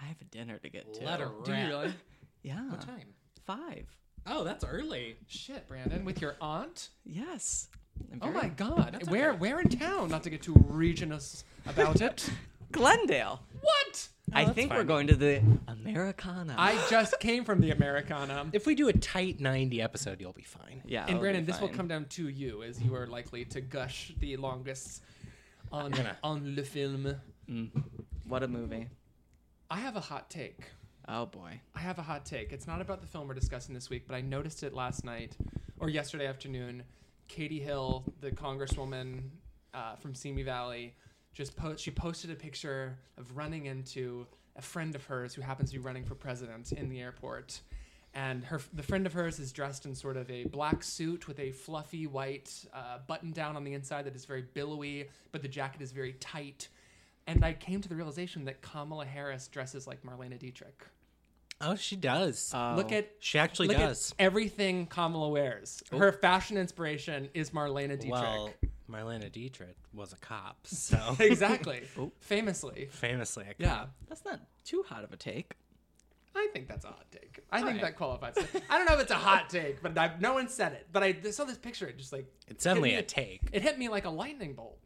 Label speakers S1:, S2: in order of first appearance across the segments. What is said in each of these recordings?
S1: I have a dinner to get to.
S2: Let her
S1: Do you
S2: rip.
S1: really? Yeah.
S2: What time?
S1: Five.
S2: Oh, that's early. Shit, Brandon, with your aunt.
S1: Yes. I'm
S2: Oh
S1: very-
S2: my God,
S1: That's
S2: where
S1: okay.
S2: where in town? Not to get too regionous about it.
S1: Glendale.
S2: what?
S1: I think we're going to the Americana.
S2: I just came from the Americana.
S3: If we do a tight 90 episode, you'll be fine.
S1: yeah.
S2: and
S1: it'll
S2: Brandon,
S1: be
S2: this will
S1: fine.
S2: come down to you as you are likely to gush the longest on on le film.
S1: What a movie.
S2: I have a hot take.
S1: Oh boy.
S2: I have a hot take. It's not about the film we're discussing this week, but I noticed it last night or yesterday afternoon. Katie Hill, the congresswoman uh, from Simi Valley, just po- she posted a picture of running into a friend of hers who happens to be running for president in the airport. And her, the friend of hers is dressed in sort of a black suit with a fluffy white uh, button down on the inside that is very billowy, but the jacket is very tight. And I came to the realization that Kamala Harris dresses like Marlena Dietrich.
S3: Oh, she does.
S2: Look at
S3: she actually
S2: look at
S3: does. Oh.
S2: everything Kamala wears. Her fashion inspiration is Marlena Dietrich.
S3: well, Marlena Dietrich was a cop, so
S2: exactly.
S3: Oh.
S2: Famously.
S3: famously a cop.
S2: Yeah.
S1: That's not too hot of a take.
S2: I think that's a hot take. I think that qualifies. I don't know if it's a hot take, but I've, no one said it. But I saw this picture. It just like
S3: It's definitely
S2: hit me-
S3: a take.
S2: It hit me like a lightning bolt.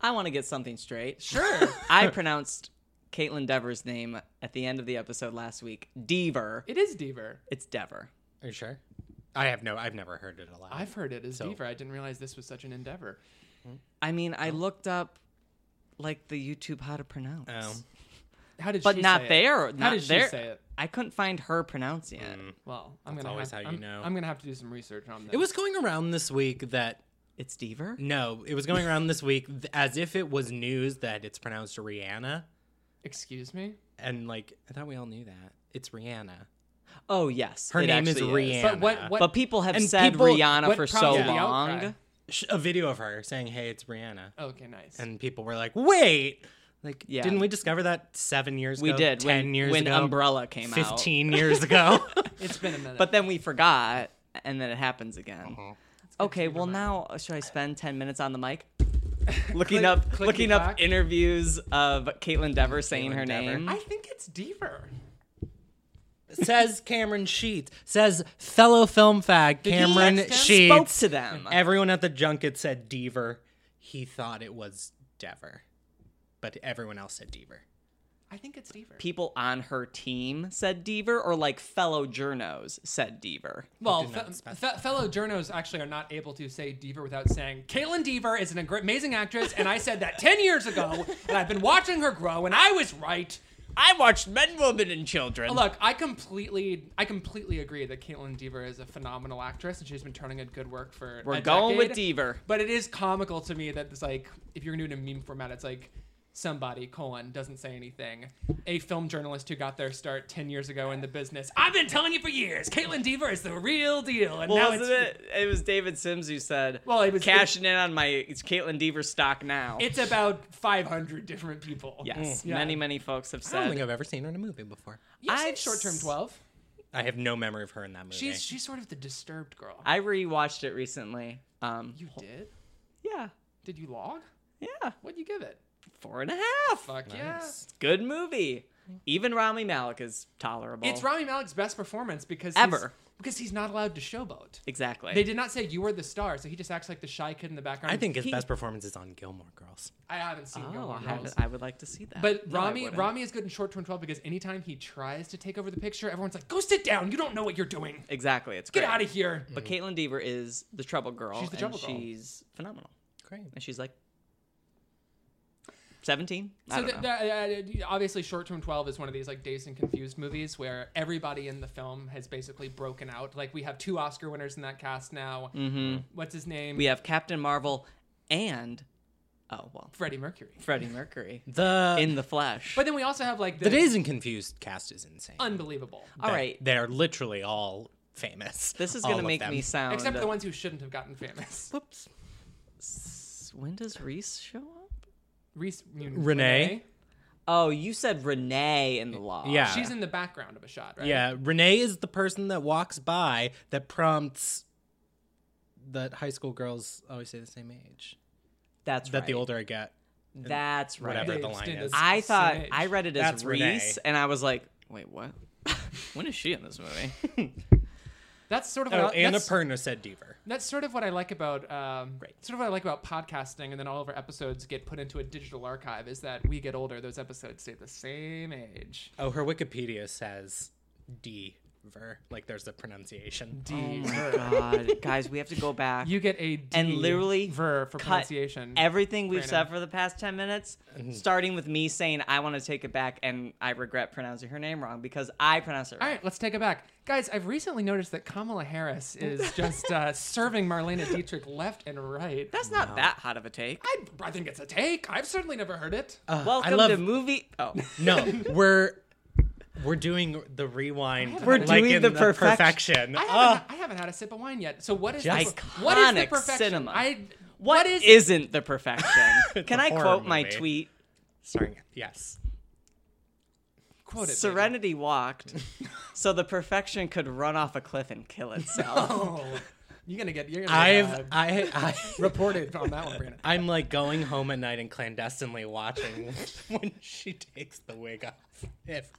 S1: I want to get something straight. Sure. I pronounced Caitlin Dever's name at the end of the episode last week. Deaver.
S2: It is Deaver.
S1: It's Dever.
S3: Are you sure? I have no. I've never heard it aloud.
S2: I've heard it as Deaver. I didn't realize this was such an endeavor.
S1: I mean,
S2: Oh.
S1: I looked up like the YouTube how to pronounce.
S3: Oh.
S2: How did
S1: But
S2: she
S1: not
S2: say it?
S1: there.
S2: How
S1: Not
S2: did she
S1: there.
S2: say it?
S1: I couldn't find her pronouncing it.
S2: Mm. Well, I'm
S3: That's
S2: gonna
S3: always
S2: have,
S3: how you
S2: I'm,
S3: know.
S2: I'm gonna have to do some research on that.
S3: It was going around this week that
S1: It's Deaver?
S3: no, it was going around this week th- as if it was news that it's pronounced Rihanna,
S2: Excuse me.
S3: and like I thought we all knew that it's Rihanna.
S1: Oh, yes.
S3: Her
S1: it
S3: name is
S1: actually
S3: Rihanna.
S2: But what? What?
S1: But people have
S3: And
S1: said
S3: people-
S1: Rihanna
S2: what
S1: for so
S2: prompted the outcry?
S1: long.
S3: Sh- A video of her saying, "Hey, it's Rihanna,"
S2: okay, nice.
S3: and people were like, "Wait." Like,
S1: Yeah.
S3: didn't we discover that seven years
S1: We
S3: ago?
S1: did
S3: Ten
S1: when,
S3: years
S1: when
S3: ago.
S1: Umbrella came out.
S3: 15 years ago.
S2: it's been a minute.
S1: But then we forgot, and then it happens again. Okay, well now uh, should I spend ten minutes on the mic, looking up
S2: clicky
S1: looking up
S2: clack.
S1: interviews of Caitlyn Dever saying her name?
S2: I think it's Deaver.
S3: says Cameron Sheets. Says fellow film fag Cameron
S2: next time
S3: Sheets.
S1: spoke to them.
S3: Everyone at the junket said Deaver. He thought it was Dever, but everyone else said Deaver.
S2: I think it's Deaver.
S1: People on her team said Deaver, or like fellow journos said Deaver.
S2: well, fe- fe- fellow journos actually are not able to say Deaver without saying Caitlin Deaver is an ag- amazing actress, and I said that ten years ago, and I've been watching her grow, and I was right.
S1: I watched Men, Women, and Children.
S2: Look, I completely, I completely agree that Caitlin Deaver is a phenomenal actress, and she's been turning in good work for.
S1: We're
S2: a
S1: going with
S2: decade.
S1: Deaver.
S2: But it is comical to me that it's like if you're gonna do it in meme format, it's like somebody colon doesn't say anything. A film journalist who got their start ten years ago in the business. I've been telling you for years, Caitlin Deaver is the real deal, and now
S1: Well,
S2: it's
S1: wasn't it? It was David Sims who said,
S2: Well, it was-
S1: cashing in on my it's Caitlyn Deaver stock now."
S2: it's about five hundred different people.
S1: yes,
S2: Mm, Yeah.
S1: many many folks have
S3: I don't think
S1: said.
S3: I've ever seen her in a movie before.
S2: You've seen
S1: I've
S2: short term
S1: s-
S2: twelve.
S3: I have no memory of her in that movie.
S2: She's she's sort of the disturbed girl.
S1: I rewatched it recently. Um,
S2: you did?
S1: yeah,
S2: Did you log?
S1: yeah,
S2: What'd you give it?
S1: four and a half.
S2: Fuck yeah.
S1: Good movie. Even Rami Malik is tolerable.
S2: It's Rami Malek's best performance because He's,
S1: Ever.
S2: because he's not allowed to showboat.
S1: Exactly.
S2: They did not say you were the star, so he just acts like the shy kid in the background.
S3: I think his
S1: He-
S3: best performance is on Gilmore Girls.
S2: I haven't seen
S1: oh,
S2: Gilmore
S1: I, have-
S2: Girls.
S1: I would like to see that.
S2: But
S1: No, I
S2: Rami
S1: wouldn't.
S2: Rami is good in short term twelve because anytime he tries to take over the picture, everyone's like, "Go sit down. You don't know what you're doing.
S1: exactly. It's
S2: Get
S1: great.
S2: out of here."
S1: But Caitlin Deaver is the trouble girl.
S2: She's the trouble girl.
S1: and She's phenomenal,
S3: Great.
S1: and she's like seventeen. I
S2: So
S1: don't
S2: th-
S1: know.
S2: th- uh, obviously, Short Term 12 is one of these like dazed and confused movies where everybody in the film has basically broken out. Like we have two Oscar winners in that cast now. Mm-hmm. What's his name?
S1: we have Captain Marvel and Oh well,
S2: Freddie Mercury.
S1: Freddie Mercury
S3: The
S1: in the flesh.
S2: But then we also have like the,
S3: the Dazed and Confused cast is insane.
S2: unbelievable,
S1: all
S3: They-
S1: right,
S3: they're literally all famous.
S1: this is
S3: All
S1: gonna
S3: of
S1: make
S3: them.
S1: me sound.
S2: except for the ones who shouldn't have gotten famous.
S1: Whoops. S- When does Reese show up?
S2: Reese, you-
S3: Renee?
S1: Oh, you said Renee in the law.
S3: Yeah.
S2: She's in the background of a shot, right?
S3: Yeah, Renee is the person that walks by that prompts that high school girls always say the same age.
S1: that's
S3: that
S1: right.
S3: the older I get,
S1: That's right.
S3: whatever
S2: They
S3: the line
S2: extend
S3: is.
S2: it.
S1: I thought
S2: Same age.
S1: I read it as
S3: That's
S1: Reese,
S3: Renee.
S1: and I was like, wait, what? when is she in this movie?
S2: That's sort of
S3: Oh,
S2: what I,
S3: Anna
S2: that's,
S3: Perna said Deaver.
S2: that's sort of what I like about um, sort of what I like about podcasting, and then all of our episodes get put into a digital archive. Is that we get older, those episodes stay the same age.
S3: Oh, her Wikipedia says Deaver. Like there's a pronunciation.
S2: D.
S1: Oh my God, guys, we have to go back.
S2: You get a D
S1: and literally
S2: ver for
S1: cut
S2: pronunciation.
S1: Everything we've said
S2: Brandon.
S1: for the past 10 minutes,
S3: Mm-hmm.
S1: starting with me saying I want to take it back and I regret pronouncing her name wrong because I pronounce it
S2: All
S1: right.
S2: right, let's take it back, guys. I've recently noticed that Kamala Harris is just uh, serving Marlena Dietrich left and right.
S1: That's not that hot of a take.
S2: I, I think it's a take. I've certainly never heard it.
S3: Uh,
S1: Welcome
S3: I love
S1: to movie. Oh,
S3: No, we're we're doing the rewind.
S2: We're
S3: like
S1: doing
S3: in
S1: the
S3: the,
S1: perfection.
S3: perfection. Ah.
S2: I haven't, I haven't had a sip of wine yet. So what is the,
S3: Just
S2: what is the
S1: uh. iconic
S2: perfection?
S1: cinema.
S2: I,
S1: what
S2: is it?
S1: isn't the perfection? Can
S3: a
S1: I
S3: horror
S1: quote my
S3: movie.
S1: tweet?
S3: Sorry. Yes.
S2: Quote it, baby.
S1: Serenity walked so the perfection could run off a cliff and kill itself.
S2: Oh, you're gonna get. You're gonna
S3: I've
S2: get, uh,
S3: I I
S2: reported on that one, Brandon.
S3: I'm like going home at night and clandestinely watching when she takes the wig off. If,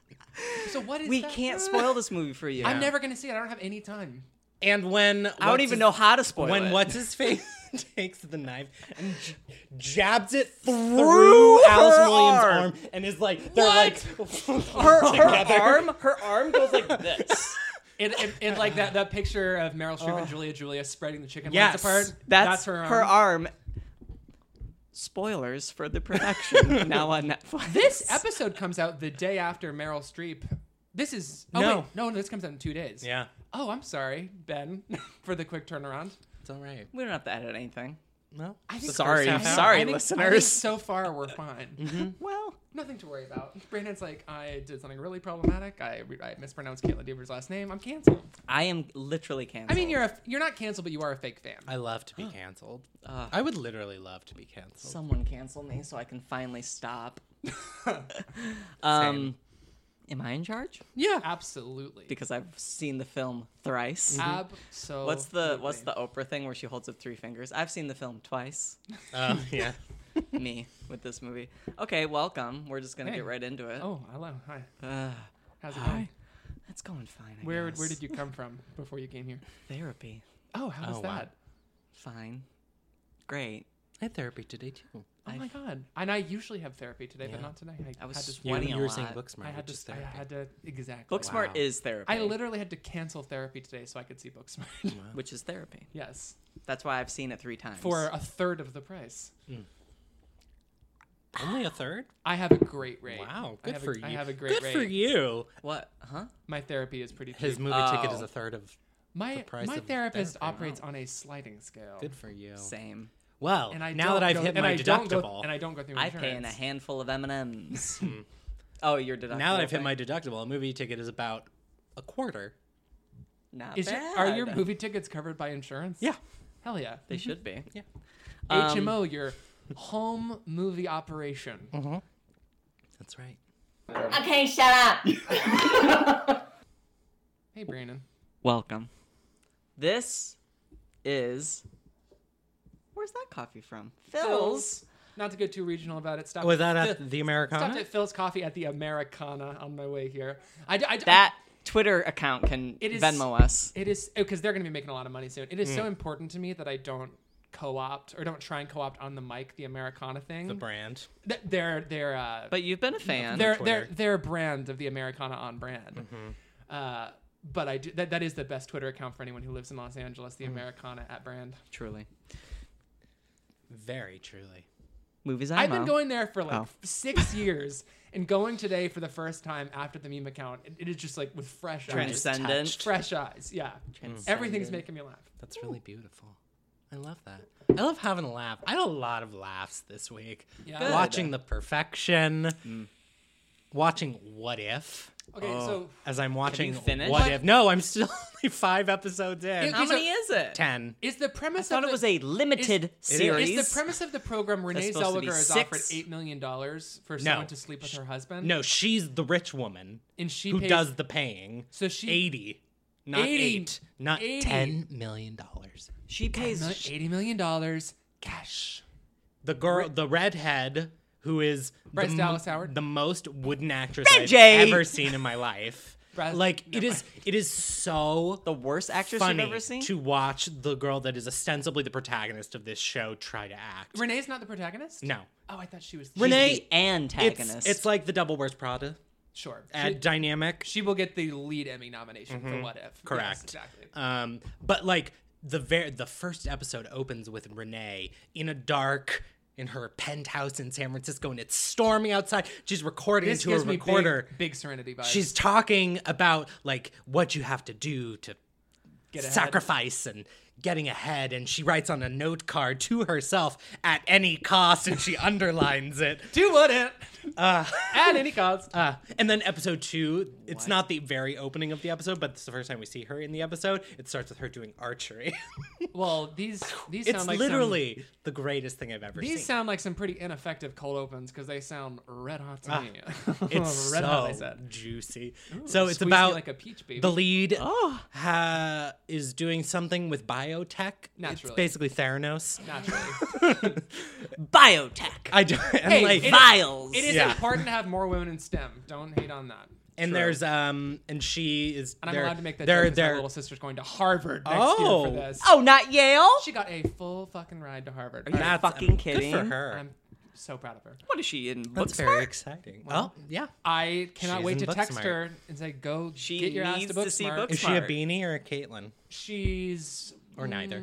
S2: So what is?
S1: we
S2: that?
S1: can't spoil this movie for you.
S2: I'm never gonna see it. I don't have any time.
S3: and when
S1: I don't even know how to spoil
S3: when
S1: it.
S3: what's his face takes the knife and j- jabs it through,
S1: Through
S3: Alice
S1: her
S3: Williams'
S1: arm.
S3: arm. and is like they're like
S1: her, her arm, her arm goes like this.
S2: It, it, it like that, that picture of Meryl Streep and Julia Julia spreading the chicken
S3: Yes.
S2: legs apart.
S1: That's,
S2: her um, arm.
S1: Spoilers for the perfection now on Netflix.
S2: This episode comes out the day after Meryl Streep. This is oh
S3: No.
S2: wait, no, this comes out in two days.
S3: yeah.
S2: Oh, I'm sorry, Ben, for the quick turnaround.
S3: It's all right.
S1: we don't have to edit anything.
S3: No.
S2: I think
S1: Sorry,
S2: I think-
S1: sorry,
S2: I think- I think
S1: listeners. Mm-hmm.
S2: so far, we're fine.
S1: Well,
S2: Nothing to worry about. Brandon's like, I did something really problematic. I, re- I mispronounced Caitlin Deaver's last name. I'm canceled.
S1: I am literally canceled.
S2: I mean, you're a, you're not canceled, but you are a fake fan.
S3: I love to be canceled. I would literally love to be canceled.
S1: someone cancel me so I can finally stop. um, am I in charge?
S2: yeah, absolutely.
S1: Because I've seen the film thrice.
S2: absolutely.
S1: What's the What's the Oprah thing where she holds up three fingers? I've seen the film twice.
S3: Oh yeah.
S1: Me with this movie. Okay, welcome. We're just gonna
S2: Hey.
S1: get right into it.
S2: Oh, hello. Hi.
S1: Uh,
S2: How's it going?
S1: hi. That's going fine. I
S2: Where
S1: guess.
S2: where did you come from before you came here?
S1: therapy?
S2: Oh, how was
S3: Oh, wow.
S2: that?
S1: Fine. Great.
S3: I had therapy today too.
S2: Oh my god. And I usually have therapy today, but
S3: Yeah.
S2: not today. I,
S1: I was
S2: had to
S1: sweating
S3: you
S1: a
S3: were
S1: lot.
S3: saying Booksmart.
S2: I had
S3: which
S2: to
S3: is
S2: I
S3: therapy.
S2: had to exactly.
S1: Booksmart
S3: Wow.
S1: is therapy.
S2: I literally had to cancel therapy today so I could see Booksmart.
S1: which is therapy.
S2: yes.
S1: That's why I've seen it three times.
S2: For a third of the price.
S3: Only a third.
S2: I have a great rate.
S3: Wow,
S2: I
S3: good
S2: have
S3: for
S2: a,
S3: you.
S2: I have a great
S3: good
S2: rate.
S3: for you.
S1: what? Huh?
S2: My therapy is pretty cheap.
S3: His movie ticket is
S1: Oh.
S3: a third of.
S2: my
S3: the price
S2: my
S3: of
S2: therapist
S3: therapy.
S2: operates on a sliding scale.
S3: Good for you.
S1: Same.
S3: Well,
S2: And I
S3: now that
S2: don't
S3: I've
S2: go-
S3: hit
S2: and
S3: my
S2: I don't go-
S3: deductible,
S2: and I don't go through
S1: I
S2: insurance.
S1: pay in a handful of M and M's.
S2: Hmm.
S1: Oh, your deductible.
S3: now that I've hit
S1: thing?
S3: my deductible, a movie ticket is about a quarter.
S1: Not
S2: Is your,
S1: bad.
S2: are your movie tickets covered by insurance? Hell yeah. Mm-hmm.
S1: They should be.
S3: Yeah.
S1: Um,
S2: HMO, your home movie operation.
S3: Mm-hmm. that's right.
S4: Okay, shut up.
S2: Hey, Brandon.
S1: Welcome. This is. Where's that coffee from? Phil's.
S2: Not to get too regional about it. Stop.
S3: Was that at the
S2: Stopped
S3: Americana?
S2: at Phil's Coffee at the Americana on my way here. I, d- I d-
S1: That Twitter account can
S2: It is-
S1: Venmo us.
S2: it is because they're going to be making a lot of money soon. It
S3: Mm.
S2: is so important to me that I don't co-opt or don't try and co-opt on the mic the Americana thing.
S3: The brand.
S2: Th- They're they're uh,
S1: But you've been a fan.
S2: their
S3: Twitter.
S2: their their brand of the Americana on brand.
S1: Mm-hmm.
S2: Uh, but I do that that is the best Twitter account for anyone who lives in Los Angeles.
S1: Mm.
S2: The Americana at brand.
S1: Truly.
S3: Very truly.
S1: Movies I
S2: I've been
S1: Mo.
S2: going there for like
S1: Oh.
S2: six years, and going today for the first time after the meme account. It, it is just like with fresh eyes,
S1: Transcendent.
S3: touched.
S2: fresh eyes. Yeah, everything's making me laugh.
S3: That's really beautiful. I love that. I love having a laugh. I had a lot of laughs this week.
S2: Yeah.
S1: Good.
S3: Watching The Perfection, watching What If.
S2: Okay,
S1: Oh.
S2: so
S3: As I'm watching
S1: finished?
S3: What
S1: What?
S3: If. No, I'm still only five episodes in.
S1: How
S2: Okay, so-
S1: many is it?
S3: Ten.
S2: is the premise?
S1: I thought
S2: of
S1: it was
S2: the,
S1: a limited series.
S2: Is the premise of the program Renee
S1: supposed to
S2: Zellweger
S1: be
S2: is
S1: six.
S2: offered eight million dollars for someone to sleep with her husband?
S3: No, she's the rich woman
S2: and she
S3: who
S2: pays,
S3: does the paying.
S2: So she-
S3: eighty, not
S2: 80,
S3: eight, not
S2: 80.
S3: ten million dollars.
S1: she pays.
S2: mil- eighty million dollars cash.
S3: The girl, the redhead, who is
S2: Bryce
S3: the, mo-
S2: Dallas Howard?
S3: the most wooden actress I've
S1: Reggie!
S3: ever seen in my life.
S2: Bryce-
S3: like it
S2: never
S3: is, it is so
S1: the worst actress
S3: funny
S1: you've ever seen.
S3: to watch the girl that is ostensibly the protagonist of this show try to act.
S2: Renee's not the protagonist.
S3: no,
S2: Oh, I thought she was.
S1: She's
S3: Renee-
S1: the antagonist.
S3: it's, it's like the double wears Prada
S2: sure. She-
S3: ad dynamic.
S2: she will get the lead Emmy nomination for What If. Yes,
S3: Mm-hmm. Correct.
S2: exactly.
S3: Um, but like the ver- the first episode opens with Renee in a dark in her penthouse in San Francisco, and it's storming outside. She's recording
S2: this
S3: to a
S2: gives me big-
S3: recorder.
S2: Big, Serenity vibes.
S3: She's talking about like what you have to do to
S2: Get ahead.
S3: sacrifice and getting ahead and she writes on a note card to herself at any cost and she underlines it
S2: Do what it. At any cost.
S3: Uh, and then episode two, it's not the very opening of the episode, but it's the first time we see her in the episode. It starts with her doing archery.
S2: well, these these
S3: it's
S2: sound like some-
S3: literally the greatest thing I've ever
S2: These
S3: seen.
S2: sound like some pretty ineffective cold opens because they sound red hot to me.
S3: Ah, It's
S2: red hot, they
S3: so
S2: said.
S3: juicy. so it's
S2: Squeeze me
S3: about
S2: like a Oh. peach baby.
S3: the lead ha- is doing something with biotech. It's
S2: Naturally.
S3: basically Theranos.
S2: Naturally.
S1: biotech.
S3: I don't, and
S2: Hey,
S3: like,
S2: it-
S1: Vials.
S2: It is
S3: Yeah.
S2: important to have more women in STEM. Don't hate on that.
S3: and there's um, and she is.
S2: And I'm
S3: they're-
S2: allowed to make that
S3: they're-
S2: joke 'cause my
S3: they're-
S2: little sister's going to Harvard next
S3: Oh.
S2: year for this.
S1: oh, not Yale.
S2: She got a full fucking ride to Harvard.
S1: Are you
S3: that's-
S1: fucking
S3: Good for
S1: kidding?
S3: her.
S2: I'm so proud of her.
S1: what is she in?
S3: That's
S1: Books
S3: very exciting. Well, yeah.
S2: I cannot
S3: She's
S2: wait
S3: in
S2: to text
S3: Booksmart.
S2: her and say, "Go
S1: She
S2: get your ass
S1: needs
S2: to
S1: to
S2: Booksmart."
S1: see Books-
S3: Is she a
S1: smart.
S3: Beanie or a Caitlin
S2: She's.
S3: or neither?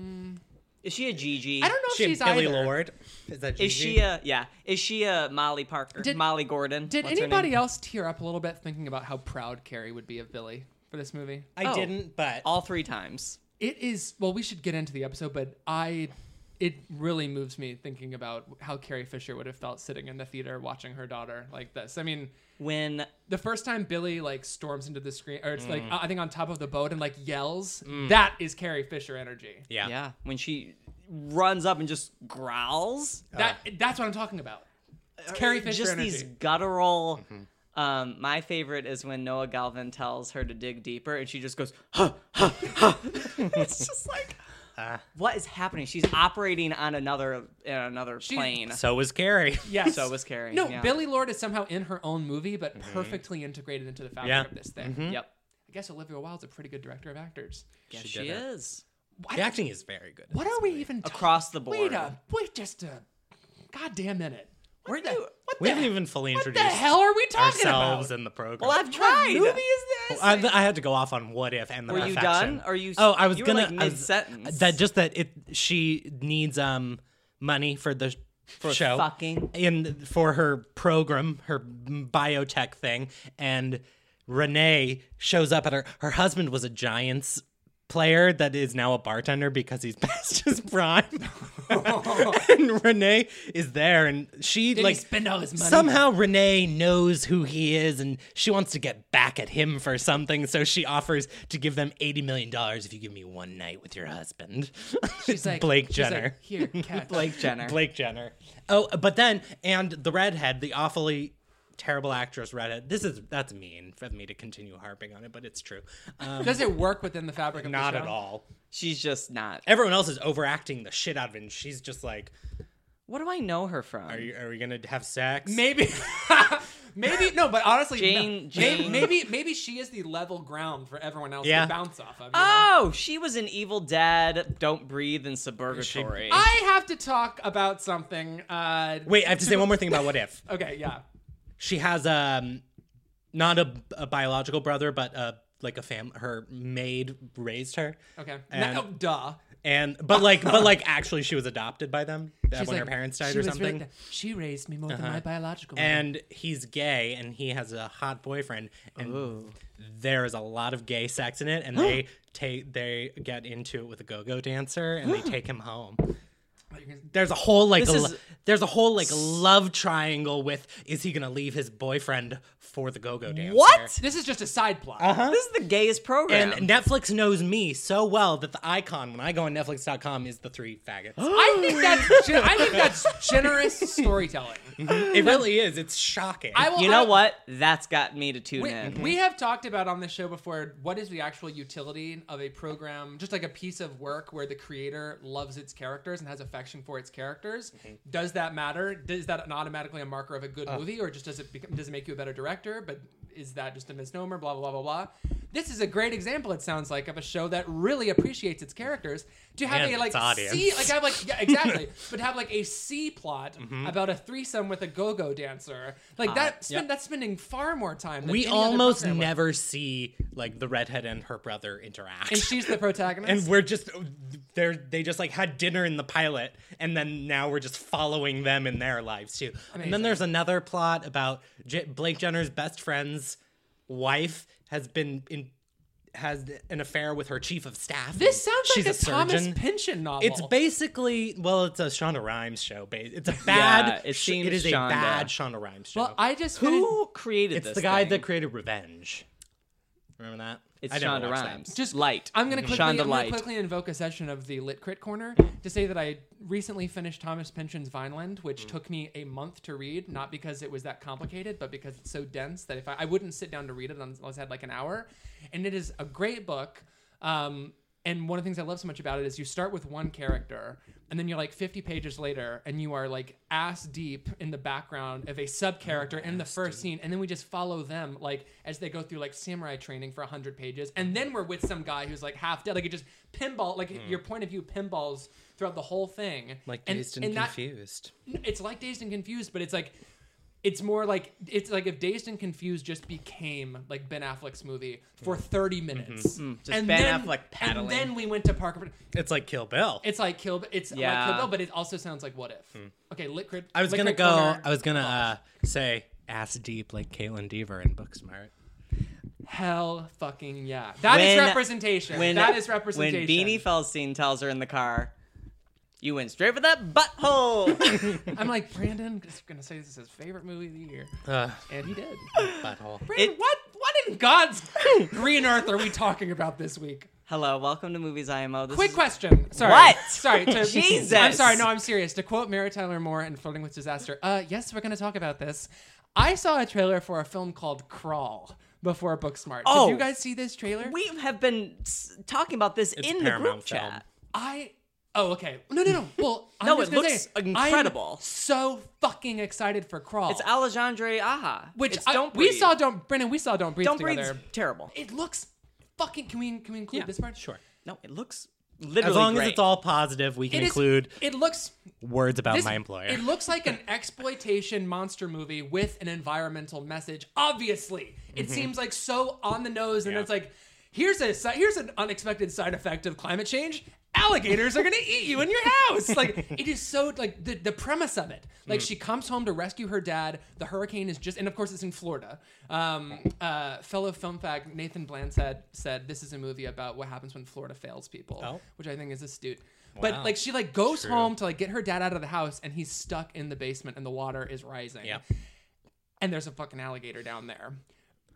S1: Is she a Gigi?
S2: I don't know if
S3: She a
S2: Mm, she's
S3: Billy
S2: either.
S3: Lord. Is that
S1: Is
S3: Gigi?
S1: she a yeah? Is she a Molly Parker?
S2: Did-
S1: Molly Gordon?
S2: Did
S1: What's her
S2: anybody
S1: name?
S2: else tear up a little bit thinking about how proud Carrie would be of Billy for this movie?
S3: I
S1: Oh.
S3: didn't, but
S1: all three times?
S2: It is. Well, we should get into the episode, but I. It really moves me thinking about how Carrie Fisher would have felt sitting in the theater watching her daughter like this. I mean,
S1: When
S2: the first time Billy like storms into the screen, or it's like
S3: Mm.
S2: uh, I think on top of the boat and like yells, that is Carrie Fisher energy.
S3: yeah.
S1: yeah, when she runs up and just growls.
S2: That that's what I'm talking about. It's Carrie Fisher
S1: just
S2: energy.
S1: these guttural.
S3: Mm-hmm.
S1: Um, my favorite is when Noah Galvin tells her to dig deeper, and she just goes, "Huh, huh, huh." it's just like,
S3: Ah.
S1: what is happening? She's operating on another on another plane.
S3: So was Carrie.
S2: Yes.
S1: So was Carrie.
S2: No,
S1: yeah.
S2: Billy Lord is somehow in her own movie, but perfectly integrated into the fabric
S3: Mm-hmm. Yeah. Mm-hmm.
S2: of this thing.
S1: Yep,
S2: I guess Olivia Wilde's a pretty good director of actors.
S1: yes,
S3: She
S1: she,
S3: did it.
S1: is
S3: The acting is very good.
S2: What are we even
S1: across the board.
S2: Wait a wait just a goddamn minute. What
S1: Weren't
S2: the,
S1: you-
S2: what
S3: We
S2: the,
S3: haven't even fully
S2: what the
S3: introduced
S2: hell are we talking
S3: ourselves
S2: about?
S3: in the program.
S1: Well, I've tried.
S2: What movie is this?
S3: I, I had to go off on what if and the
S1: Were you
S3: perfection.
S1: done? Are you-
S3: Oh, I was
S1: you were,
S3: gonna
S1: like,
S3: I was-
S1: mid-sentence.
S3: That just that it. She needs um money for the for show
S1: fucking-
S3: and for her program, her biotech thing, and Renee shows up at her. Her husband was a Giants player that is now a bartender because he's past his prime. and Renee is there, and she
S2: Did he
S3: like
S2: spend all his money?
S3: Somehow Renee knows who he is and she wants to get back at him for something, so she offers to give them $80 million if you give me one night with your husband.
S2: She's like
S3: Blake
S2: she's like,
S3: Jenner.
S2: Here, catch.
S1: Blake Jenner.
S3: Blake Jenner. Oh, but then, and the redhead, the awfully terrible actress redhead. This is, that's mean for me to continue harping on it, but it's true. Um,
S2: Does it work within the fabric of
S3: not
S2: the show?
S3: at all.
S1: She's just not.
S3: Everyone else is overacting the shit out of it, and she's just like,
S1: What do I know her from?
S3: are, you, are we gonna have sex?
S2: Maybe, maybe no. But honestly,
S1: Jane-
S2: no.
S1: Jane-
S2: Maybe, maybe, maybe she is the level ground for everyone else
S3: Yeah.
S2: to bounce off of. You know?
S1: Oh, she was an Evil Dead, Don't Breathe, and Suburgatory.
S2: I have to talk about something. Uh,
S3: Wait, I have to say one more thing about what if.
S2: Okay, yeah.
S3: she has um not a, a biological brother but a like a fam her maid raised her.
S2: Okay.
S3: And-
S2: no, duh.
S3: And but like but like actually she was adopted by them uh,
S2: She's
S3: when her
S2: like,
S3: parents died
S2: she
S3: or
S2: was really
S3: something. Uh-huh.
S2: th- she raised me more than my biological mother.
S3: and he's gay and he has a hot boyfriend and there is a lot of gay sex in it and they take they get into it with a go-go dancer and they take him home there's a whole like
S1: This
S3: a,
S1: is-
S3: lo- there's a whole like love triangle with is he gonna leave his boyfriend for the go-go dancer
S1: What?
S2: This is just a side plot.
S3: Uh-huh.
S1: This is the gayest program.
S3: and Netflix knows me so well that the icon when I go on Netflix.com is the three faggots.
S2: I think that's gen- I think that's generous storytelling.
S3: it really is. It's shocking.
S2: I will,
S1: you know
S2: I-
S1: what? That's got me to tune
S2: We,
S1: in.
S2: we have talked about on this show before what is the actual utility of a program, just like a piece of work where the creator loves its characters and has affection for its characters. Does that matter? Is that an automatically a marker of a good movie, or just does it become, does it make you a better director? But is that just a misnomer? Blah blah blah blah blah. This is a great example. It sounds like of a show that really appreciates its characters. To have
S3: And
S2: a like
S3: its audience.
S2: C, like have like yeah exactly, but have like a C plot
S3: Mm-hmm.
S2: about a threesome with a go-go dancer. Like that spend, that's spending far more time. than
S3: Uh, we
S2: any other
S3: almost
S2: program would.
S3: never see like the redhead and her brother interact.
S2: and she's the protagonist.
S3: and we're just they're they just like had dinner in the pilot and then now we're just following them in their lives too and then there's another plot about J- blake jenner's best friend's wife has been in has an affair with her chief of staff
S2: this sounds
S3: She's
S2: like a, Thomas
S3: surgeon.
S2: Pynchon novel.
S3: it's basically well it's a shonda rhimes show ba- it's a bad
S1: it
S3: sh-
S1: seems
S3: it is
S1: Shonda.
S3: a bad shonda rhimes show
S2: well, I just finished-
S1: Who created
S3: it's
S1: this?
S3: the guy
S1: thing?
S3: that created revenge remember that
S1: It's
S3: I never
S1: Shonda
S3: watched that.
S1: Rhimes.
S2: just
S1: light.
S2: I'm gonna quickly, I'm
S1: Shonda
S2: gonna
S1: Light. Mm-hmm.
S2: quickly invoke a session of the lit crit corner to say that I recently finished Thomas Pynchon's Vineland, which
S1: Mm.
S2: took me a month to read, not because it was that complicated, but because it's so dense that if I, I wouldn't sit down to read it unless I had like an hour. And it is a great book. Um, and one of the things I love so much about it is you start with one character, and then you're like 50 pages later, and you are like ass deep in the background of a sub character in the first scene, and then we just follow them like as they go through like samurai training for 100 pages, and then we're with some guy who's like half dead. Like it just pinball, like your point of view pinballs throughout the whole thing.
S3: like
S2: And-
S3: dazed and,
S2: and that-
S3: confused
S2: it's like dazed and confused, but it's like it's more like it's like if Dazed and Confused just became like Ben Affleck's movie for 30 minutes.
S1: Just Ben Affleck
S2: And
S1: paddling.
S2: then we went to Parker.
S3: it's like kill bill
S2: It's like Kill Bill. It's like Kill
S1: Yeah.
S2: Bill, but it also sounds like What If. Okay, Lit Crit.
S3: I was
S2: Lit
S3: gonna
S2: Crit
S3: go.
S2: Corner.
S3: I was gonna uh, say ass deep like Caitlin Deaver in Booksmart.
S2: Hell fucking yeah. That is
S1: When-
S2: representation.
S1: When,
S2: that is representation.
S1: When Beanie Feldstein tells her in the car, you went straight for that butthole.
S2: I'm like, Brandon is gonna say this is his favorite movie of the year.
S3: Uh,
S2: And he did.
S3: butthole.
S2: Brandon, what what in God's green earth are we talking about this week?
S1: Hello, welcome to Movies IMO. This
S2: Quick
S1: is-
S2: question. Sorry.
S1: What?
S2: Sorry. To,
S1: Jesus.
S2: I'm sorry. No, I'm serious. To quote Mary Tyler Moore in Flirting with Disaster, uh, yes, we're going to talk about this. I saw a trailer for a film called Crawl before Booksmart.
S1: Oh.
S2: Did you guys see this trailer?
S1: We have been s- talking about this
S3: It's
S1: in the
S3: Paramount
S1: group
S3: film.
S1: chat.
S2: I. Oh, okay. No, no, no. Well, I'm
S1: No,
S2: just
S1: it
S2: gonna
S1: looks
S2: say, I'm
S1: incredible.
S2: so fucking excited for Crawl.
S1: It's Alejandre Aja.
S2: which
S1: It's
S2: I-
S1: don't
S2: we
S1: breathe.
S2: saw. Don't Brennan. We saw. Don't breathe
S1: Don't
S2: together.
S1: breathe. Terrible.
S2: It looks fucking. Can we can we include this part?
S3: Sure.
S1: No, it looks literally
S3: As long as
S1: great.
S3: it's all positive, we can
S2: It is-
S3: include
S2: it looks
S3: words about
S2: This-
S3: my employer.
S2: It looks like an exploitation monster movie with an environmental message. Obviously, it seems like so on the nose, and
S3: Mm-hmm. Yeah.
S2: it's like here's a si- here's an unexpected side effect of climate change. Alligators are gonna eat you in your house. Like it is so like the, the premise of it. Like
S3: Mm.
S2: she comes home to rescue her dad. The hurricane is just and of course it's in Florida. Um, uh, fellow film fact Nathan Blanstead said this is a movie about what happens when Florida fails people,
S3: Oh.
S2: which I think is astute.
S3: Wow.
S2: But like she like goes home to like get her dad out of the house and he's stuck in the basement and the water is rising.
S3: Yeah.
S2: And there's a fucking alligator down there.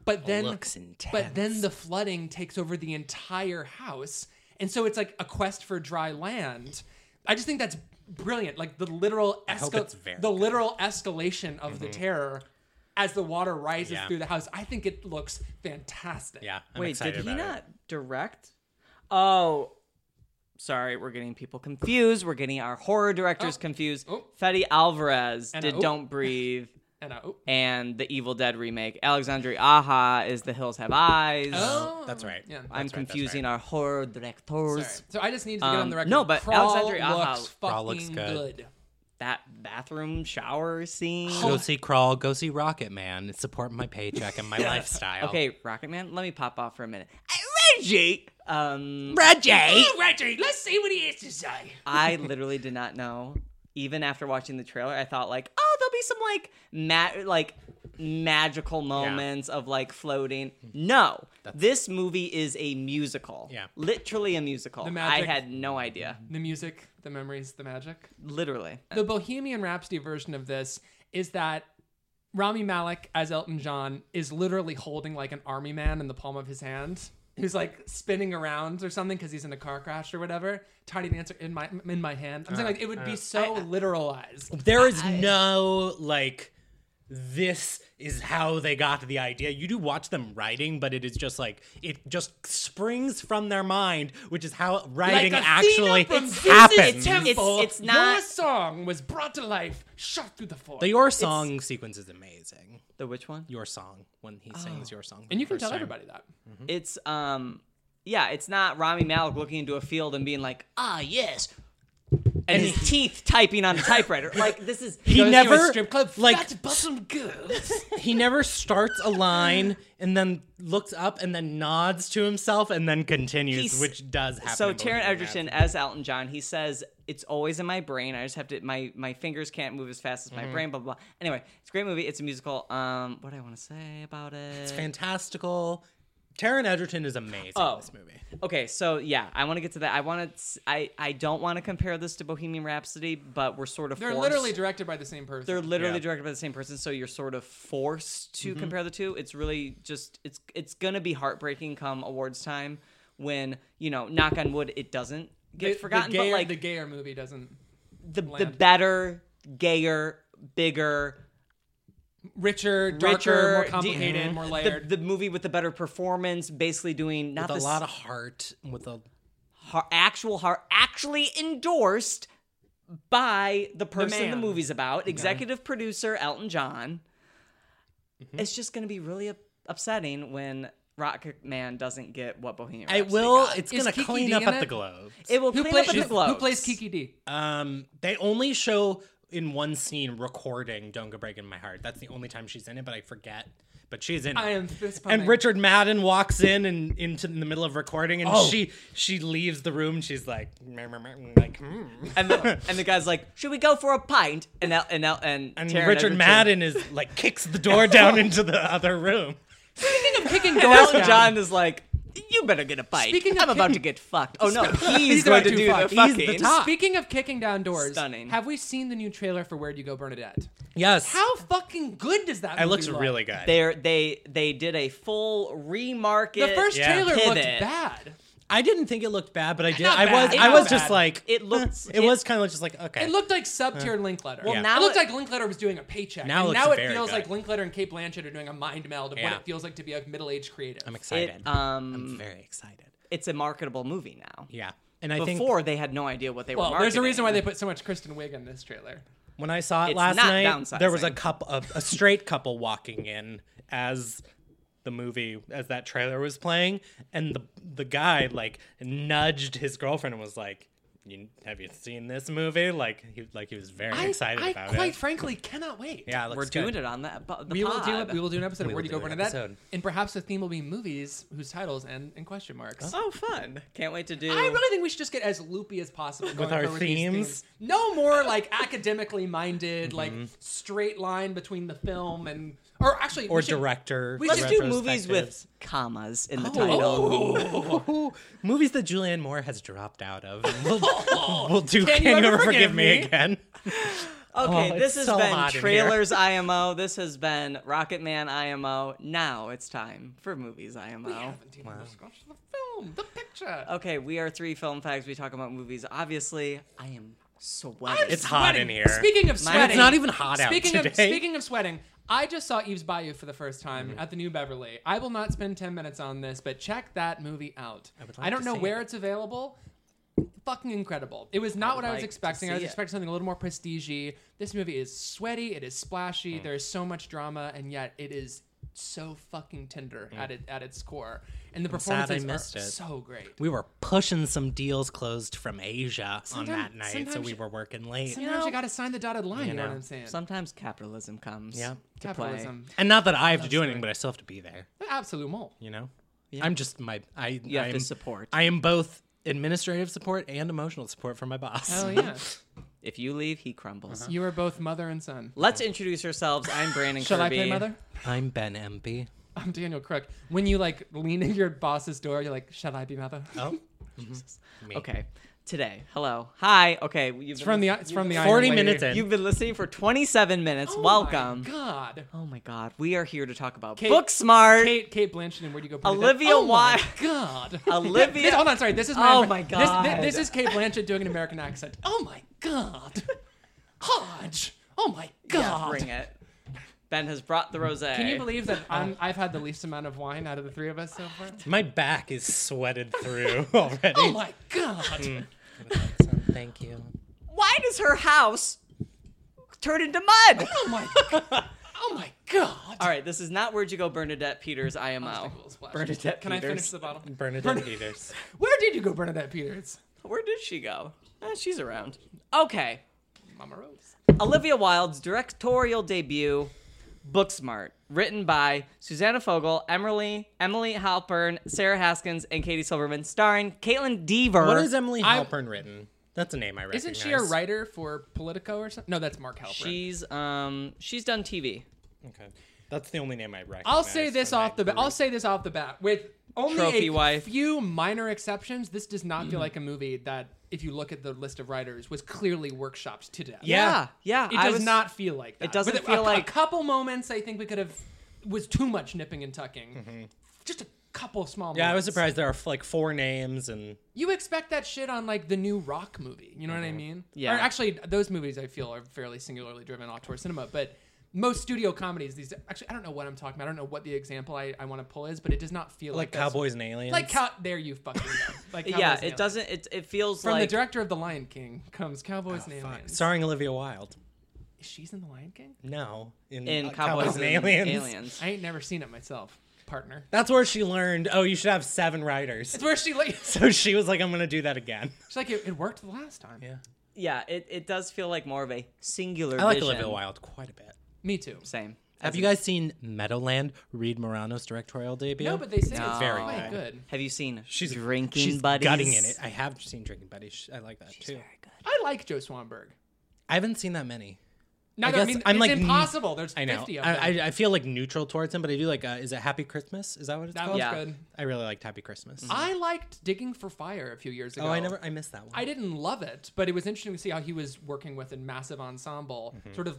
S2: But then
S3: looks intense.
S2: but then the flooding takes over the entire house. And so it's like a quest for dry land. I just think that's brilliant. Like the literal
S3: hope
S2: escal-
S3: it's very
S2: the
S3: good. Mm-hmm.
S2: literal escalation of the terror as the water rises
S3: Yeah.
S2: through the house. I think it looks fantastic.
S3: yeah. I'm
S1: Wait,
S3: excited
S1: did he
S3: about it.
S1: not direct? Oh, sorry, we're getting people confused. We're getting our horror directors confused.
S2: Oh.
S1: Fetty Alvarez
S2: And
S1: did
S2: a- oh.
S1: Don't Breathe
S2: And I, oh,
S1: and the Evil Dead remake. Alexandre Aja is The Hills Have Eyes.
S2: oh,
S3: That's right.
S2: Yeah.
S1: I'm
S3: that's right, that's
S1: confusing our horror directors.
S2: Sorry. So I just needed to get on
S1: Um,
S2: the record.
S1: no, but
S2: Crawl
S1: Alexandria Aha-
S2: looks fucking
S3: Crawl looks
S2: good.
S3: good.
S1: that bathroom shower scene.
S3: Go see Crawl, go see Rocket Man. Support my paycheck and my lifestyle.
S1: Okay, Rocket Man, let me pop off for a minute. Hey, Reggie. Um,
S3: Reggie!
S2: Reggie, let's see what he has to say.
S1: I literally did not know. Even after watching the trailer, I thought like, oh, there'll be some like ma- like magical moments of like floating. No, this movie is a musical.
S3: Yeah.
S1: literally a musical.
S2: The magic-
S1: I had no idea.
S2: The music, the memories, the magic.
S1: Literally.
S2: The Bohemian Rhapsody version of this is that Rami Malik as Elton John is literally holding like an army man in the palm of his hand. Who's like spinning around or something because he's in a car crash or whatever? Tiny dancer in my in my hand. I'm saying like it would be so literalized.
S3: There is no like this is how they got the idea. You do watch them writing, but it is just like it just springs from their mind, which is how writing
S2: Like Athena
S3: actually
S2: from Zeus's
S3: happens.
S2: temple,
S1: It's- it's not-
S2: Your song was brought to life, shot through the forest.
S3: the your song sequence is amazing.
S1: The which one?
S3: Your song when he sings your song, for
S2: Oh. and
S3: the
S2: you can
S3: first
S2: tell
S3: time.
S2: everybody that.
S1: It's um, yeah, it's not Rami Malek looking into a field and being like, ah, yes. And his teeth typing on a typewriter. Like this is
S2: Goes
S3: He
S2: to a
S3: never
S2: strip club.
S3: like
S2: That's about some girls.
S3: he never starts a line and then looks up and then nods to himself and then continues,
S1: He's-
S3: which does happen.
S1: So
S3: in
S1: Taron
S3: Bohemian
S1: Edgerton as Elton John, he says it's always in my brain. I just have to my my fingers can't move as fast as
S2: Mm-hmm.
S1: my brain. Blah blah. blah. Anyway, it's a great movie. It's a musical. Um, what do I want to say about it?
S3: It's fantastical. Taron Egerton is amazing in this movie.
S1: okay, so yeah, I want to get to that. I want to. I I don't want to compare this to Bohemian Rhapsody, but we're sort of
S2: They're
S1: forced-
S2: literally directed by the same person.
S1: They're literally
S3: Yeah.
S1: directed by the same person, so you're sort of forced to
S2: Mm-hmm.
S1: compare the two. It's really just it's it's gonna be heartbreaking come awards time when you know, knock on wood, it doesn't get
S2: the,
S1: forgotten.
S2: The gayer,
S1: but like
S2: the gayer movie doesn't
S1: the, the
S2: land.
S1: better, gayer, bigger,
S2: richer, darker,
S1: richer,
S2: more
S1: de-
S2: complicated, more
S1: the-
S2: layered.
S1: The, movie with the better performance, basically doing not
S3: With a
S1: the s-
S3: lot of heart, with a
S1: har- actual heart, actually endorsed by the person the,
S2: man.
S1: movie's about, executive producer Elton John. It's just going to be really up- upsetting when Rocket Man doesn't get what Bohemian
S3: I
S1: Rhapsody
S3: will.
S1: got.
S3: It's
S2: Is
S3: gonna
S2: Kiki
S3: clean
S2: D
S3: up
S2: in
S3: at
S2: it?
S3: the Globes.
S1: It will
S2: who,
S1: clean
S2: plays,
S1: up at the
S2: who-
S1: Globes.
S2: who plays Kiki D?
S3: Um, they only show in one scene recording "Don't Go Breaking My Heart." That's the only time she's in it, but I forget. But she's in.
S2: I
S3: it.
S2: am fist
S3: And
S2: pumping.
S3: Richard Madden walks in and into in the middle of recording, and
S2: Oh.
S3: she she leaves the room. She's like, "Meh, meh, meh," like, hmm.
S1: And the, and the guy's like, "Should we go for a pint?" And El, and El, and,
S3: and
S1: Taron
S3: Richard
S1: Egerton-
S3: Madden is like kicks the door down into the other room.
S2: Speaking of kicking
S1: And
S2: doors
S1: Elton
S2: down,
S1: John is like, "You better get a bite.
S2: Speaking of
S1: I'm about
S2: him-
S1: to get fucked." Oh no, he's going
S2: about
S1: to
S2: to
S1: do
S2: fuck.
S1: the
S3: He's the
S1: fucking.
S3: top.
S2: Speaking of kicking down doors,
S1: Stunning.
S2: Have we seen the new trailer for Where Do You Go, Bernadette?
S3: Yes,
S2: How fucking good does that?
S3: it
S2: movie
S3: looks
S2: look?
S3: really good.
S1: They're, they they did a full remarket.
S2: The first
S3: Yeah.
S2: trailer looked
S1: Pivot.
S2: bad.
S3: I didn't think it looked bad, but I did.
S2: Not
S3: I
S2: bad,
S3: was
S2: not
S3: I was
S2: bad.
S3: just like
S1: It
S3: eh,
S1: looks-
S3: It,
S1: it-
S3: was kind of just like okay.
S2: It looked like sub-tier Linkletter.
S1: Well, Yeah. now
S2: it looked
S1: it-
S2: like Linkletter was doing a paycheck.
S3: Now
S2: and
S3: it
S2: now
S3: looks
S2: it
S3: very
S2: feels
S3: good.
S2: like Linkletter and Kate Blanchett are doing a mind meld of
S3: Yeah.
S2: what it feels like to be a middle-aged creative.
S3: I'm
S1: It,
S3: excited. I'm
S1: um,
S3: very excited.
S1: it's a marketable movie now.
S3: Yeah, and I
S1: Before
S3: think
S1: they had no idea what they were.
S2: well, there's a reason why they
S1: marketing.
S2: put so much Kristen Wiig in this trailer.
S3: when I saw it
S1: It's
S3: last
S1: not
S3: night, there was a
S1: downsizing.
S3: couple of a straight couple walking in as the movie as that trailer was playing, and the the guy like nudged his girlfriend and was like. You, have you seen this movie? Like he like he was very
S2: I,
S3: excited
S2: I
S3: about
S2: quite
S3: it.
S2: frankly cannot wait.
S3: yeah, it looks
S1: We're
S3: good.
S1: doing it on that. po- The
S2: We will do
S1: pod.
S2: it. We will do an episode of
S3: We
S2: Where
S3: will
S2: Do You Go
S3: do an
S2: Bernadette,
S3: episode.
S2: and perhaps the theme will be movies whose titles end in question marks.
S1: Oh, fun! Can't wait to do.
S2: I really think we should just get as loopy as possible going
S3: our
S2: forward these
S3: themes?
S2: No more like academically minded, like
S3: Mm-hmm.
S2: straight line between the film and or actually we
S3: or
S2: should-
S3: director.
S2: we
S1: Let's do
S2: retrospective.
S1: movies with commas in the title.
S2: Oh,
S3: Ooh, movies that Julianne Moore has dropped out of. We'll, we'll do
S2: Can
S3: Can,
S2: You
S3: You
S2: Ever
S3: Ever Forgive
S2: Forgive
S3: Me
S2: Me?
S3: Again?
S1: Okay,
S3: Oh,
S1: this
S3: it's
S1: has
S3: so
S1: been
S3: hot in here.
S1: trailers IMO. This has been Rocket Man IMO. Now it's time for movies IMO.
S2: we haven't even discussed the film, the picture.
S3: Uh,
S1: Okay, we are three film fags. We talk about movies. Obviously, I am sweating.
S3: It's hot in
S2: Sweating.
S3: here.
S2: Speaking of
S1: Mine-
S2: sweating,
S1: It's
S3: not even hot out
S2: speaking Of,
S3: today. Mm-hmm.
S2: speaking of sweating, I just saw Eve's Bayou for the first time at the New Beverly. I will not spend ten minutes on this, but check that movie out. I,
S3: would like
S2: don't
S3: to
S2: know
S3: see
S2: where
S3: it.
S2: it's available. Fucking incredible! It was not what I was
S1: like to
S2: expecting. I was
S1: see it.
S2: expecting something a little more
S3: Mm.
S2: prestige. This movie is sweaty. It is splashy. There is so much drama, and yet it is so fucking tender at it at its core, and the
S3: Mm. sad I
S2: performances
S3: missed
S2: are
S3: it.
S2: so great.
S3: We were pushing some deals closed from Asia on
S2: Sometime-
S3: that night, so
S2: sometimes
S3: we
S2: you-
S3: were working late.
S2: Sometimes you got to sign the dotted line. You know, what I'm saying?
S1: Sometimes capitalism comes.
S3: Yeah.
S1: to
S2: Capitalism,
S3: And not that I have to do anything, but I still have to be there.
S2: absolutely.
S3: You know, I'm just my I.
S1: You have
S3: I
S1: to
S3: am-
S1: support.
S3: I am both administrative support and emotional support for my boss.
S2: Hell Oh, yeah!
S1: Play. If you leave, he crumbles.
S2: you are both mother and son.
S1: Let's introduce ourselves. I'm Brandon
S2: Shall I
S1: Kirby.
S2: play mother?
S3: I'm Ben Empey.
S2: I'm Daniel Crook. When you like lean in your boss's door, you're like, "Shall I be mother?"
S3: Oh,
S1: Okay. Today. Hello. Hi. Okay. You've
S2: It's from the it's from the Iron
S3: 40
S2: Lady.
S3: minutes in.
S1: You've been listening for 27 minutes.
S2: Oh my
S1: Welcome.
S2: God.
S1: Oh my God. We are here to talk about
S2: Kate-
S1: book smart.
S2: Kate Kate Blanchett and where do you go? Put It In?
S1: Olivia
S2: oh
S1: Wilde.
S2: My God.
S1: Olivia-
S2: This- hold on, sorry. This is
S1: Oh
S2: impre-
S1: my
S2: this- thi-
S1: God.
S2: This, is Kate Blanchett doing an American accent. Oh my God. Hodge. Oh my
S1: Yeah,
S2: God.
S1: bring it. Ben has brought the rosé.
S2: Can you believe that
S1: Uh.
S2: I'm, I've had the least amount of wine out of the three of us so far?
S3: my back is sweated through already.
S2: Oh my God.
S1: Hmm.
S3: Thank you.
S1: Why does her house turn into mud?
S2: Oh my. Oh my God.
S1: All right, this is not Where'd You Go, Bernadette Peters, IMO.
S2: Obstacles, flash.
S1: Bernadette
S2: Can I
S1: Peters.
S2: finish the bottle?
S3: Bernadette Peters.
S2: Where did you go, Bernadette Peters?
S1: Where did she go? Eh, she's around. Okay,
S2: Mama Rose.
S1: Olivia Wilde's directorial debut, Booksmart, written by Susanna Fogel, Emily, Emily Halpern, Sarah Haskins, and Katie Silverman, starring Caitlin Deaver.
S3: What is Emily
S2: I-
S3: Halpern written? That's a name I recognize.
S2: Isn't she a writer for Politico or something? No, that's Mark Halperin.
S1: She's um she's done TV.
S3: Okay. That's the only name I recognize.
S2: I'll say this
S3: from
S2: off the
S3: that
S2: bat. I'll say this off the bat with only
S1: Trophy
S2: a
S1: wife.
S2: few minor exceptions. This does not feel like a movie that, if you look at the list of writers, was clearly workshopped to death.
S3: Yeah.
S1: yeah.
S2: it
S1: I
S2: does
S1: was-
S2: not feel like that.
S1: doesn't
S2: With a-
S1: feel
S2: a,
S1: like-
S2: a couple moments. I think we could have was too much nipping and tucking. Just a couple small.
S3: Yeah, I was
S2: moments.
S3: surprised there are like four names and
S2: You expect that shit on like the new rock movie. You know what I mean?
S1: Yeah.
S2: Or actually, those movies I feel are fairly singularly driven off toward cinema, but most studio comedies these actually I don't know what I'm talking about. I don't know what the example I, I want to pull is, but it does not feel
S3: like
S2: like, that's-
S3: cowboys and aliens.
S2: Like cow there you fucking go. Like
S1: Yeah,
S2: Cowboys and
S1: it doesn't. It it feels
S2: From
S1: like
S2: the director of The Lion King comes Cowboys and
S3: Fuck.
S2: Aliens.
S3: Uh, Starring Olivia Wilde.
S2: She's in The Lion King?
S3: No, in,
S1: in
S3: uh,
S1: Cowboys, and aliens.
S2: I ain't never seen it myself, partner.
S3: That's where she learned. Oh, you should have seven writers.
S2: It's where she like she's
S3: So she was like, I'm gonna do that again.
S2: like it, it worked the last time.
S3: Yeah,
S1: Yeah, it, it does feel like more of a singular.
S3: I like
S1: vision.
S3: Olivia Wilde quite a bit.
S2: Me too.
S1: Same.
S3: Have you guys seen Meadowland? Reed Morano's directorial debut.
S2: No, but they say
S3: No.
S2: it's
S3: Very
S2: very quite
S3: good.
S2: good.
S1: Have you seen?
S3: she's
S1: drinking
S3: she's
S1: buddies.
S3: gutting in it. I have seen Drinking Buddies. Sh- I like that too.
S2: I like Joe Swanberg.
S3: I haven't seen that many.
S2: Neither,
S3: guess
S2: I mean,
S3: I'm
S2: it's
S3: like-
S2: impossible. There's
S3: I know.
S2: 50 of them.
S3: I, I, I feel like neutral towards him, but I do like. Uh, is it Happy Christmas? Is that what it's
S2: that
S3: called?
S2: was
S1: Yeah.
S2: good.
S3: I really liked Happy Christmas.
S2: I liked Digging for Fire a few years ago.
S3: oh, I never. I missed that one.
S2: I didn't love it, but it was interesting to see how he was working with a massive ensemble.
S3: Mm-hmm.
S2: Sort of,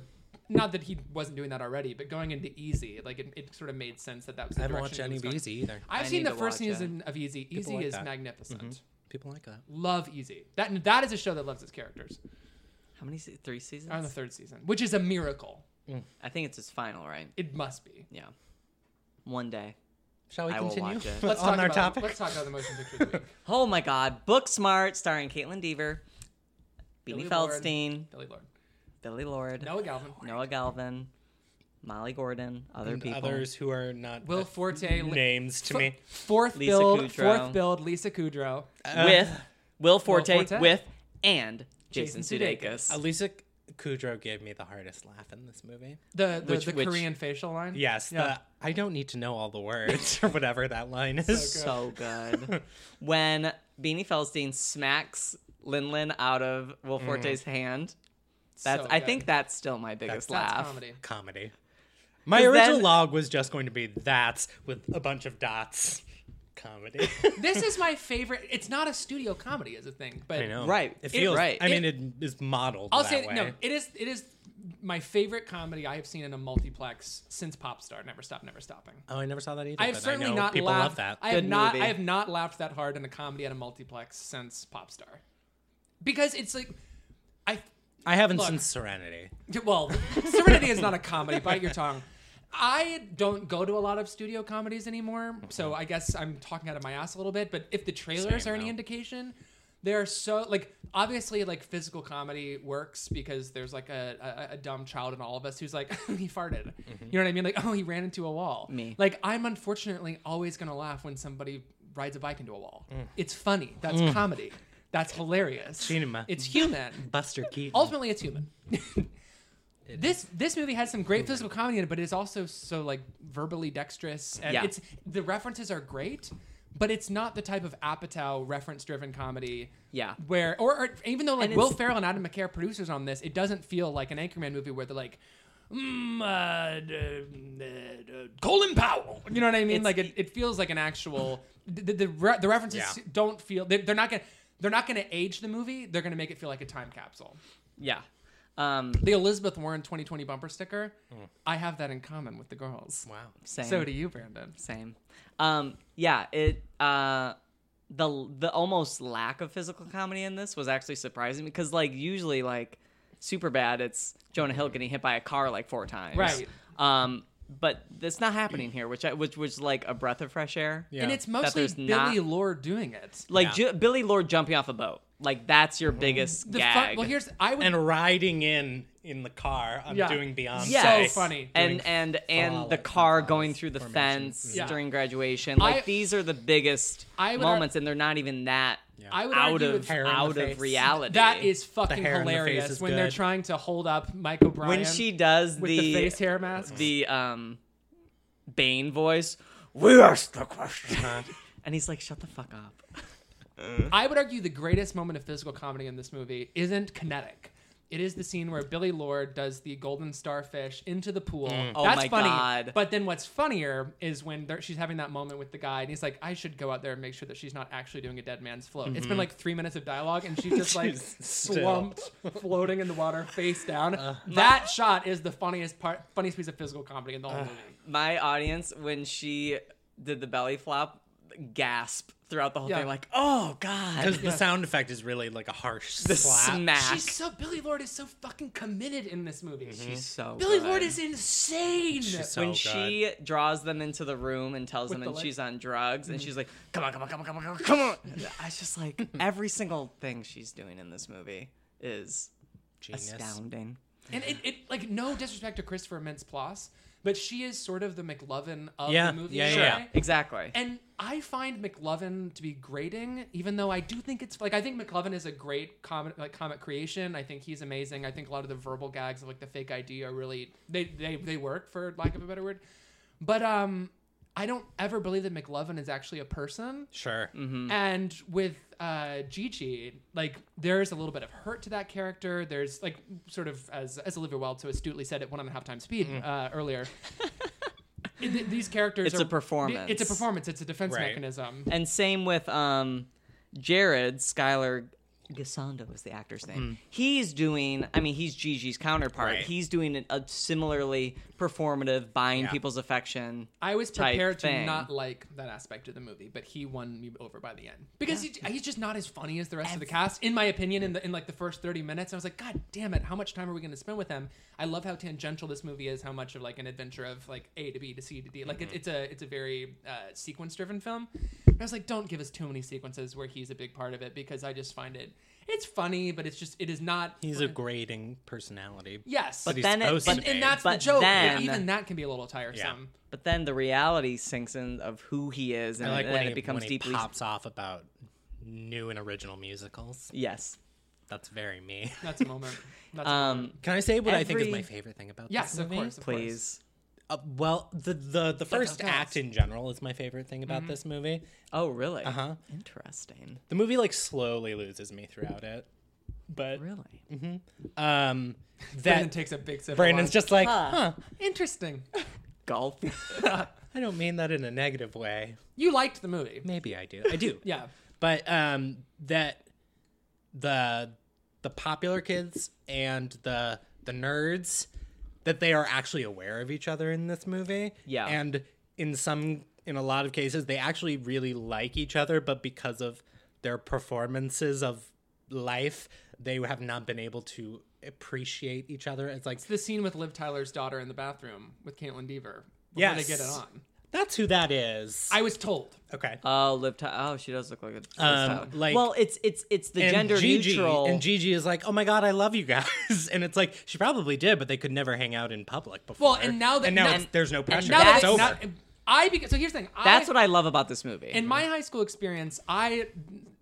S2: not that he wasn't doing that already, but going into Easy, like it, it sort of made sense that that was. The
S3: I haven't watched
S2: direction he
S3: any
S2: was
S3: of
S2: going.
S3: Easy either.
S2: I've
S1: I
S2: seen
S1: need
S2: the
S1: to
S2: first
S1: watch it.
S2: season of Easy. Easy
S3: like
S2: is
S3: that. Mm-hmm.
S2: magnificent.
S3: People like that.
S2: Love Easy. That that is a show that loves its characters.
S1: How many? se- Three seasons.
S2: I'm on the third season, which is a miracle.
S1: I think it's his final, right?
S2: It must be.
S1: Yeah. One day.
S3: Shall we
S1: I will
S3: continue
S1: watch it.
S2: Let's
S3: on
S2: talk
S3: our
S2: about
S3: topic?
S2: Let's talk about the motion picture of the week.
S1: Oh my God! Book Smart, starring Caitlin Deaver, Beanie
S2: Billy Lord.
S1: Feldstein,
S2: Billy Lord.
S1: Billy Lord,
S2: Noah Galvin.
S1: Noah Galvin, Molly Gordon, other
S3: And
S1: people.
S3: Others who are not
S2: Will Forte. Li-
S3: names Uh, to
S2: Fo-
S3: me. Uh,
S2: Fourth
S1: Lisa
S2: build,
S1: Kudrow.
S2: fourth build, Lisa Kudrow.
S1: with Will Forte,
S2: Forte.
S1: with and Jason,
S2: Jason
S1: Sudeikis.
S2: Sudeikis.
S3: Elisa Kudrow gave me the hardest laugh in this movie.
S2: The the,
S1: Which-
S2: the
S1: which-
S2: Korean facial line.
S3: Yes,
S2: Yeah.
S3: the I don't need to know all the words or whatever that line is.
S1: so good. when Beanie Feldstein smacks Lin Lin out of Will Forte's hand, that's
S2: Mm-hmm. So
S1: I
S2: good.
S1: think that's still my biggest
S2: That's
S1: laugh.
S2: comedy.
S3: Comedy. My
S1: 'Cause
S3: original
S1: then-
S3: log was just going to be that's with a bunch of dots. Comedy.
S2: This is my favorite. It's not a studio comedy as a thing, but
S3: I know.
S1: Right.
S3: It
S1: It-
S3: feels
S1: right.
S3: I mean it is modeled.
S2: I'll
S3: that
S2: say
S3: way.
S2: no. It is it is my favorite comedy I have seen in a multiplex since Popstar. Never stop, never stopping.
S3: Oh, I never saw that either.
S2: I have
S3: but
S2: certainly
S3: know
S2: not
S3: people
S2: laughed.
S3: love that.
S2: I have
S1: Good
S2: not.
S1: movie.
S2: I have not laughed that hard in a comedy at a multiplex since Popstar, because it's like, I
S3: I haven't
S2: Look.
S3: since Serenity.
S2: Well, Serenity is not a comedy. Bite your tongue. I don't go to a lot of studio comedies anymore, so I guess I'm talking out of my ass a little bit. But if the trailers
S3: Same,
S2: are any
S3: though.
S2: indication, They're so like obviously like physical comedy works because there's like a, a, a dumb child in all of us who's like he farted.
S3: Mm-hmm.
S2: You know what I mean? Like oh he ran into a wall.
S1: Me.
S2: Like I'm unfortunately always gonna laugh when somebody rides a bike into a wall.
S3: Mm.
S2: It's funny. That's comedy. That's hilarious.
S3: Cinema.
S2: It's human.
S3: Buster Keaton.
S2: Ultimately, it's human. this this movie has some great physical comedy in it, but it's also so like verbally dexterous, and
S1: Yeah.
S2: it's the references are great, but it's not the type of Apatow reference driven comedy.
S1: Yeah.
S2: where or, or even though like
S1: And
S2: Will
S1: it's-
S2: Ferrell and Adam McKay producers on this, it doesn't feel like an Anchorman movie where they're like. Mm, uh, d- uh, Colin Powell. You know what I mean?
S1: It's- e
S2: like it, it feels like an actual. The the, the, re- the references
S3: Yeah.
S2: don't feel. They, they're not gonna. They're not gonna age the movie. They're gonna make it feel like a time capsule
S1: Yeah. Um,
S2: the Elizabeth Warren 2020 bumper sticker. I have that in common with the girls.
S3: Hmm. Wow.
S1: same.
S2: So do you, Brandon.
S1: Same. Um, yeah, it uh the the almost lack of physical comedy in this was actually surprising because like usually like super bad it's Jonah Hill getting hit by a car like four times.
S2: Right.
S1: Um but it's not happening here, which I, which was like a breath of fresh air.
S3: Yeah.
S2: And it's
S1: That
S2: mostly
S1: there's
S2: Billy
S1: not-
S2: Lord doing it.
S1: Like Ju- Billy Lord jumping off a boat. Like that's your biggest
S2: The
S1: gag.
S2: fun, well, here's I would.
S3: And riding in in the car on
S2: Yeah.
S3: doing Beyonce.
S1: Yes.
S2: So funny.
S1: And
S3: Doing
S1: and and the
S3: frolic
S1: car
S3: and
S1: going
S3: frolic
S1: through the
S3: formation.
S1: fence
S2: Yeah.
S1: during graduation. Like
S2: I-
S1: these are the biggest
S2: I would ar-
S1: moments, and they're not even that
S2: I would
S1: out
S2: argue
S1: of
S2: that-
S3: Hair on
S1: out
S3: the
S1: of
S3: face.
S1: reality.
S2: that is fucking
S3: hair on the face
S2: hilarious
S3: is
S2: when they're
S3: good.
S2: trying to hold up Mike O'Brien
S1: when she does
S2: with
S1: the
S2: the, face hair mask.
S1: the um, Bane voice. We asked the question, and he's like, "Shut the fuck up."
S2: I would argue the greatest moment of physical comedy in this movie isn't kinetic. It is the scene where Billy Lord does the golden starfish into the pool.
S3: Mm.
S1: Oh
S2: That's
S1: my
S2: funny.
S1: God.
S2: But then what's funnier is when there- she's having that moment with the guy, and he's like, "I should go out there and make sure that she's not actually doing a dead man's float." It's been like three minutes of dialogue, and she's just like
S3: Mm-hmm. She's still. Uh,
S2: slumped, floating in the water, face down. that shot is the funniest part, funniest piece of physical comedy in the whole movie.
S1: My audience, when she did the belly flop, gasp throughout the whole
S2: Yeah.
S1: thing, like, "Oh God!"
S3: Because the sound effect is really like a harsh
S1: The
S3: slap.
S1: smack.
S2: She's so Billy Lord is so fucking committed in this movie.
S3: Mm-hmm.
S1: She's so
S2: Billy
S1: good.
S2: Lord is insane.
S3: So
S1: when
S3: good.
S1: she draws them into the room and tells them
S2: the Mm.
S1: and
S2: light-
S1: she's on drugs and she's like come on come on come on come on come on come on i was just like every single thing she's doing in this movie is
S3: Genius.
S1: astounding
S2: And it, it like no disrespect to Christopher Mintz Plasse, but she is sort of the McLovin of
S3: Yeah,
S2: the movie.
S3: yeah,
S2: in a
S3: yeah,
S2: way.
S1: exactly
S2: And I find McLovin to be grating, even though I do think it's like I think McLovin is a great comic like comic creation. I think he's amazing. I think a lot of the verbal gags of like the fake ID are really they they they work for lack of a better word. But um I don't ever believe that McLovin is actually a person.
S3: Sure.
S1: Mm-hmm. Mm.
S2: And with uh, Gigi, like there's a little bit of hurt to that character. There's like sort of as as Olivia Wilde so astutely said at one and a half times speed uh, earlier. th- these characters
S1: Mm. It's
S2: are
S1: a performance.
S2: It's a performance. It's a defense
S3: Right.
S2: mechanism.
S1: and same with um jared skylar Gisondo is the actor's name. He's doing, I mean, he's Gigi's counterpart.
S3: Mm. Right.
S1: He's doing an, a similarly performative, buying
S3: Yeah.
S1: people's affection.
S2: I was
S1: type
S2: prepared to
S1: thing.
S2: not like that aspect of the movie, but he won me over by the end because he, he's just not as funny as the rest of the cast, in my opinion. In the in like the first thirty minutes, I was like, God damn it! How much time are we going to spend with him? I love how tangential this movie is. How much of like an adventure of like A to B to C to D. Like it,
S1: Mm-hmm.
S2: it's a it's a very uh, sequence driven film. And I was like, don't give us too many sequences where he's a big part of it because I just find it it's funny, but it's just it is not.
S3: He's a grating personality.
S2: yes,
S3: But he's
S1: then it-
S3: supposed
S1: but-
S3: to be.
S2: and that's the
S1: But
S2: joke.
S1: then-
S2: even that can be a little tiresome.
S1: But then the reality sinks in of who he is, and
S3: I like
S1: then
S3: when
S1: it
S3: he,
S1: becomes
S3: when he
S1: deeply.
S3: pops off about new and original musicals.
S1: Yes.
S3: That's very me.
S2: That's a moment. That's a moment.
S1: Um,
S3: Can I say what I think is
S1: Every-
S3: my favorite thing about
S2: Yes,
S3: this
S2: of
S3: movie?
S2: course, of course.
S1: please.
S3: Uh, well, the the, the first
S2: hotels.
S3: act in general is my favorite thing
S1: Mm-hmm.
S3: about this movie.
S1: Oh, really? Uh
S3: Uh-huh.
S1: huh. Interesting.
S3: The movie like slowly loses me throughout it, but
S1: Really?
S2: Brandon
S3: um, that
S2: takes a big sip. of
S3: Brandon's
S2: wine.
S3: just like, huh.
S1: Huh.
S2: interesting.
S1: Golf.
S3: I don't mean that in a negative way.
S2: You liked the movie,
S3: Maybe I do. I do.
S2: yeah?
S3: but um that the the popular kids and the the nerds that they are actually aware of each other in this movie
S1: Yeah.
S3: and in some in a lot of cases they actually really like each other but because of their performances of life they have not been able to appreciate each other it's like
S2: The scene with Liv Tyler's daughter in the bathroom with Caitlin Deaver. Before
S3: Yes.
S2: they get it on.
S3: That's who that is.
S2: I was told.
S3: okay.
S1: Oh, Liv Tyler. Oh, she does look like a. Liv Tyler.
S3: Um, like-
S1: well, it's it's it's the
S3: And
S1: gender
S3: Gigi,
S1: neutral.
S3: And Gigi is like, oh my God, I love you guys. And it's like, she probably did, but they could never hang out in public before.
S2: Well, and now that-
S3: And now
S2: now-
S3: it's- there's no pressure.
S1: now that
S3: it's
S1: they-
S3: over.
S1: now-
S2: not- I beca- so here's the thing.
S1: That's
S2: I,
S1: what I love about this movie.
S2: in my high school experience, I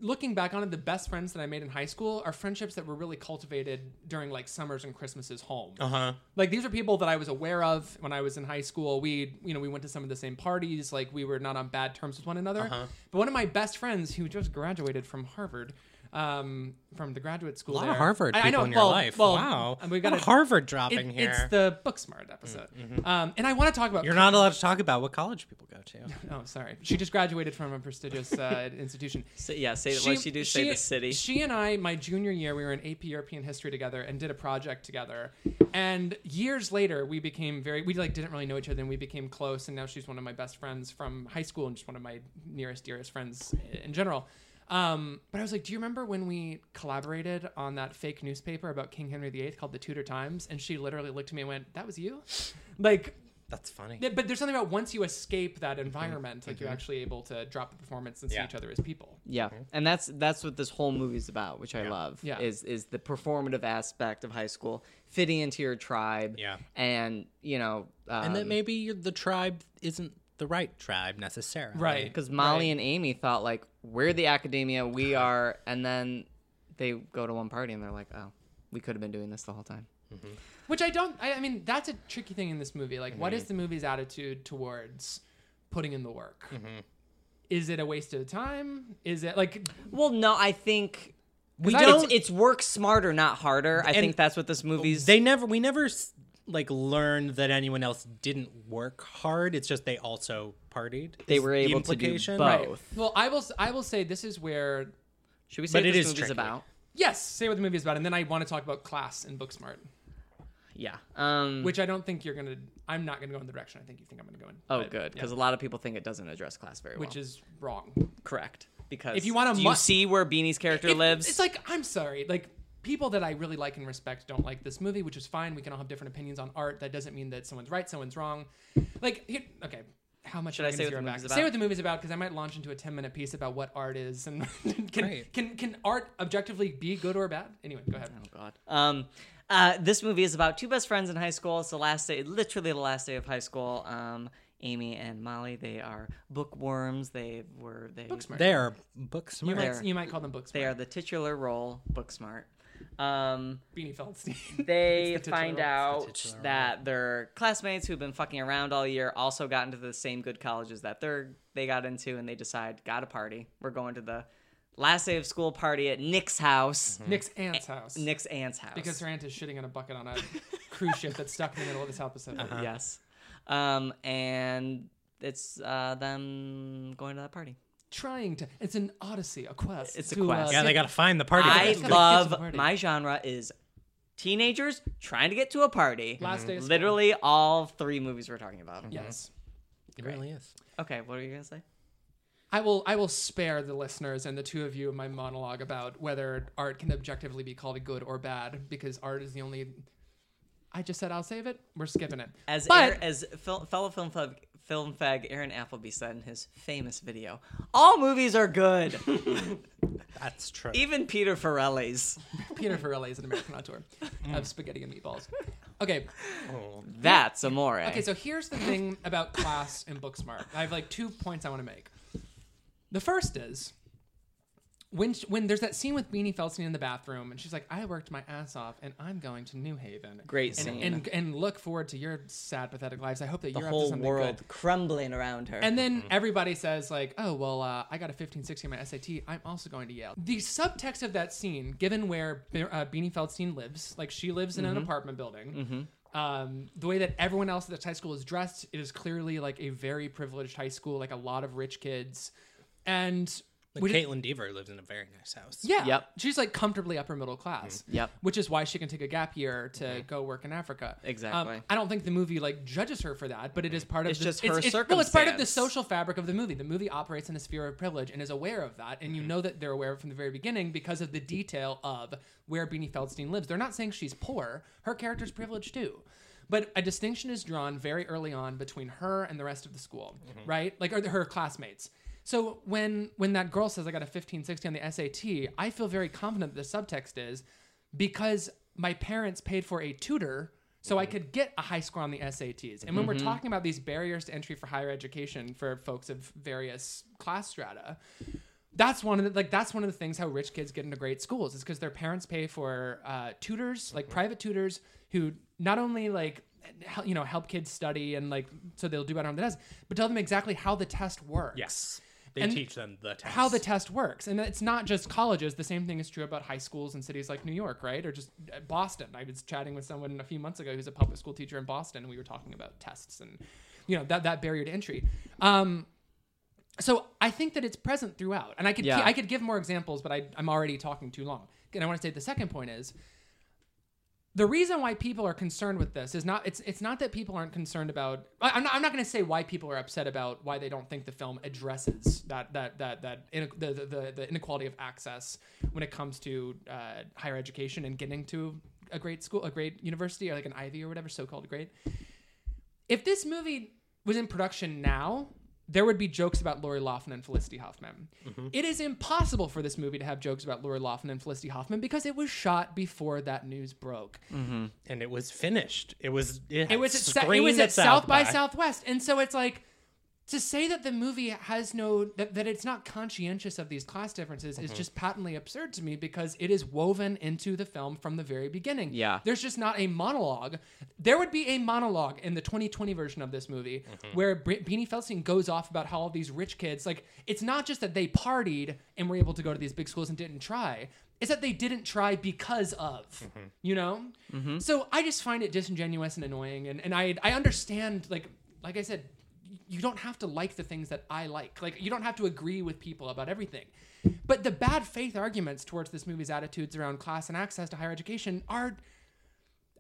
S2: looking back on it, the best friends that I made in high school are friendships that were really cultivated during like summers and Christmases home. Uh
S3: Uh-huh.
S2: huh. Like these are people that I was aware of when I was in high school. We, you know, we went to some of the same parties. Like we were not on bad terms with one another.
S3: Uh-huh.
S2: But one of my best friends, who just graduated from Harvard, um, from the graduate school,
S3: a lot
S2: there-
S3: of Harvard
S2: I-
S3: people
S2: I know,
S3: in your
S2: well-
S3: life.
S2: well,
S3: wow.
S2: and we've
S3: What
S2: got
S3: a Harvard dropping
S2: it-
S3: here. Mm-hmm.
S2: It's the Booksmart episode, um, and I want to talk about
S3: You're not allowed to talk about what college people go to.
S2: Oh, sorry. She just graduated from a prestigious uh, institution.
S1: So, yeah, say what she do say the city.
S2: She and I, my junior year, we were in AP European history together and did a project together. And years later, we became very we like didn't really know each other, and we became close. And now she's one of my best friends from high school and just one of my nearest dearest friends in general. Um, but I was like, do you remember when we collaborated on that fake newspaper about King Henry VIII called the Tudor Times? And she literally looked at me and went, "That was you," like.
S3: That's funny.
S2: Yeah, but there's something about once you escape that environment, like
S1: Mm-hmm.
S2: you're actually able to drop the performance and see
S3: Yeah.
S2: each other as people.
S1: yeah, and that's that's what this whole movie's about, which I love.
S2: Yeah.
S1: is is the performative aspect of high school, fitting into your tribe.
S3: Yeah.
S1: and you know, um,
S3: and that maybe you're, the tribe isn't the right tribe necessarily.
S1: because Molly and Amy thought like we're the academia, we are, and then they go to one party and they're like, oh, we could have been doing this the whole time.
S2: Which I don't. I, I mean, that's a tricky thing in this movie. Like, what is the movie's attitude towards putting in the work? Is it a waste of time? Is it like
S1: Well, no, I think
S3: We
S1: it's-
S3: don't.
S1: It's, work smarter, not harder. I think that's what this movie's.
S3: they never. We never s- like learned that anyone else didn't work hard. It's just they also partied.
S1: They
S3: is
S1: were
S3: the
S1: able to do
S3: implication.
S1: both.
S2: right? Well, I will. s- I will say this is where.
S1: should we say
S3: but
S1: what
S3: it
S1: this
S3: is
S1: movie's
S3: tricky.
S1: about?
S2: Yes, say what the movie is about, and then I want to talk about class and Booksmart,
S1: Yeah. Um,
S2: which I don't think you're gonna. I'm not gonna go in the direction I think you think I'm gonna go in.
S1: Oh,
S2: but-
S1: good,
S2: yeah,
S1: because a lot of people think it doesn't address class very well.
S2: which is wrong.
S1: correct. Because
S2: If you want a
S1: do
S2: mu-
S1: you see where Beanie's character
S2: It-
S1: lives?
S2: It's like I'm sorry, like people that I really like and respect don't like this movie, which is fine. We can all have different opinions on art. That doesn't mean that someone's right, someone's wrong. Like, here, okay, how much should
S1: I say what the
S2: back?
S1: movie's
S2: Say
S1: about?
S2: what the movie's about because I might launch into a 10 minute piece about what art is and can
S3: Right.
S2: can can art objectively be good or bad? Anyway, go ahead.
S1: Oh God. Um, uh, this movie is about two best friends in high school. It's the last day, literally the last day of high school. Um, Amy and Molly, they are bookworms. They were they
S2: Book smart.
S3: They are book smart.
S2: You
S1: They're-
S2: might, you might call them books.
S1: they are the titular role, book smart. Um,
S2: Beanie Feldstein.
S1: they
S2: It's the
S1: find
S2: titular role.
S1: out that their classmates who've been fucking around all year also got into the same good colleges that they're they got into, and they decide got a party. We're going to the last day of school party at Nick's house,
S2: Nick's aunt's house.
S1: Nick's aunt's house.
S2: Mm-hmm. Because her aunt is shitting in a bucket on a cruise ship that's stuck in the middle of the South Pacific.
S1: Yes. Um, and it's uh, them going to that party.
S2: Trying to, it's an odyssey, a quest.
S1: It's a
S2: to, uh,
S1: quest.
S3: yeah,
S2: get-
S3: they got to find the party.
S1: I
S3: That's good.
S2: Get to the
S1: love
S2: party.
S1: my genre is teenagers trying to get to a party.
S2: Last day of school.
S1: Literally all three movies we're talking about.
S2: Yes.
S3: It really is.
S1: Okay, what are you gonna say?
S2: I will I will spare the listeners and the two of you my monologue about whether art can objectively be called good or bad because art is the only I just said I'll save it. We're skipping it.
S1: As
S2: But-
S1: Aaron- as fel- fellow film fag, film fag Aaron Appleby said in his famous video, all movies are good,
S3: That's true.
S1: even Peter Farrelly's.
S2: Peter Farrelly is an American auteur of spaghetti and meatballs. Okay.
S1: That's amore.
S2: Okay, so here's the thing about class and book smart. I have like two points I want to make. The first is when sh- when there's that scene with Beanie Feldstein in the bathroom, and she's like, "I worked my ass off, and I'm going to New Haven."
S1: Great
S2: and,
S1: scene.
S2: And and look forward to your sad, pathetic lives. I hope that
S1: the
S2: you're up to
S1: whole
S2: something
S1: world
S2: good.
S1: crumbling around her.
S2: And then everybody says like, "Oh well, uh, I got a 1560 on my SAT. I'm also going to Yale." The subtext of that scene, given where Be- uh, Beanie Feldstein lives, like she lives in
S1: Mm-hmm.
S2: an apartment building, um, the way that everyone else at this high school is dressed, it is clearly like a very privileged high school, like a lot of rich kids, and
S3: Like
S2: which-
S3: Caitlin Deaver lives in a very nice house.
S2: yeah.
S1: Yep. Mm-hmm.
S2: She's like comfortably upper middle class.
S1: Yep. Mm-hmm.
S2: Which is why she can take a gap year to go work in Africa. Um,
S1: Exactly.
S2: I don't think the movie like judges her for that, but it is part of
S1: It's
S2: the,
S1: just her
S2: Well, it's part of the
S1: circumstance.
S2: social fabric of the movie. The movie operates in a sphere of privilege and is aware of that, and you
S1: Mm-hmm.
S2: know that they're aware of it from the very beginning because of the detail of where Beanie Feldstein lives. They're not saying she's poor. Her character's privileged too. But a distinction is drawn very early on between her and the rest of the school,
S1: Mm-hmm.
S2: right? Like, or her classmates. So when when that girl says I got a 1560 on the SAT, I feel very confident that the subtext is because my parents paid for a tutor so I could get a high score on the SATs. And when we're talking about these barriers to entry for higher education for folks of various class strata, that's one of the like that's one of the things how rich kids get into great schools is because their parents pay for uh, tutors like private tutors who not only like hel- you know help kids study and like so they'll do better on the test but tell them exactly how the test works
S3: Yes. They
S2: And
S3: teach them the test.
S2: how the test works and it's not just colleges the same thing is true about high schools in cities like new york right or just uh, boston i was chatting with someone a few months ago who's a public school teacher in boston and we were talking about tests and you know that, that barrier to entry um, so I think that it's present throughout, and I could
S1: Yeah.
S2: I could give more examples, but I, I'm already talking too long. And I want to say the second point is the reason why people are concerned with this is not it's it's not that people aren't concerned about. I, I'm not I'm not going to say why people are upset about why they don't think the film addresses that that that that in, the, the the the inequality of access when it comes to uh, higher education and getting to a great school, a great university, or like an Ivy or whatever so-called great if this movie was in production now, there would be jokes about Lori Laughlin and Felicity Huffman. It is impossible for this movie to have jokes about Lori Laughlin and Felicity Huffman because it was shot before that news broke.
S3: and it was finished. It was it,
S2: It was at, Sa- it was at South by, Southwest, and so it's like to say that the movie has no that, that it's not conscientious of these class differences is just patently absurd to me because it is woven into the film from the very beginning.
S1: Yeah.
S2: there's just not a monologue. There would be a monologue in the 2020 version of this movie where Bre- Beanie Feldstein goes off about how all these rich kids like it's not just that they partied and were able to go to these big schools and didn't try. It's that they didn't try because of, you know? So I just find it disingenuous and annoying. And, and I, I understand, like, like I said, you don't have to like the things that I like. Like you don't have to agree with people about everything. But the bad faith arguments towards this movie's attitudes around class and access to higher education are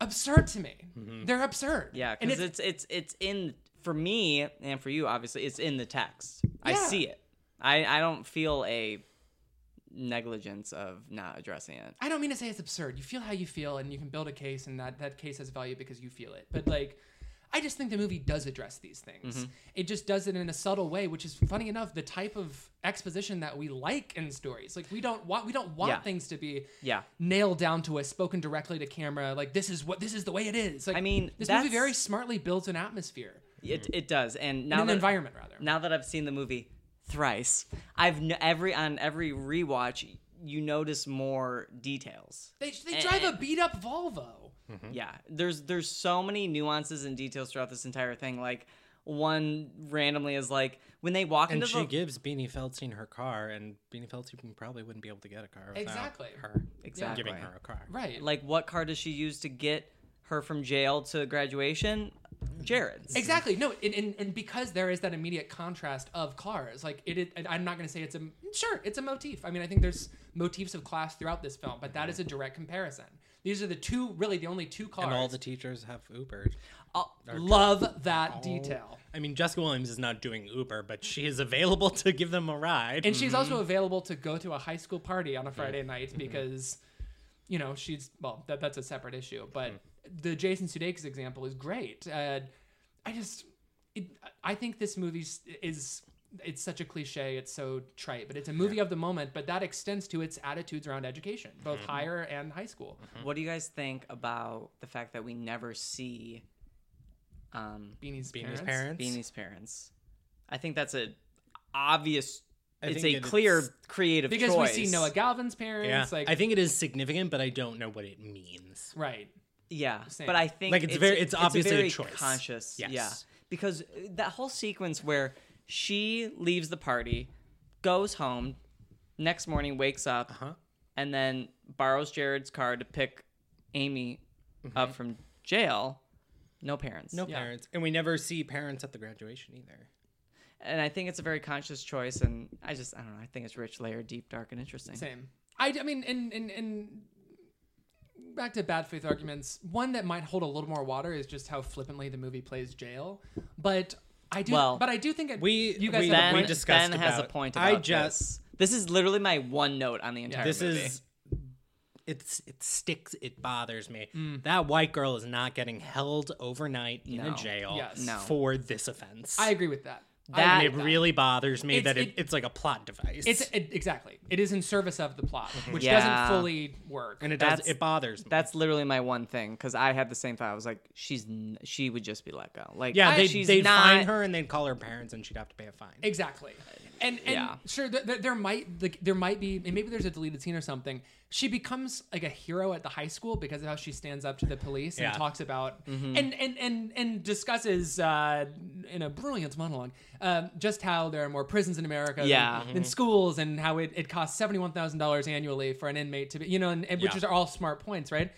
S2: absurd to me. They're absurd.
S1: Yeah,
S2: and
S1: because
S2: it's,
S1: it's, it's it's in for me and for you obviously it's in the text. I
S2: Yeah.
S1: see it. I I don't feel a negligence of not addressing it.
S2: I don't mean to say it's absurd. You feel how you feel, and you can build a case, and that that case has value because you feel it. But like. I just think the movie does address these things.
S1: Mm-hmm.
S2: It just does it in a subtle way, which is funny enough the type of exposition that we like in stories. Like we don't want we don't want
S1: Yeah.
S2: things to be
S1: Yeah.
S2: nailed down to us, spoken directly to camera. Like this is what this is the way it is. Like
S1: I mean,
S2: this
S1: that's-
S2: movie very smartly builds an atmosphere,
S1: It it does. And now
S2: and an
S1: that,
S2: environment rather.
S1: now that I've seen the movie thrice, I've kn- every on every rewatch you notice more details.
S2: they they drive
S1: eh.
S2: a beat up Volvo.
S3: Mm-hmm.
S1: Yeah, there's there's so many nuances and details throughout this entire thing. Like one randomly is like when they walk
S3: And
S1: into
S3: she
S1: the
S3: gives Beanie Feldstein her car, and Beanie Feldstein probably wouldn't be able to get a car without
S2: Exactly.
S3: her
S1: exactly
S3: giving her a car.
S2: Right.
S1: like what car does she use to get her from jail to graduation? Jared's.
S2: Exactly. No, and, and, and because there is that immediate contrast of cars, like it, it and I'm not going to say it's a sure, it's a motif. I mean, I think there's motifs of class throughout this film, but that is a direct comparison. These are the two, really, the only two cars.
S3: And all the teachers have Uber.
S2: love that detail.
S3: I mean, Jessica Williams is not doing Uber, but she is available to give them a ride.
S2: And she's also available to go to a high school party on a Friday night
S3: Mm-hmm.
S2: because, you know, she's well. That, that's a separate issue. But
S3: Mm-hmm.
S2: the Jason Sudeikis example is great. Uh, I just, it, I think this movie s- is it's such a cliche. It's so trite, but it's a movie of the moment. But that extends to its attitudes around education, both
S3: Mm-hmm.
S2: higher and high school.
S1: Mm-hmm. What do you guys think about the fact that we never see um,
S2: Beanie's, parents.
S3: Beanie's parents.
S1: Beanie's parents? I think that's a obvious.
S3: I
S1: it's
S3: think
S1: a
S3: that
S1: clear
S3: it's-
S1: creative
S2: because
S1: choice.
S2: we see Noah Galvin's parents.
S3: yeah,
S2: Like
S3: I think it is significant, but I don't know what it means.
S2: right.
S1: Yeah,
S2: Same.
S1: but I think
S3: Like, it's very- it's obviously a
S1: very
S3: choice.
S1: Conscious, yeah,
S3: Yes.
S1: because that whole sequence where she leaves the party, goes home, next morning wakes up,
S3: Uh-huh.
S1: and then borrows Jared's car to pick Amy up from jail. No parents.
S3: Mm-hmm. No parents, and we never see parents at the graduation either.
S1: And I think it's a very conscious choice, and I just I don't know. I think it's rich, layered, deep, dark, and interesting.
S2: Same. I, I mean, and, and, and back to bad faith arguments, one that might hold a little more water is just how flippantly the movie plays jail. But I do,
S1: Well,
S2: but I do think it,
S3: we-
S2: you guys
S3: we-
S2: have a
S1: Ben,
S3: we
S2: point.
S3: discussed
S1: ben has a
S3: about-
S1: point. About
S3: I just-
S1: this. this is literally my one note on the entire
S3: This
S1: movie.
S3: is it's it sticks. It bothers me. That white girl is not getting held overnight in
S1: Mm. No.
S3: a jail
S2: Yes. No.
S3: for this offense.
S2: I agree with that.
S3: and
S1: That-
S3: it really bothers me
S2: It's-
S3: that it,
S2: it-
S3: it's like a plot device.
S2: It's it, exactly. It is in service of the plot, which
S1: Yeah.
S2: doesn't fully work.
S3: and it does
S1: that's-
S3: it bothers me.
S1: That's literally my one thing because I had the same thought. I was like, she's n- she would just be let go. Like,
S3: yeah, they
S1: she's
S3: they
S1: not.
S3: fine her and they'd call her parents and she'd have to pay a fine.
S2: Exactly. And, and
S1: Yeah.
S2: sure, th- th- there might like there might be, and maybe there's a deleted scene or something. She becomes like a hero at the high school because of how she stands up to the police and
S3: Yeah. Mm-hmm.
S2: talks about and, and and and discusses uh, in a brilliant monologue um, just how there are more prisons in America
S1: Yeah.
S3: Mm-hmm.
S2: than, than schools and how it, it costs seventy one thousand dollars annually for an inmate to be you know and, and which
S3: Yeah.
S2: is all smart points, right?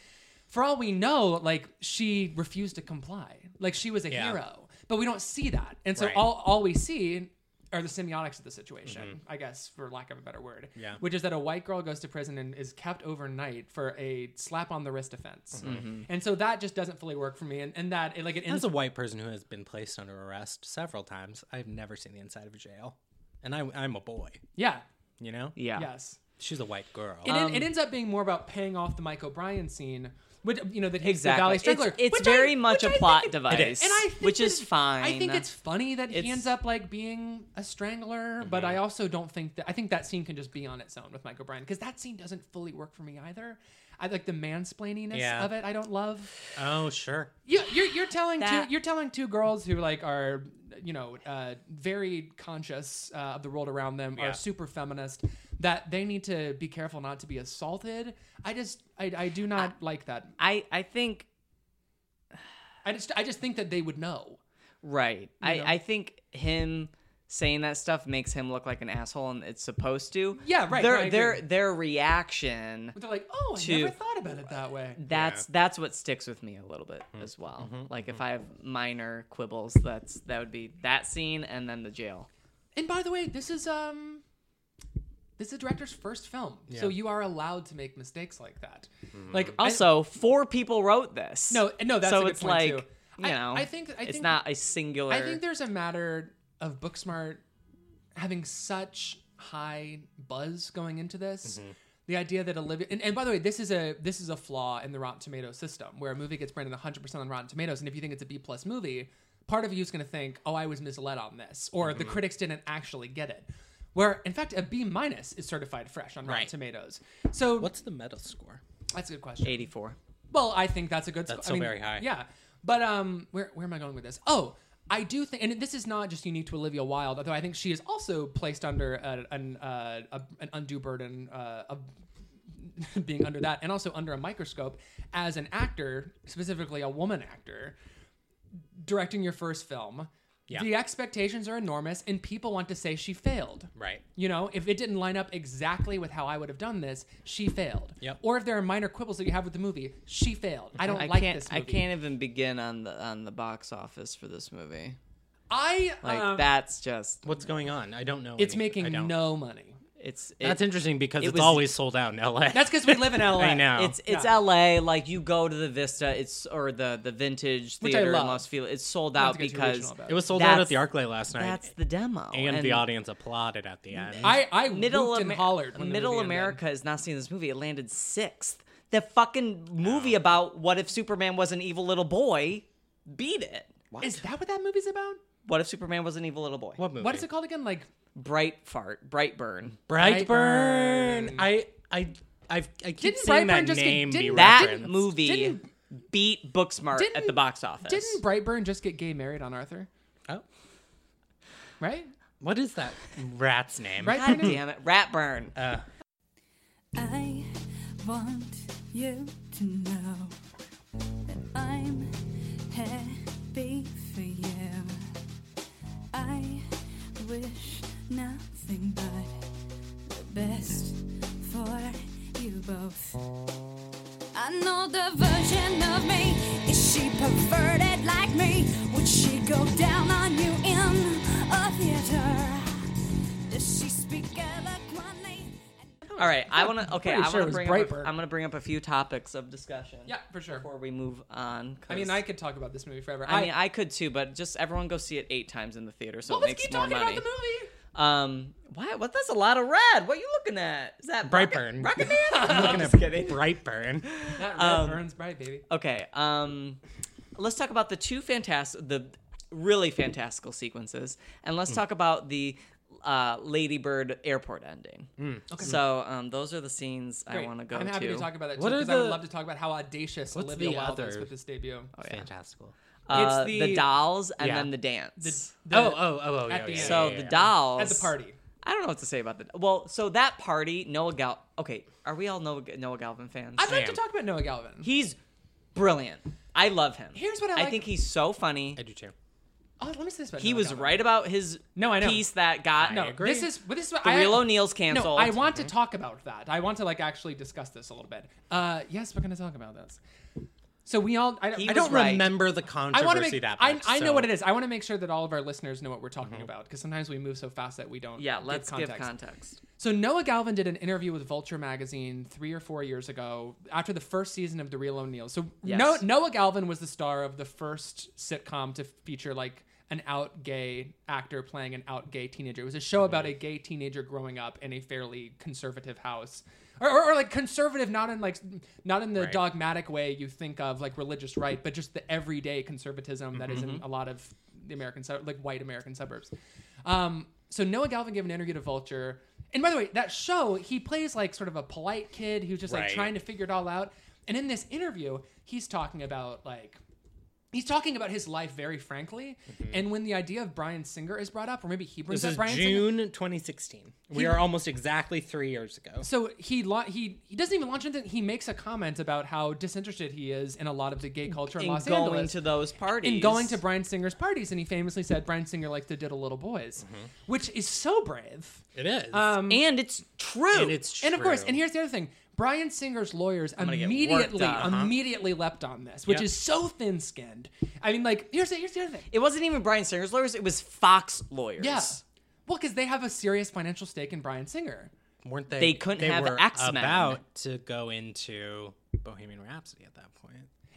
S2: For all we know, like she refused to comply, like she was a
S3: Yeah.
S2: hero, but we don't see that, and so
S3: Right.
S2: all all we see are the semiotics of the situation,
S1: Mm-hmm.
S2: I guess, for lack of a better word.
S3: Yeah.
S2: Which is that a white girl goes to prison and is kept overnight for a slap on the wrist offense.
S1: Mm-hmm.
S2: And so that just doesn't fully work for me. And, and that, it, like, it
S3: As
S2: ends
S3: a white person who has been placed under arrest several times, I've never seen the inside of a jail, and I, I'm a boy.
S2: yeah,
S3: You know,
S1: Yeah.
S2: yes.
S3: she's a white girl.
S2: It,
S1: Um,
S2: en- it ends up being more about paying off the Mike O'Brien scene, which, you know, that he's the
S1: Exactly.
S2: Valley
S1: It's,
S2: Strangler.
S1: it's
S2: which I-
S1: very much
S2: which I
S1: a
S2: think
S1: plot
S2: it-
S1: device,
S3: is.
S2: And I think
S1: which
S2: that
S1: is
S2: it-
S1: fine.
S2: I think it's funny that he
S1: It's- Mm-hmm.
S2: ends up like being a strangler, but I also don't think that I think that scene can just be on its own with Michael Bryan because that scene doesn't fully work for me either. I like the mansplaininess
S3: Yeah.
S2: of it. I don't love.
S3: oh sure,
S2: You, you're you're telling
S1: That-
S2: two you're telling two girls who like are you know uh, very conscious uh, of the world around them
S3: Yeah.
S2: are super feminist that they need to be careful not to be assaulted. I just I, I do not like that.
S1: I I think
S2: I just I just think that they would know.
S1: Right. I,
S2: know?
S1: I think him saying that stuff makes him look like an asshole and it's supposed to.
S2: Yeah, right,
S1: Their
S2: no, I agree.
S1: their their reaction
S2: But they're like, oh, I
S1: To-
S2: never thought about it that way.
S1: that's that's what sticks with me a little bit as well. like if I have minor quibbles, that's that would be that scene and then the jail.
S2: And by the way, this is um this is the director's first film. So you are allowed to make mistakes like that. Like I-
S1: Also, four people wrote this.
S2: No, no, that's
S1: so
S2: a good
S1: it's
S2: point,
S1: like
S2: too.
S1: you
S2: I-
S1: know,
S2: I think- I
S1: it's
S2: think-
S1: not a singular.
S2: I think there's a matter of Booksmart having such high buzz going into this. The idea that Olivia and, and by the way, this is a this is a flaw in the Rotten Tomato system where a movie gets rated 100 percent on Rotten Tomatoes, and if you think it's a B plus movie, part of you is going to think, oh, I was misled on this, or the critics didn't actually get it. Where in fact a B minus is certified fresh on Rotten
S3: Right.
S2: Tomatoes. So
S3: what's the meta score?
S2: that's a good question.
S1: eighty-four.
S2: Well, I think that's a good.
S3: That's
S2: sco- I
S3: so
S2: mean,
S3: very high.
S2: Yeah, but um, where where am I going with this? Oh, I do think, and this is not just unique to Olivia Wilde, although I think she is also placed under a, an uh, a, an undue burden uh, of being under that, and also under a microscope as an actor, specifically a woman actor, directing your first film.
S3: Yeah.
S2: The expectations are enormous, and people want to say she failed.
S3: Right.
S2: You know, if it didn't line up exactly with how I would have done this, she failed.
S3: Yep.
S2: Or if there are minor quibbles that you have with the movie, she failed. I don't
S1: I
S2: like
S1: can't.
S2: this
S1: I
S2: movie.
S1: can't even begin on the on the box office for this movie.
S2: I
S1: Like
S2: um,
S1: that's just
S3: What's going on? I don't know.
S2: It's
S3: any- I
S2: making
S3: don't-
S2: no money.
S1: it's it-
S3: That's interesting because
S1: it
S3: it's
S1: was-
S3: always sold out in L.A.
S2: That's because we live in LA.
S3: I know.
S1: It's it's LA. Like you go to the Vista, it's or the the vintage
S2: Which I
S1: theater in
S2: love.
S1: Los Feliz. It's sold
S2: Not
S1: out
S2: to get too
S1: because
S2: original about
S3: it was sold out at
S1: that's-
S3: the ArcLight last night,
S1: that's the demo.
S3: and, the audience applauded at the end.
S2: I I
S1: Middle
S2: middle and
S1: Amer-
S2: hollered when the
S1: Middle
S2: movie ended.
S1: America is not seeing this movie. It landed sixth. The fucking movie about what if Superman was an evil little boy beat it.
S2: Is that what that movie's about?
S1: What if Superman was an evil little boy?
S3: what movie?
S2: What is it called again? Like
S1: Bright fart, bright burn.
S3: Brightburn.
S2: Brightburn.
S3: I I I've, I keep
S2: Didn't
S3: seeing
S2: Brightburn
S3: that
S2: just get-
S3: name be
S2: didn't-
S1: That
S3: referenced.
S1: movie
S2: Didn't-
S1: beat Booksmart at the
S2: didn't-
S1: box office.
S2: didn't Brightburn just get gay married on Arthur?
S3: Oh,
S2: Right?
S3: what is that rat's name?
S2: Right?
S1: God damn it, Ratburn.
S2: Uh,
S5: I want you to know that I'm happy for you. I wish nothing but the best for you both. I know the version of me. Is she perverted like me? Would she go down on you in a theater? Does she speak eloquently?
S1: All right, I want to. Okay,
S2: pretty
S1: I
S2: sure it
S1: want to
S2: was
S1: bring. Up,
S2: Brightburn.
S1: I'm going to bring up a few topics of discussion.
S2: Yeah, for sure.
S1: Before we move on,
S2: I
S1: 'cause-
S2: mean, I could talk about this movie forever.
S1: I mean, I could too, but just everyone go see it eight times in the theater, so
S2: well,
S1: it
S2: let's
S1: makes
S2: keep
S1: more
S2: talking
S1: money.
S2: about the movie.
S1: Um, What? What? That's a lot of red. What are you looking at? Is that Rocket,
S3: Brightburn.
S1: Rocket Man?
S2: Oh,
S3: I'm looking at Brightburn.
S2: That red
S1: Um,
S2: burns bright, baby.
S1: Okay. Um, let's talk about the two fantastic, the really fantastical sequences, and
S3: Hmm.
S1: let's talk about the uh, Ladybird airport ending.
S3: Hmm.
S1: okay. So um, those are the scenes I
S2: Great.
S1: want to go
S2: I'm happy to talk about that too
S3: What are
S2: because I would
S3: the-
S2: love to talk about how audacious
S3: What's
S2: Olivia
S3: the
S2: Wilde is
S3: other-
S2: with this debut.
S1: Oh,
S3: Fantastical.
S1: Uh,
S2: It's
S1: the,
S2: the-
S1: dolls and
S3: Yeah.
S1: then the dance.
S2: The-
S3: oh, oh, oh, oh, yeah,
S2: at the
S3: yeah,
S2: end.
S1: so
S3: yeah,
S1: the
S3: yeah.
S1: dolls
S2: at the party.
S1: I don't know what to say about that. Well, so that party, Noah Gal. Okay, are we all Noah, Noah Galvin fans?
S2: I'd like to
S3: Sam.
S2: talk about Noah Galvin.
S1: he's brilliant. I love him.
S2: Here's what I
S1: I
S2: like-
S1: think he's so funny.
S3: I do too.
S2: oh, let me say this about
S1: He
S2: Noah
S1: was
S2: Galvin.
S1: right about his
S2: No, I know.
S1: piece that got
S2: No,
S3: agree.
S2: this is well, this is what
S1: The
S2: I,
S1: real O'Neill's
S2: No,
S1: canceled. Mm-hmm.
S2: I want to talk about that. I want to like actually discuss this a little bit. Uh, yes, we're going to talk about this. So we all. I,
S1: He
S2: I
S1: was
S2: don't
S3: don't
S1: right.
S3: remember the
S2: I
S3: controversy
S2: want to make.
S3: that
S2: I,
S3: much,
S2: I know
S3: so-
S2: what it is. I want to make sure that all of our listeners know what we're talking about because sometimes we move so fast that we don't.
S1: Mm-hmm. Yeah, let's give context.
S2: So Noah Galvin did an interview with Vulture magazine three or four years ago after the first season of The Real O'Neill. So
S1: Yes.
S2: no, Noah Galvin was the star of the first sitcom to feature like an out gay actor playing an out gay teenager. It was a show about a gay teenager growing up in a fairly conservative house. Or, or, or, like conservative, not in like not in the
S3: Right.
S2: dogmatic way you think of like religious right, but just the everyday conservatism that is in
S3: Mm-hmm.
S2: a lot of the American sub- like white American suburbs. Um, so Noah Galvin gave an interview to Vulture, and by the way, that show he plays like sort of a polite kid who's just like
S3: Right.
S2: trying to figure it all out. And in this interview, he's talking about like he's talking about his life very frankly. And when the idea of Brian Singer is brought up, or maybe he brings
S3: Mm-hmm. This is
S2: up Brian Singer.
S3: June 2016. We are almost exactly three years ago.
S2: So he la- he he doesn't even launch into he makes a comment about how disinterested he is in a lot of the gay culture in,
S1: In
S2: Los
S1: going
S2: Angeles.
S1: to those parties.
S2: in going to Brian Singer's parties, and he famously said Brian Singer likes to diddle little boys,
S3: Mm-hmm.
S2: which is so brave.
S3: It is.
S1: and it's true.
S3: and it's true.
S2: And of course, and here's the other thing: Brian Singer's lawyers
S1: get
S2: immediately
S1: worked up.
S2: immediately leapt on this, which
S3: Yep.
S2: is so thin-skinned. I mean, like here's the, here's the other thing.
S1: it wasn't even Brian Singer's lawyers. It was Fox lawyers.
S2: Yeah. Well, because they have a serious financial stake in Brian Singer.
S3: weren't they?
S1: they couldn't
S3: they
S1: have
S3: were
S1: X-Men.
S3: about to go into Bohemian Rhapsody at that point.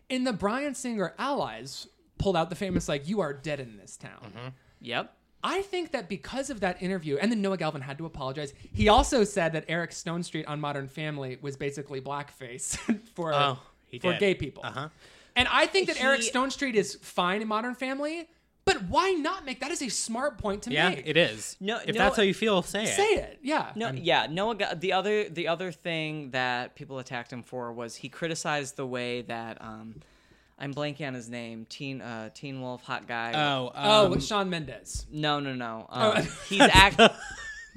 S2: And the Brian Singer allies pulled out the famous like, "You are dead in this town."
S1: Yep.
S2: I think that because of that interview, and then Noah Galvin had to apologize. He also said that Eric Stone Street on Modern Family was basically blackface for
S3: Oh, he
S2: for
S3: did.
S2: gay people.
S3: Uh-huh.
S2: And I think that Eric
S1: He-
S2: Stone Street is fine in Modern Family, but why not make that is a smart point to
S3: Yeah,
S2: make.
S3: it is.
S1: No,
S3: if
S1: no,
S3: that's how you feel, say,
S2: Say
S3: it.
S2: it, yeah.
S1: No, yeah, Noah. Got, the other the other thing that people attacked him for was he criticized the way that um, I'm blanking on his name, Teen uh, Teen Wolf, hot guy.
S3: Oh,
S2: oh,
S3: um,
S2: with Sean Mendes.
S1: no, no, no. Um, he's act.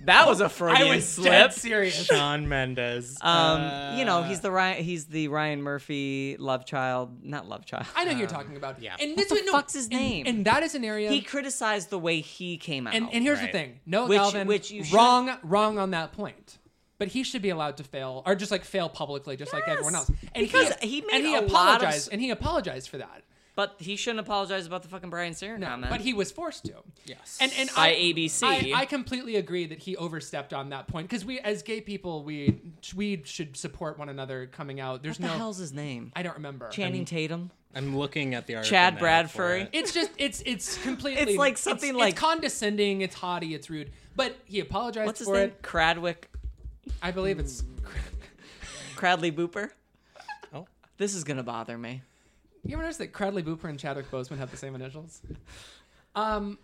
S1: that was a Freudian
S2: Oh. I was
S1: slip.
S2: dead serious.
S3: Sean Mendes.
S1: Um, you know,
S2: uh,
S1: he's the Ryan. He's the Ryan Murphy love child, not love child.
S2: I know who you're talking about.
S3: Um, yeah.
S2: And this
S1: What
S2: was
S1: the
S2: no,
S1: fuck's his
S2: and-
S1: name?
S2: And, that is an area.
S1: He criticized the way he came out.
S2: and, and here's
S3: Right.
S2: the thing, Noah
S1: Oh, Which-
S2: Galvin,
S1: which you should-
S2: wrong, wrong on that point. But he should be allowed to fail, or just like fail publicly, just like everyone
S1: Yes.
S2: else. And
S1: Because he made
S2: and he
S1: a lot of
S2: apologized,
S1: s-
S2: and he apologized for that.
S1: but he shouldn't apologize about the fucking Brian Singer comment.
S2: But he was forced to.
S3: Yes.
S2: And and
S1: By
S2: I,
S1: ABC.
S2: I, I completely agree that he overstepped on that point because we, as gay people, we we should support one another coming out. There's
S1: what the
S2: no.
S1: hell's his name?
S2: I don't remember.
S1: Channing Tatum.
S3: I'm looking at the article
S1: Chad
S3: now
S1: Bradford.
S3: for it.
S2: It's just it's it's completely.
S1: It's like something
S2: it's-
S1: like-
S2: it's condescending. It's haughty. It's rude. But he apologized
S1: What's his
S2: for
S1: name? Hmm.
S2: it.
S1: Cradwick.
S2: I believe it's.
S1: Cradley Booper.
S3: Oh.
S1: This is gonna bother me.
S2: You ever notice that Cradley Booper and Chadwick Boseman have the same initials? Um,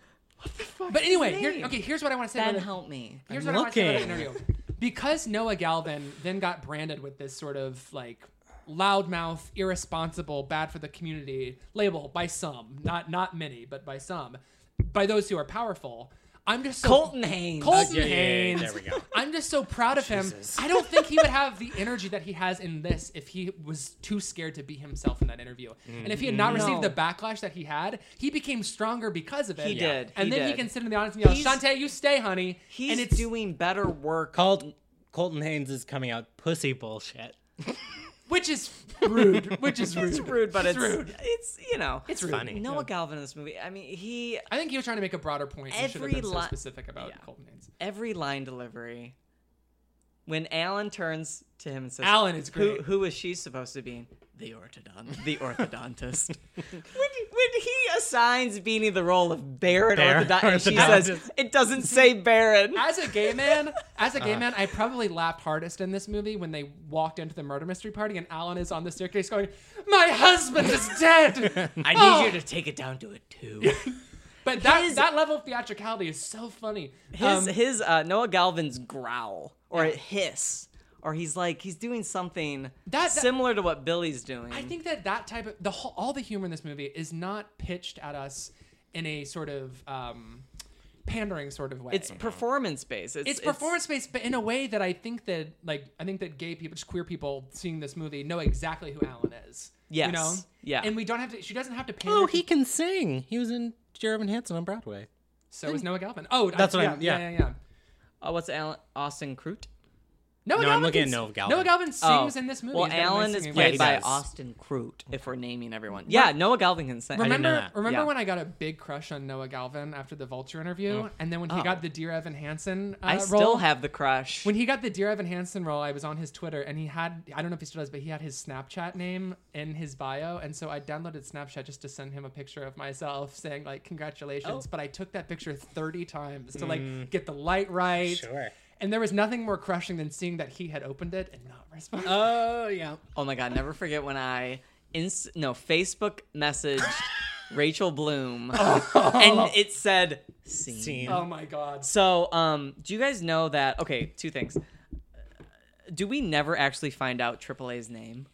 S2: but anyway, here,
S1: name?
S2: okay. Here's what I want to say.
S1: Ben,
S2: about it.
S1: help me.
S2: Here's
S3: I'm
S2: what I want to say about
S3: looking.
S2: the interview. Because Noah Galvin then got branded with this sort of like loudmouth, irresponsible, bad for the community label by some, not not many, but by some, by those who are powerful. I'm just so,
S1: Colton Haynes.
S2: Colton
S3: Yeah, yeah, yeah, yeah,
S2: Haynes.
S3: there we go.
S2: I'm just so proud of him. I don't think he would have the energy that he has in this if he was too scared to be himself in that interview. And if he had not received
S1: No.
S2: the backlash that he had, he became stronger because of it.
S1: He did.
S2: And
S1: He
S2: then
S1: did.
S2: he can sit in the audience and yell,
S1: He's-
S2: Shantae, you stay, honey.
S1: He's
S2: and it's
S1: doing better work.
S3: Called Colton Haynes is coming out pussy bullshit.
S2: which is rude. Which is rude.
S1: It's rude, but it's, it's
S2: rude.
S1: you know,
S2: It's rude.
S3: funny.
S1: Noah Galvin in this movie. I mean, he
S2: I think he was trying to make a broader point. He should have
S1: Every
S2: been so
S1: li-
S2: specific about
S1: Yeah.
S2: Colton Haynes.
S1: every line delivery. When Alan turns to him and says,
S2: Alan is
S1: who,
S2: great.
S1: who is she supposed to be?" the orthodontist. The orthodontist. when, when he assigns Beanie the role of Baron
S3: Baron
S1: orthodontist, and she
S3: orthodontist.
S1: says it doesn't say Baron.
S2: As a gay man, as a gay man, I probably laughed hardest in this movie when they walked into the murder mystery party and Alan is on the staircase going, "My husband is dead."
S1: I need
S2: Oh.
S1: you to take it down to a two.
S2: But that
S1: His-
S2: that level of theatricality is so funny.
S1: His
S2: Um,
S1: his uh, Noah Galvin's growl or hiss or he's like he's doing something
S2: that-
S1: similar to what Billy's doing.
S2: I think that that type of the whole, all the humor in this movie is not pitched at us in a sort of um, pandering sort of way.
S1: it's performance based. It's,
S2: it's performance based, but in a way that I think that like I think that gay people, just queer people, seeing this movie know exactly who Alan is.
S1: Yes.
S2: You know.
S1: Yeah.
S2: And we don't have to. She doesn't have to pander.
S3: Oh,
S2: to-
S3: he can sing. He was in Jeremy Hanson on Broadway.
S2: So is Noah Galvin. Oh, I-
S3: That's what
S2: yeah,
S3: I'm-
S2: Yeah,
S3: yeah.
S2: yeah, yeah.
S1: Uh, what's Alan Austin Crute?
S2: Noah
S3: No, I'm
S2: Galvin
S3: looking
S2: can
S3: at
S2: s-
S3: Noah Galvin.
S2: Noah Galvin sings in this movie.
S1: Oh. Well,
S2: He's got a nice
S1: Alan is
S2: singing
S1: played
S2: voice.
S1: by
S3: does.
S1: Austin Crute. If we're naming everyone, yeah, Noah Galvin can sing.
S3: didn't know
S2: Remember,
S3: that.
S2: remember
S1: Yeah.
S2: when I got a big crush on Noah Galvin after the Vulture interview, and then when he got the Dear Evan Hansen, uh,
S1: Oh. I still
S2: role,
S1: have the crush.
S2: When he got the Dear Evan Hansen role, I was on his Twitter, and he had—I don't know if he still does—but he had his Snapchat name in his bio, and so I downloaded Snapchat just to send him a picture of myself saying like
S1: Oh.
S2: "Congratulations!" But I took that picture thirty times to
S1: Mm.
S2: like get the light right.
S3: Sure.
S2: And there was nothing more crushing than seeing that he had opened it and not responded.
S3: Oh yeah.
S1: oh my god, never forget when I inst- no Facebook messaged Rachel Bloom, and it said scene.
S3: Scene.
S2: oh my god!
S1: So, um, do you guys know that? Okay, two things. Do we never actually find out AAA's name,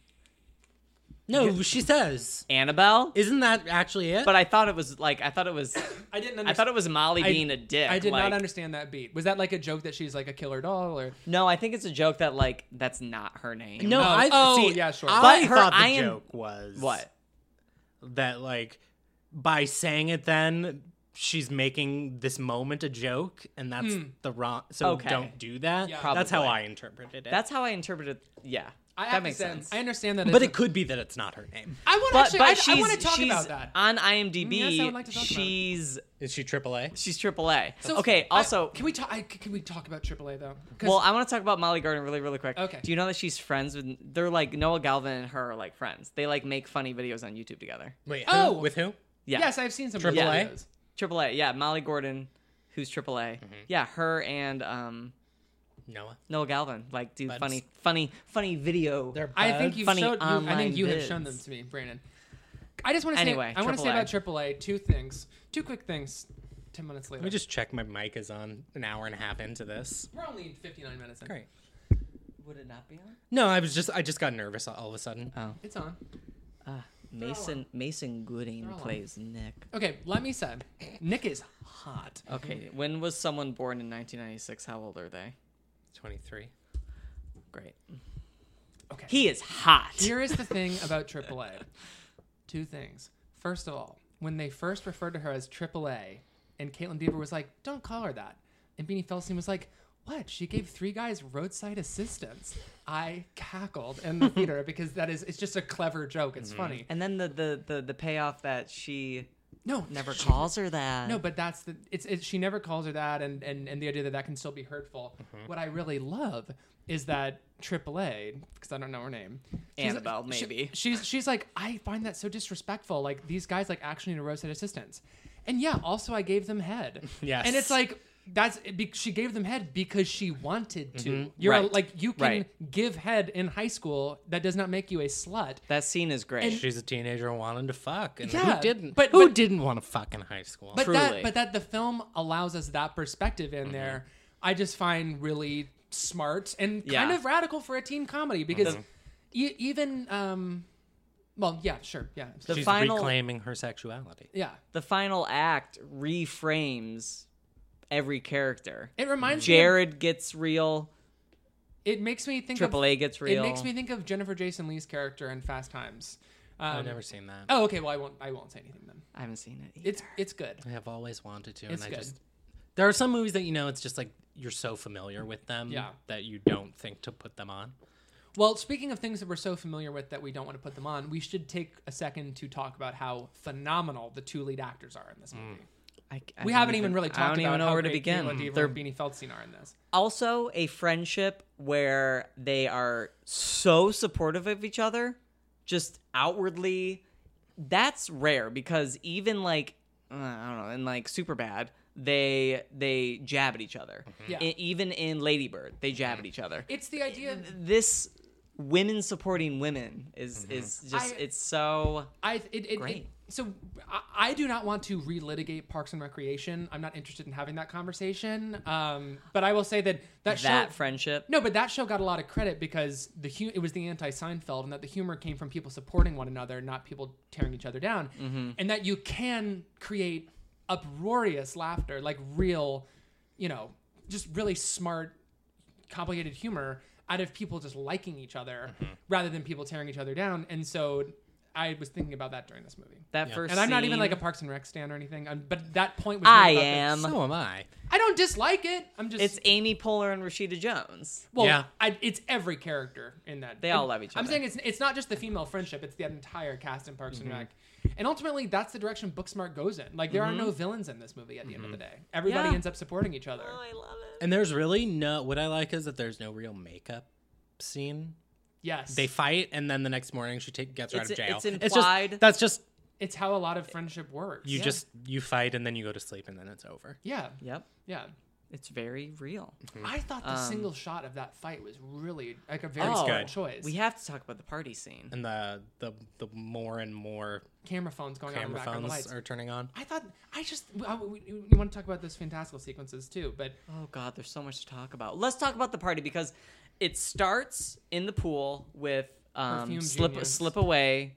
S3: No, she says.
S1: Annabelle?
S3: Isn't that actually it?
S1: But I thought it was like I thought it was
S2: I didn't. Understand.
S1: I thought it was Molly
S2: I-
S1: being a dick.
S2: I did
S1: like-
S2: not understand that beat. Was that like a joke that she's like a killer doll or?
S1: No, I think it's a joke that like that's not her name.
S3: no,
S2: Oh,
S3: I
S2: oh,
S3: see,
S2: yeah, sure.
S3: I
S1: But her-
S3: thought the
S1: I am-
S3: joke was
S1: What?
S3: that like by saying it then she's making this moment a joke and that's the wrong so
S1: Okay.
S3: don't do that
S2: Yeah.
S3: that's how i
S1: Probably.
S3: interpreted it
S1: That's how I interpreted. Yeah,
S2: I have
S1: that
S2: to
S1: makes
S2: say,
S1: sense.
S2: I understand that,
S3: but
S2: it's
S3: it could be that it's not her name
S2: I want to
S1: but
S2: actually.
S1: but
S2: I,
S1: she's,
S2: want to talk
S1: she's
S2: about that. Mm,
S1: on IMDb.
S2: Yes, I would like to talk about it.
S1: she's
S3: is she aaa
S1: she's AAA. okay.
S2: I-
S1: Also,
S2: can we talk? I, can we talk about AAA though? 'Cause-
S1: well, I want to talk about Molly Gordon really, really quick.
S2: Okay.
S1: Do you know that she's friends with? They're like Noah Galvin and her are like friends. They like make funny videos on YouTube together.
S3: wait who,
S2: Oh!
S3: with who
S1: Yeah.
S2: yes, I've seen some
S3: Triple
S2: AAA.
S3: A?
S2: videos.
S1: AAA. Yeah, Molly Gordon, who's AAA.
S3: Mm-hmm.
S1: Yeah, her and um
S3: noah
S1: Noah Galvin like do
S3: Buds.
S1: funny, funny, funny video.
S3: Uh,
S2: I think you've
S1: Funny
S2: showed. You, I
S1: online
S2: think you have shown
S1: vids.
S2: them to me, Brandon. I just want to
S1: Anyway,
S2: say. I want to say
S1: AAA.
S2: about AAA two things, two quick things. Ten minutes later.
S3: let me just check my mic is on an hour and a half into this
S2: We're only 59 minutes in.
S3: great
S1: Would it not be on?
S3: no i was just i just got nervous all of a sudden
S2: It's on.
S1: Mason
S2: Oh.
S1: Mason Gooding
S2: on.
S1: plays Nick.
S2: Okay, let me say, Nick is hot.
S1: Okay, when was someone born in 1996? How old are they?
S3: 23
S1: Great.
S2: Okay.
S1: He is hot.
S2: Here is the thing about AAA. Two things. First of all, when they first referred to her as AAA, and Caitlin Bieber was like, "Don't call her that," and Beanie Feldstein was like, "What? She gave three guys roadside assistance." I cackled in the theater because that is—it's just a clever joke. It's funny.
S1: and then the, the the the payoff that she
S2: No,
S1: never
S2: she-
S1: calls her that.
S2: No, but that's the it's it, she never calls her that, and and and the idea that that can still be hurtful. What I really love is that AAA, because I don't know her name, she's-
S1: Annabelle,
S2: she-
S1: maybe.
S2: she's she's like I find that so disrespectful. Like these guys like actually need a roadside assistance, and yeah, also I gave them head.
S3: Yes.
S2: and it's like. That's it be, she gave them head because she wanted to. You're
S1: Right.
S2: like you can
S1: Right.
S2: give head in high school. That does not make you a slut.
S1: that scene is great.
S3: she's a teenager and wanted to fuck and
S2: Yeah,
S3: who didn't
S2: but-
S3: who
S2: but-
S3: didn't want to fuck in high school
S2: but
S1: Truly. Mm-hmm.
S2: that but that the film allows us that perspective in there i just find really smart and kind
S1: Yeah. Mm-hmm.
S2: of radical for a teen comedy because e- even um well yeah sure yeah
S1: the
S3: she's
S1: final
S3: reclaiming her sexuality
S2: yeah
S1: the final act reframes every character.
S2: it reminds me
S1: Jared gets real.
S2: of, it makes me think
S1: AAA
S2: of,
S1: gets
S2: it
S1: real.
S2: makes me think of jennifer jason lee's character in fast times um,
S3: i've never seen that
S2: oh okay well i won't i won't say anything then
S1: I haven't seen it. Either.
S2: it's it's good
S3: I have always wanted to,
S2: It's
S3: and I
S2: good.
S3: just there are some movies that you know it's just like you're so familiar with them
S2: Yeah.
S3: that you don't think to put them on.
S2: Well, speaking of things that we're so familiar with that we don't want to put them on, we should take a second to talk about how phenomenal the two lead actors are in this
S1: Mm.
S2: movie.
S1: I, I
S2: We
S1: don't
S2: haven't even, really
S1: I
S2: talked
S1: don't
S2: about
S1: even know
S2: how
S1: where to
S2: great Caitlin
S1: begin.
S2: Dever
S1: They're
S2: and Beanie Feldstein are in this.
S1: also a friendship where they are so supportive of each other just outwardly that's rare because even like uh, I don't know, in like super bad, they they jab at each other.
S2: Mm-hmm. Yeah. Mm-hmm.
S1: E- even in Ladybird, they jab at each other.
S2: It's the idea.
S1: this women supporting women is
S2: Mm-hmm.
S1: is just
S2: I-
S1: it's so
S2: I it, it, it-
S1: Great.
S2: so I, I do not want to relitigate Parks and Recreation. I'm not interested in having that conversation. Um, but I will say that that,
S1: that
S2: show,
S1: friendship.
S2: No, but that show got a lot of credit because the hu- it was the anti Seinfeld, and that the humor came from people supporting one another, not people tearing each other down,
S1: Mm-hmm.
S2: and that you can create uproarious laughter, like real, you know, just really smart, complicated humor out of people just liking each other
S1: Mm-hmm.
S2: rather than people tearing each other down. And so, I was thinking about that during this movie.
S1: That first
S2: and I'm not even
S1: scene-
S2: like a Parks and Rec stan or anything, i but that point was.
S1: I
S2: really about the-
S1: am.
S3: So am I.
S2: I don't dislike it. I'm just.
S1: It's Amy Poehler and Rashida Jones.
S2: Well,
S3: Yeah.
S2: I, it's every character in that.
S1: They all love each
S2: I'm
S1: other.
S2: saying it's it's not just the female friendship; it's the entire cast in Parks
S3: Mm-hmm.
S2: and Rec. And ultimately, that's the direction Booksmart goes in. Like, there are no villains in this movie. At the end
S3: Mm-hmm.
S2: of the day, everybody
S1: Yeah.
S2: ends up supporting each other.
S1: I love it.
S3: And there's really no. What I like is that there's no real makeup scene.
S2: Yes,
S3: They fight, and then the next morning she take, gets her
S1: It's-
S3: out of jail.
S1: it's
S3: just-
S1: implied.
S3: that's just
S2: it's how a lot of friendship works.
S3: you. Just you fight, and then you go to sleep, and then it's over.
S2: yeah,
S1: Yep. Um,
S2: yeah.
S1: It's very real.
S3: Hmm.
S2: I thought the single shot of that fight was really like a very
S1: Oh,
S2: good
S3: good.
S2: choice.
S1: We have to talk about the party scene.
S3: And the the the more and more
S2: camera phones going on in the
S3: camera
S2: background the
S3: phones
S2: lights.
S3: are turning on.
S2: I thought I just I, we, we want to talk about those fantastical sequences too, but
S1: Oh God, there's so much to talk about. Let's talk about the party because it starts in the pool with um,
S2: Perfume
S1: slip
S2: Genius.
S1: slip away,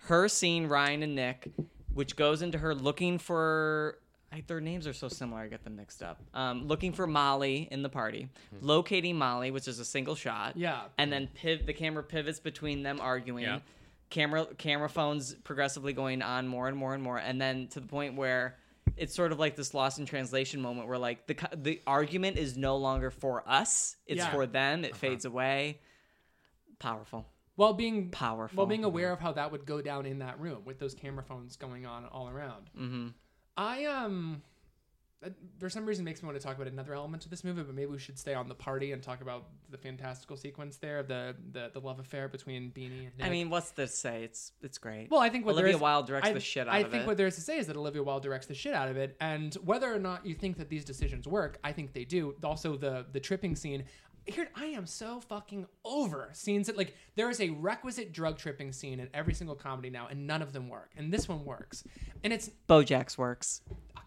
S1: her seeing Ryan and Nick, which goes into her looking for. I, their names are so similar, I get them mixed up. Um, looking for Molly in the party, locating Molly, which is a single shot.
S2: Hmm. Yeah.
S1: and then piv- the camera pivots between them arguing.
S3: Yeah.
S1: Camera camera phones progressively going on more and more and more, and then to the point where it's sort of like this lost in translation moment where like the co- the argument is no longer for us; it's
S2: Yeah. Uh-huh.
S1: for them. It fades away. Powerful.
S2: while being
S1: Powerful. Mm-hmm.
S2: while being aware of how that would go down in that room with those camera phones going on all around. Mm-hmm. I um, that- for some reason makes me want to talk about another element of this movie, but maybe we should stay on the party and talk about the fantastical sequence there, the the, the love affair between Beanie and Nick.
S1: I mean, what's this say? It's it's great.
S2: Well, I think what there
S1: Olivia
S2: is-
S1: Wilde directs
S2: I-
S1: the shit out
S2: I
S1: of
S2: think
S1: it.
S2: what there is to say is that Olivia Wilde directs the shit out of it, and whether or not you think that these decisions work, I think they do. Also, the the tripping scene. Here, I am so fucking over scenes that like there is a requisite drug tripping scene in every single comedy now, and none of them work, and this one works, and it's
S1: BoJack's works.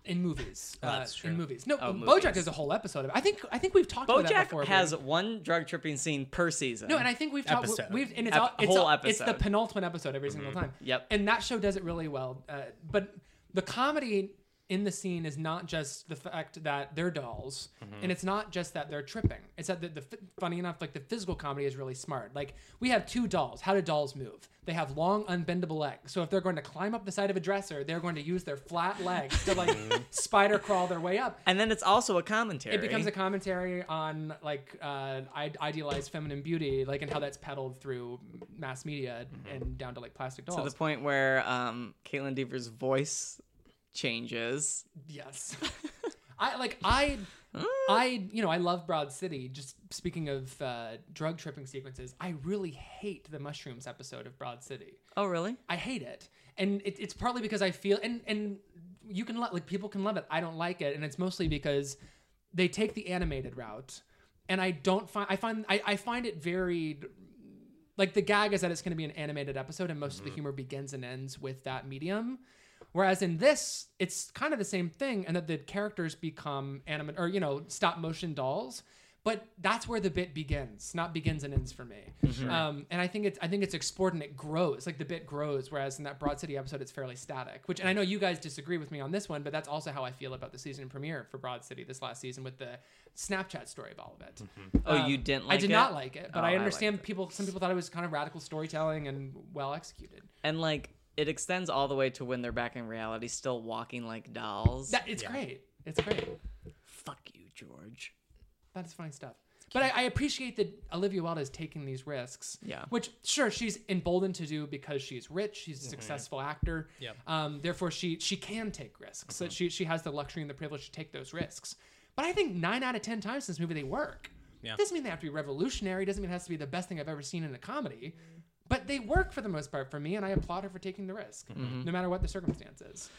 S2: in movies. uh,
S3: that's true.
S2: In movies. No,
S1: Oh, movies.
S2: BoJack is a whole episode of it. I think I think we've talked about that
S1: BoJack
S2: before.
S1: has
S2: but-
S1: one drug tripping scene per season.
S2: no, and I think we've talked.
S3: Episode.
S2: We've and it's
S1: Ep-
S2: all, it's,
S1: whole
S2: all, it's the
S1: episode. Mm-hmm.
S2: penultimate episode every single time.
S1: Yep.
S2: And that show does it really well. Uh, but the comedy in the scene is not just the fact that they're dolls,
S1: Mm-hmm.
S2: and it's not just that they're tripping. It's that the, the f- funny enough, like the physical comedy is really smart. Like we have two dolls. How do dolls move? They have long, unbendable legs. So if they're going to climb up the side of a dresser, they're going to use their flat legs to like spider crawl their way up.
S1: and then it's also a commentary.
S2: It becomes a commentary on like uh, id- idealized feminine beauty, like and how that's peddled through mass media and down to like plastic dolls.
S1: to the point where um, Caitlin Deaver's voice changes.
S2: yes, I like I. I you know I love Broad City. Just speaking of uh, drug tripping sequences, I really hate the mushrooms episode of Broad City.
S1: Oh, really?
S2: I hate it, and it, it's partly because I feel and and you can love like people can love it. I don't like it, and it's mostly because they take the animated route, and I don't find I find I, I find it very like the gag is that it's going to be an animated episode, and most of the humor begins and ends with that medium. Whereas in this, it's kind of the same thing, and that the characters become animate or you know stop motion dolls. But that's where the bit begins, not begins and ends for me. Um, and I think it's I think it's explored and it grows, like the bit grows. Whereas in that Broad City episode, it's fairly static. Which and I know you guys disagree with me on this one, but that's also how I feel about the season premiere for Broad City this last season with the Snapchat story of all of it.
S1: Oh,
S2: Um,
S1: you didn't
S2: I
S1: like
S2: did
S1: it?
S2: not like it, but
S1: Oh, I
S2: I
S1: liked
S2: understand people. Some people thought it was kind of radical storytelling and well executed.
S1: And like it extends all the way to when they're back in reality, still walking like dolls.
S2: That it's great. It's great.
S1: Fuck you, George.
S2: That's fine stuff. But I, I appreciate that Olivia Wilde is taking these risks.
S1: Yeah.
S2: Which sure she's emboldened to do because she's rich, she's a successful actor. Yeah. Um, therefore she she can take risks. So she she has the luxury and the privilege to take those risks. But I think nine out of ten times in this movie they work.
S3: Yeah.
S2: Doesn't mean they have to be revolutionary, doesn't mean it has to be the best thing I've ever seen in a comedy. But they work for the most part for me, and I applaud her for taking the risk, no matter what the circumstances.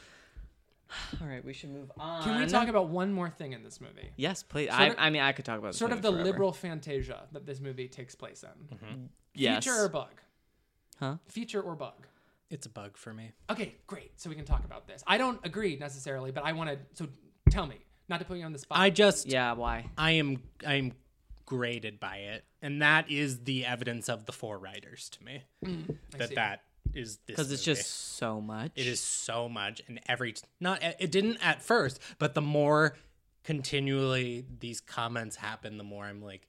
S1: All right, we should move on.
S2: Can we talk about one more thing in this movie?
S1: Yes, please.
S2: Sort
S1: I,
S2: of-
S1: I mean, I could talk about this
S2: Sort of
S1: movie
S2: the
S1: forever.
S2: liberal fantasia that this movie takes place in.
S1: yes.
S2: Feature or bug?
S1: Huh?
S2: Feature or bug?
S3: It's a bug for me.
S2: Okay, great. So we can talk about this. I don't agree necessarily, but I want to. So tell me, not to put you on the spot.
S3: I just
S1: Yeah. Why?
S3: I am I am graded by it, and that is the evidence of the four writers to me. that
S2: see.
S3: that is this
S1: Because it's
S3: movie.
S1: just so much.
S3: it is so much, and every t- not it didn't at first, but the more continually these comments happen, the more I'm like,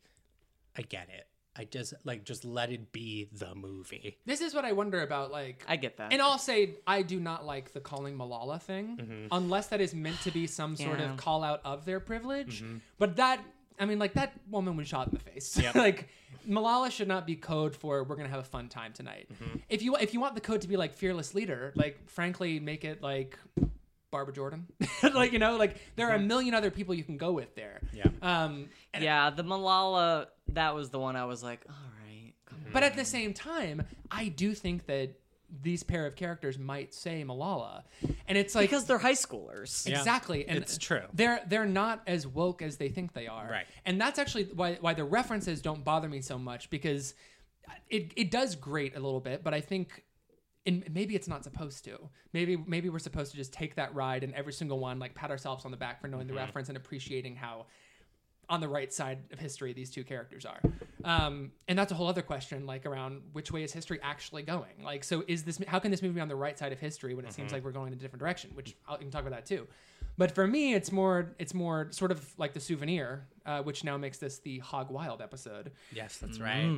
S3: I get it. I just like just let it be the movie.
S2: this is what I wonder about. Like,
S1: I get that.
S2: and I'll say I do not like the calling Malala thing,
S3: Mm-hmm.
S2: unless that is meant to be some sort
S1: Yeah.
S2: of call out of their privilege.
S3: Mm-hmm.
S2: But that, I mean, like that woman was shot in the face. like Malala should not be code for "we're gonna have a fun time tonight."
S3: Mm-hmm.
S2: If you if you want the code to be like fearless leader, like frankly, make it like Barbara Jordan. like you know, like there are a million other people you can go with there.
S3: Yeah.
S2: Um,
S1: yeah, the Malala. That was the one I was like, all right. Come on.
S2: But at the same time, I do think that these pair of characters might say Malala, and it's like
S1: Because they're high schoolers.
S3: Yeah.
S2: exactly, and
S3: It's true.
S2: They're they're not as woke as they think they are,
S3: Right.
S2: And that's actually why why the references don't bother me so much because it it does grate a little bit, but I think. And maybe it's not supposed to. Maybe maybe we're supposed to just take that ride and every single one like pat ourselves on the back for knowing
S3: Mm-hmm.
S2: the reference and appreciating how on the right side of history these two characters are um, and that's a whole other question like around which way is history actually going like so is this how can this movie be on the right side of history when it
S1: Mm-hmm.
S2: seems like we're going in a different direction which i can talk about that too but for me it's more it's more sort of like the souvenir uh, which now makes this the hog wild episode
S3: Yes, that's right.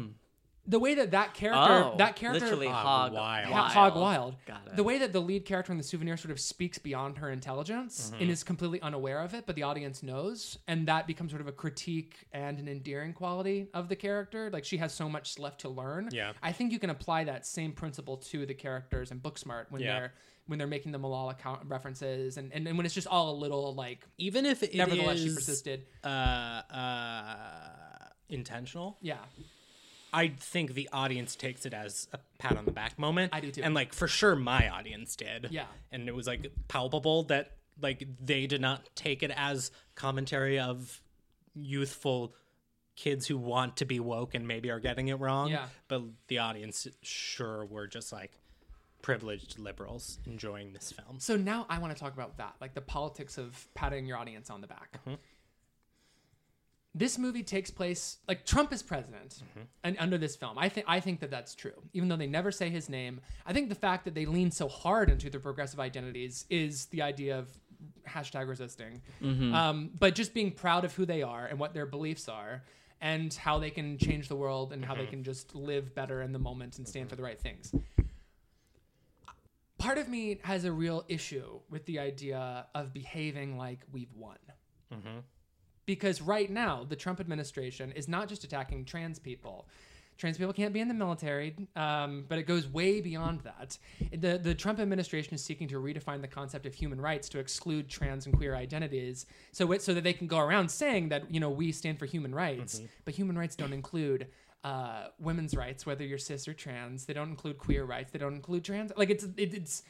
S2: the way that that character
S1: Oh,
S2: that character
S1: literally
S3: Hog
S1: hog
S3: Wild.
S2: Ha- Hog
S1: Wild.
S2: Wild.
S1: Got it.
S2: The way that the lead character in the souvenir sort of speaks beyond her intelligence
S3: Mm-hmm.
S2: and is completely unaware of it, but the audience knows, and that becomes sort of a critique and an endearing quality of the character. Like she has so much left to learn.
S3: Yeah.
S2: I think you can apply that same principle to the characters in Booksmart when
S3: Yeah.
S2: they're when they're making the Malala count references and, and, and when it's just all a little like
S3: Even if it
S2: nevertheless she
S3: is,
S2: persisted.
S3: uh, uh, intentional,
S2: Yeah.
S3: I think the audience takes it as a pat on the back moment.
S2: I do too.
S3: And like for sure my audience did.
S2: Yeah.
S3: And it was like palpable that like they did not take it as commentary of youthful kids who want to be woke and maybe are getting it wrong.
S2: Yeah.
S3: But the audience sure were just like privileged liberals enjoying this film.
S2: Um, So now I want to talk about that, like the politics of patting your audience on the back. This movie takes place like Trump is president, and under this film, I think I think that that's true. Even though they never say his name, I think the fact that they lean so hard into the progressive identities is the idea of hashtag resisting, um, but just being proud of who they are and what their beliefs are. And how they can change the world and how they can just live better in the moment and stand for the right things part of me has a real issue with the idea of behaving like we've won. Because right now, the Trump administration is not just attacking trans people. Trans people can't be in the military, um, but it goes way beyond that. The, the Trump administration is seeking to redefine the concept of human rights to exclude trans and queer identities so, it, so that they can go around saying that, you know, we stand for human rights, but human rights don't include uh, women's rights, whether you're cis or trans. They don't include queer rights. They don't include trans. Like it's it, it's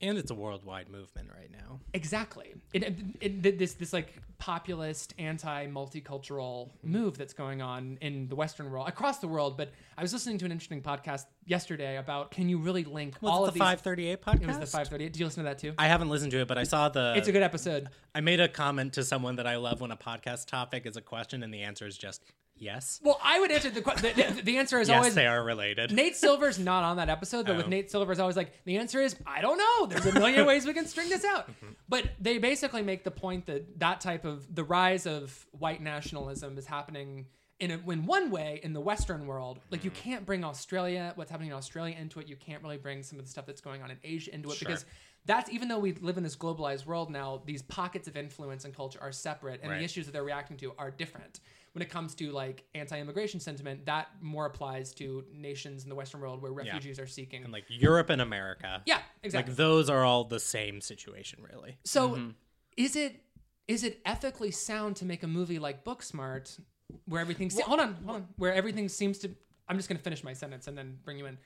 S3: And it's a worldwide movement right now.
S2: exactly it, it, it- this this like populist anti multicultural move that's going on in the Western world across the world. But I was listening to an interesting podcast yesterday about can you really link
S3: Was
S2: all
S3: it
S2: of
S3: the
S2: these?
S3: 538 podcast?
S2: It was the five thirty eight. Did you listen to that too?
S3: I haven't listened to it, but I saw the
S2: it's a good episode.
S3: I made a comment to someone that I love when a podcast topic is a question and the answer is just yes.
S2: Well, I would answer the question. The, the- the answer is
S3: yes,
S2: always
S3: they are related.
S2: Nate Silver's not on that episode, but with
S3: Oh.
S2: Nate Silver's always like, the answer is, I don't know. There's a million ways we can string this out. But they basically make the point that that type of the rise of white nationalism is happening in, a, in one way in the Western world. Like, you can't bring Australia, what's happening in Australia, into it. You can't really bring some of the stuff that's going on in Asia into it because that's even though we live in this globalized world now, these pockets of influence and culture are separate, and
S3: Right.
S2: the issues that they're reacting to are different. When it comes to like anti-immigration sentiment, that more applies to nations in the Western world where refugees are seeking.
S3: And like Europe and America.
S2: yeah, exactly.
S3: Like those are all the same situation, really.
S2: so, is it is it ethically sound to make a movie like Booksmart, where everything? se- hold on, hold on. Where everything seems to I'm just gonna finish my sentence and then bring you in.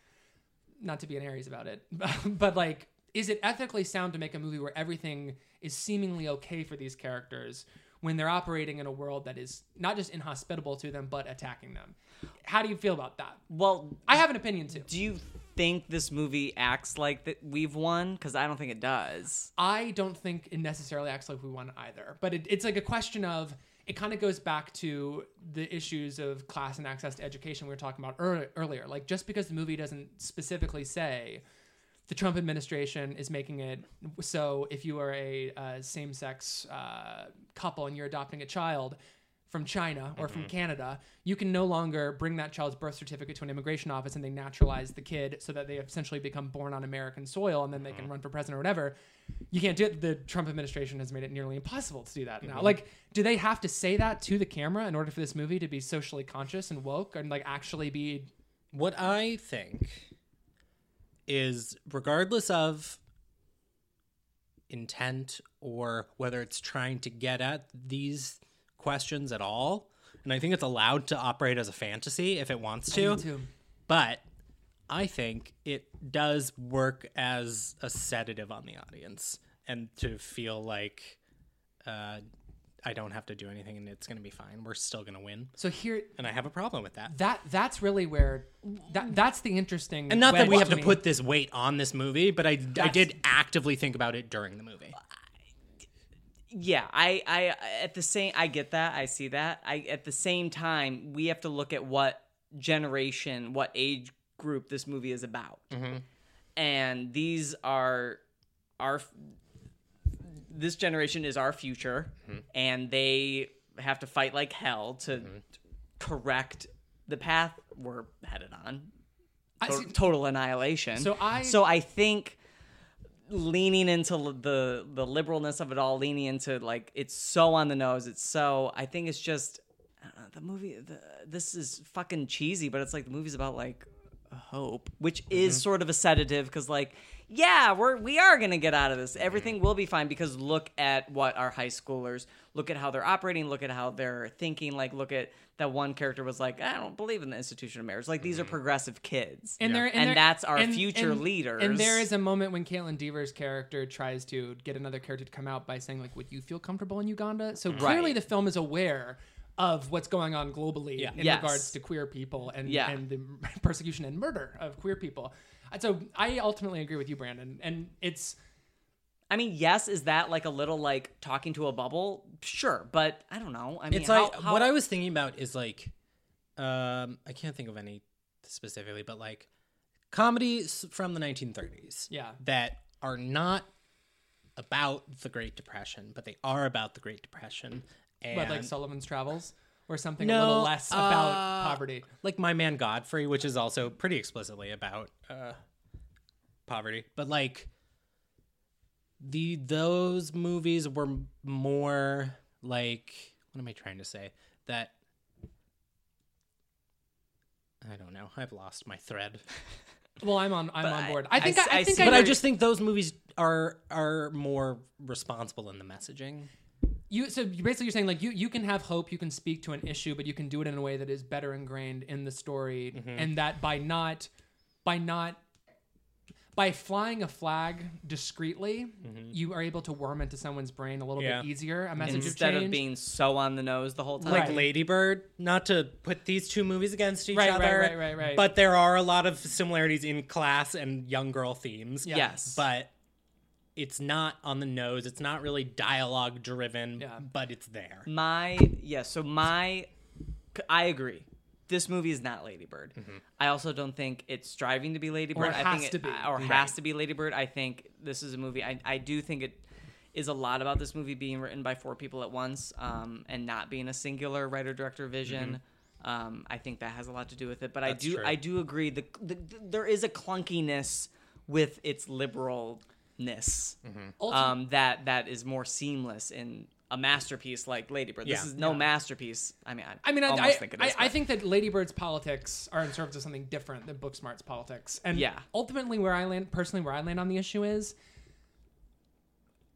S2: Not to be an Aries about it, but like, is it ethically sound to make a movie where everything is seemingly okay for these characters when they're operating in a world that is not just inhospitable to them but attacking them? How do you feel about that?
S1: Well,
S2: I have an opinion too.
S1: do you think this movie acts like that we've won? Because I don't think it does.
S2: I don't think it necessarily acts like we won either. But it, it's like a question of it kind of goes back to the issues of class and access to education we were talking about ear- earlier. Like just because the movie doesn't specifically say the Trump administration is making it so if you are a uh, same-sex uh, couple and you're adopting a child from China or from Canada, you can no longer bring that child's birth certificate to an immigration office and they naturalize the kid so that they essentially become born on American soil and then they can run for president or whatever. You can't do it. The Trump administration has made it nearly impossible to do that now. Like, do they have to say that to the camera in order for this movie to be socially conscious and woke and like actually be
S3: What I think is, regardless of intent or whether it's trying to get at these questions at all, and I think it's allowed to operate as a fantasy if it wants to, but I think it does work as a sedative on the audience and to feel like uh, I don't have to do anything and it's going to be fine. We're still going to win.
S2: So here
S3: And I have a problem with that.
S2: that that's really where that that's the interesting
S3: And not that we
S2: wedge
S3: have to
S2: me.
S3: put this weight on this movie, but I, I did actively think about it during the movie.
S1: yeah i i at the same i get that i see that i at the same time we have to look at what generation what age group this movie is about and these are our this generation is our future and they have to fight like hell to correct the path we're headed on
S2: I
S1: to-
S2: see-
S1: total annihilation.
S2: So I-
S1: so I think leaning into l- the the liberalness of it all, leaning into like it's so on the nose, it's so. I think it's just I don't know, the movie. The, this is fucking cheesy, but it's like the movie's about like hope, which
S2: Mm-hmm.
S1: is sort of a sedative because like. Yeah, we're we are gonna get out of this. Everything
S2: Mm-hmm.
S1: will be fine because look at what our high schoolers look at how they're operating, look at how they're thinking. Like look at that one character was like, I don't believe in the institution of marriage. Like these are progressive kids
S2: Mm-hmm. and there
S1: and
S2: there-
S1: that's our
S2: and-
S1: future
S2: and-
S1: leaders.
S2: And there is a moment when Caitlin Deaver's character tries to get another character to come out by saying like, "Would you feel comfortable in Uganda?" So clearly, the film is aware of what's going on globally in
S1: Yes.
S2: regards to queer people and
S1: Yeah.
S2: and the persecution and murder of queer people. And So I ultimately agree with you, Brandon, and it's
S1: I mean, yes, is that like a little like talking to a bubble? Sure, but I don't know. I mean,
S3: it's
S1: how-
S3: like
S1: how-
S3: what I was thinking about is like, um, I can't think of any specifically, but like comedies from the 1930s,
S2: Yeah.
S3: that are not about the Great Depression, but they are about the Great Depression. And
S2: but like Sullivan's Travels or something a
S3: No,
S2: little less about
S3: uh,
S2: poverty.
S3: like my man godfrey which is also pretty explicitly about uh poverty but like the those movies were m- more like what am i trying to say that i don't know i've lost my thread
S2: Well, I'm on I'm on
S1: I-
S2: board. I
S1: I
S2: think
S1: s-
S2: I, I
S1: I
S2: think
S1: see
S2: I,
S3: but i
S2: agree.
S3: just think those movies are are more responsible in the messaging
S2: you so you basically you're saying like you you can have hope you can speak to an issue but you can do it in a way that is better ingrained in the story and that by not by not by flying a flag discreetly you are able to worm into someone's brain a little
S3: Yeah.
S2: bit easier a message
S1: instead
S2: of,
S1: of
S2: change.
S1: being so on the nose the whole time.
S3: like
S2: Right.
S3: Ladybird, not to put these two movies against each
S2: Right, right,
S3: other,
S2: right, right, right.
S3: but there are a lot of similarities in class and young girl themes.
S2: Yeah.
S1: yes,
S3: But it's not on the nose. It's not really dialogue driven,
S2: Yeah.
S3: but it's there.
S1: my yeah. So my, I agree. This movie is not Ladybird. I also don't think it's striving to be Ladybird.
S2: Or it
S1: I
S2: has
S1: think
S2: to be.
S1: or has to be Ladybird. I think this is a movie. I I do think it is a lot about this movie being written by four people at once um, and not being a singular writer director vision. Um, I think that has a lot to do with it, but I do
S3: true.
S1: I do agree the, the, there is a clunkiness with its liberalness um, that that is more seamless in a masterpiece like Ladybird. This
S3: Yeah.
S1: is no masterpiece. I mean, I,
S2: I mean, I, I,
S1: almost think it
S2: I,
S1: is.
S2: I
S1: but-
S2: think that Ladybird's politics are in service of something different than Booksmart's politics. And
S1: Yeah.
S2: ultimately, where I land, personally, where I land on the issue is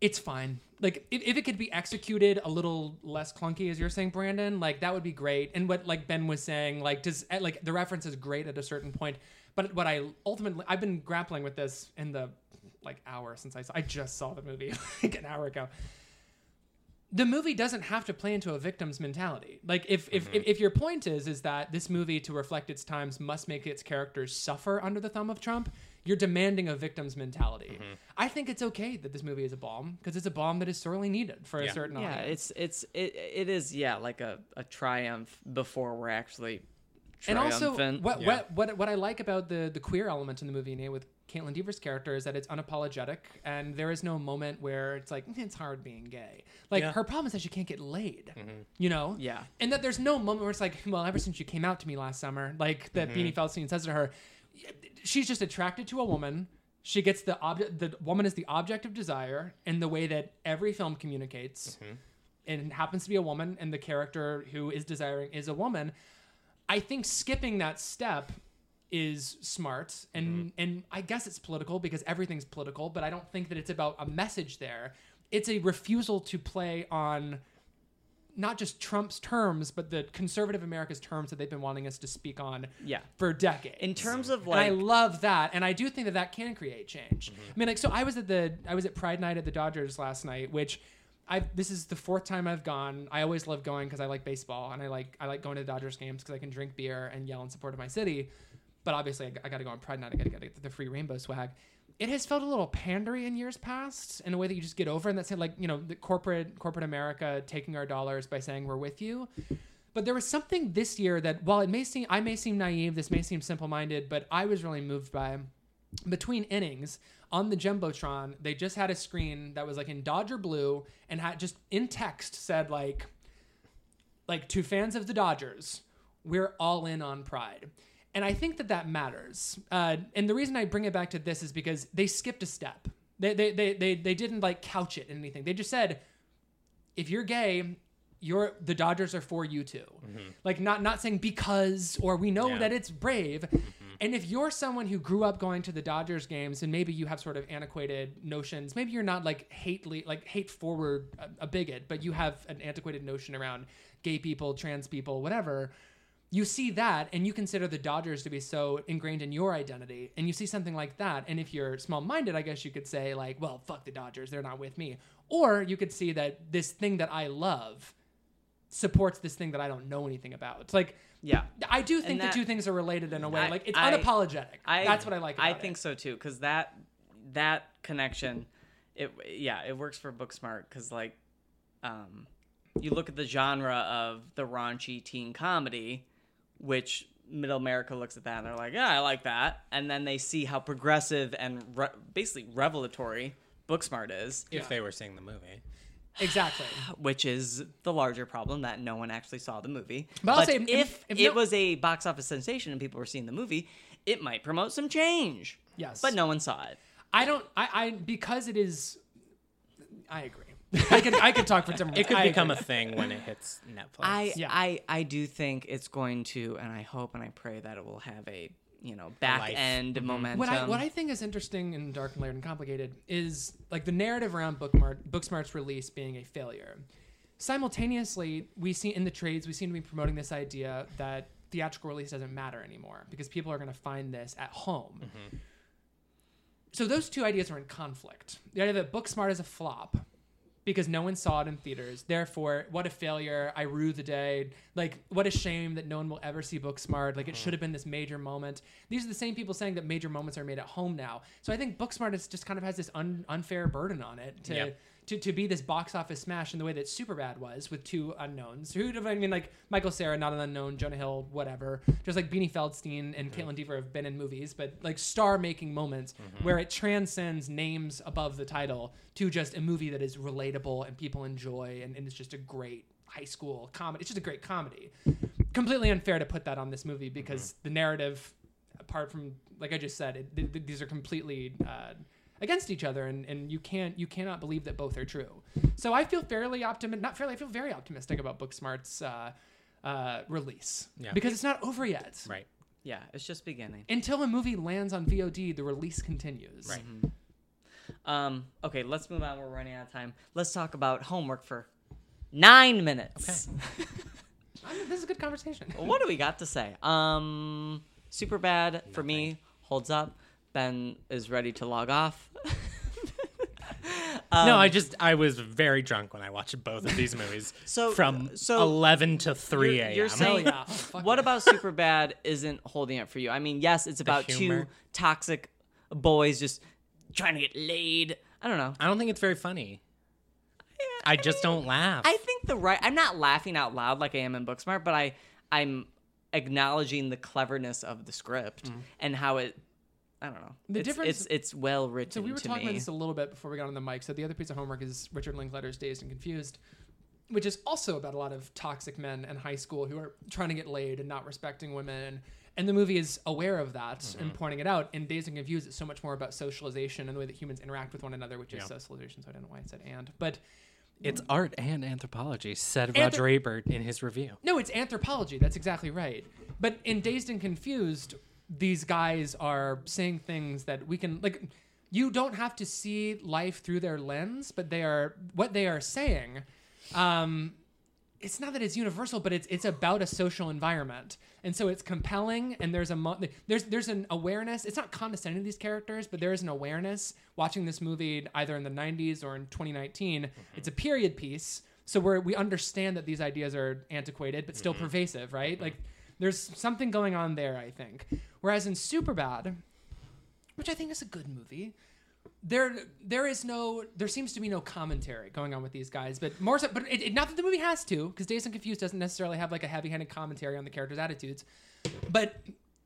S2: it's fine. Like if, if it could be executed a little less clunky, as you're saying, Brandon, like that would be great. And what like Ben was saying, like does eh, like the reference is great at a certain point, but what I ultimately I've been grappling with this in the like hour since I saw, I just saw the movie like an hour ago. The movie doesn't have to play into a victim's mentality. Like if if, if if your point is is that this movie to reflect its times must make its characters suffer under the thumb of Trump, you're demanding a victim's mentality. I think it's okay that this movie is a bomb because it's a bomb that is sorely needed for a certain
S1: yeah,
S2: audience.
S1: it's it's it, it is yeah like a, a triumph before we're actually
S2: and also
S1: triumphant.
S2: what, what what what I like about the the queer element in the movie Nate, with Caitlin Deaver's character is that it's unapologetic and there is no moment where it's like it's hard being gay. Like her problem is that she can't get laid. You know?
S1: Mm-hmm. Yeah.
S2: And that there's no moment where it's like, well, ever since you came out to me last summer, like that
S1: Mm-hmm.
S2: Beanie Feldstein says to her, she's just attracted to a woman. She gets the object. The woman is the object of desire in the way that every film communicates,
S1: Mm-hmm.
S2: and it happens to be a woman. And the character who is desiring is a woman. I think skipping that step is smart and and I guess it's political because everything's political, but I don't think that it's about a message there. It's a refusal to play on not just Trump's terms, but the conservative America's terms that they've been wanting us to speak on
S1: Yeah.
S2: for decades.
S1: in terms of
S2: And I
S1: like
S2: love that, and I do think that that can create change. I mean, like, so I was at the I was at Pride Night at the Dodgers last night, which I this is the fourth time I've gone. I always love going because I like baseball, and I like I like going to the Dodgers games because I can drink beer and yell in support of my city. But obviously, I, got to go on Pride Night. I got to get the free rainbow swag. It has felt a little pandery in years past, in a way that you just get over, and that's it, like you know, the corporate corporate America taking our dollars by saying we're with you. But there was something this year that, while it may seem, I may seem naive, this may seem simple-minded, but I was really moved by. Between innings on the jumbotron, they just had a screen that was like in Dodger blue and had just in text said like, like to fans of the Dodgers, we're all in on Pride, and I think that that matters. Uh, and the reason I bring it back to this is because they skipped a step. They they they they, they didn't like couch it in anything. They just said if you're gay, you're the Dodgers are for you too. Like not not saying because or we know that it's brave. And if you're someone who grew up going to the Dodgers games and maybe you have sort of antiquated notions, maybe you're not like hately like hate forward a, a bigot, but you have an antiquated notion around gay people, trans people, whatever. You see that and you consider the Dodgers to be so ingrained in your identity and you see something like that and if you're small-minded, I guess you could say like, well, fuck the Dodgers, they're not with me. Or you could see that this thing that I love supports this thing that I don't know anything about. It's like
S1: yeah
S2: I do think
S1: that- Mm,
S2: the two things are related in a way.
S1: I-
S2: like it's
S1: I-
S2: unapologetic. That's what I like.
S1: I
S2: about
S1: think
S2: it.
S1: so too, because that that connection, it yeah, it works for Booksmart because like, um, you look at the genre of the raunchy teen comedy, which Middle America looks at that and they're like, yeah, I like that, and then they see how progressive and re- basically revelatory Booksmart is,
S3: if they were seeing the movie.
S2: Exactly.
S1: which is the larger problem that no one actually saw the movie.
S2: But
S1: But,
S2: I'll say if-
S1: if, if,
S2: if
S1: it
S2: no-
S1: was a box office sensation and people were seeing the movie, it might promote some change.
S2: Yes.
S1: But no one saw it.
S2: I don't. I, I because it is. I agree. I could. I could talk for different.
S3: It could
S2: I
S3: become
S2: agree.
S3: a thing when it hits Netflix.
S1: I,
S2: Yeah.
S1: I I do think it's going to, and I hope and I pray that it will have a you know back
S3: life.
S1: end momentum.
S2: Mm-hmm. What I, what I think is interesting and dark and layered and complicated is like the narrative around Bookmart, Booksmart's release being a failure. Simultaneously, we see in the trades we seem to be promoting this idea that theatrical release doesn't matter anymore because people are going to find this at home. So those two ideas are in conflict. The idea that Booksmart is a flop because no one saw it in theaters. Therefore, what a failure! I rue the day. Like, what a shame that no one will ever see Booksmart. Like, it should have been this major moment. These are the same people saying that major moments are made at home now. So I think Booksmart is just kind of has this un- unfair burden on it to.
S3: Yep.
S2: To, to be this box office smash in the way that Superbad was with two unknowns. Who I mean, like Michael Sarah, not an unknown, Jonah Hill, whatever. Just like Beanie Feldstein and Caitlin Deaver have been in movies, but like star-making moments where it transcends names above the title to just a movie that is relatable and people enjoy, and, and it's just a great high school comedy. It's just a great comedy. Completely unfair to put that on this movie because
S3: Mm-hmm.
S2: the narrative apart from like I just said, it, th- th- these are completely uh, against each other, and, and you can't you cannot believe that both are true. So I feel fairly optimistic. Not fairly, I feel very optimistic about Booksmart's uh, uh, release
S3: Yeah.
S2: because it's not over yet.
S3: right.
S1: yeah, it's just beginning.
S2: Until a movie lands on VOD, the release continues.
S3: Right.
S1: Um, okay, let's move on. We're running out of time. Let's talk about homework for nine minutes.
S2: I mean, this is a good conversation.
S1: what do we got to say? Um, super bad for me holds up. Ben is ready to log off.
S3: no, I just I was very drunk when I watched both of these movies.
S1: So-
S3: from
S1: so
S3: eleven to 3
S1: You're-
S3: a.m.
S1: You're saying
S2: yeah. Oh, fuck
S1: what about Superbad isn't holding up for you? I mean, yes, it's about two
S3: humor.
S1: toxic boys just trying to get laid. I don't know.
S3: I don't think it's very funny. I just don't laugh.
S1: I think the right. I'm not laughing out loud like I am in Booksmart, but I I'm acknowledging the cleverness of the script and how it. I don't know.
S2: Mm. The
S1: it's,
S2: difference-
S1: It's it's well written.
S2: So we were
S1: to
S2: talking
S1: me.
S2: about this a little bit before we got on the mic. So the other piece of homework is Richard Linklater's Dazed and Confused, which is also about a lot of toxic men in high school who are trying to get laid and not respecting women. And the movie is aware of that
S1: Mm-hmm.
S2: and pointing it out. In Dazed and Confused, it's so much more about socialization and the way that humans interact with one another, which is socialization. So I don't know why I said and, but
S3: it's art and anthropology, said
S2: Anthrop-
S3: Roger Ebert in his review.
S2: No, it's anthropology. That's exactly right. But in Dazed and Confused, these guys are saying things that we can like. You don't have to see life through their lens, but they are what they are saying. Um, it's not that it's universal, but it's it's about a social environment, and so it's compelling. And there's a mo- there's there's an awareness. It's not condescending to these characters, but there is an awareness watching this movie either in the '90s or in 2019. It's a period piece, so we we understand that these ideas are antiquated, but still pervasive, right? Like there's something going on there, I think. Whereas in Superbad, which I think is a good movie, there there is no there seems to be no commentary going on with these guys but more so but it, it- not that the movie has to because days and confused doesn't necessarily have like a heavy-handed commentary on the characters attitudes but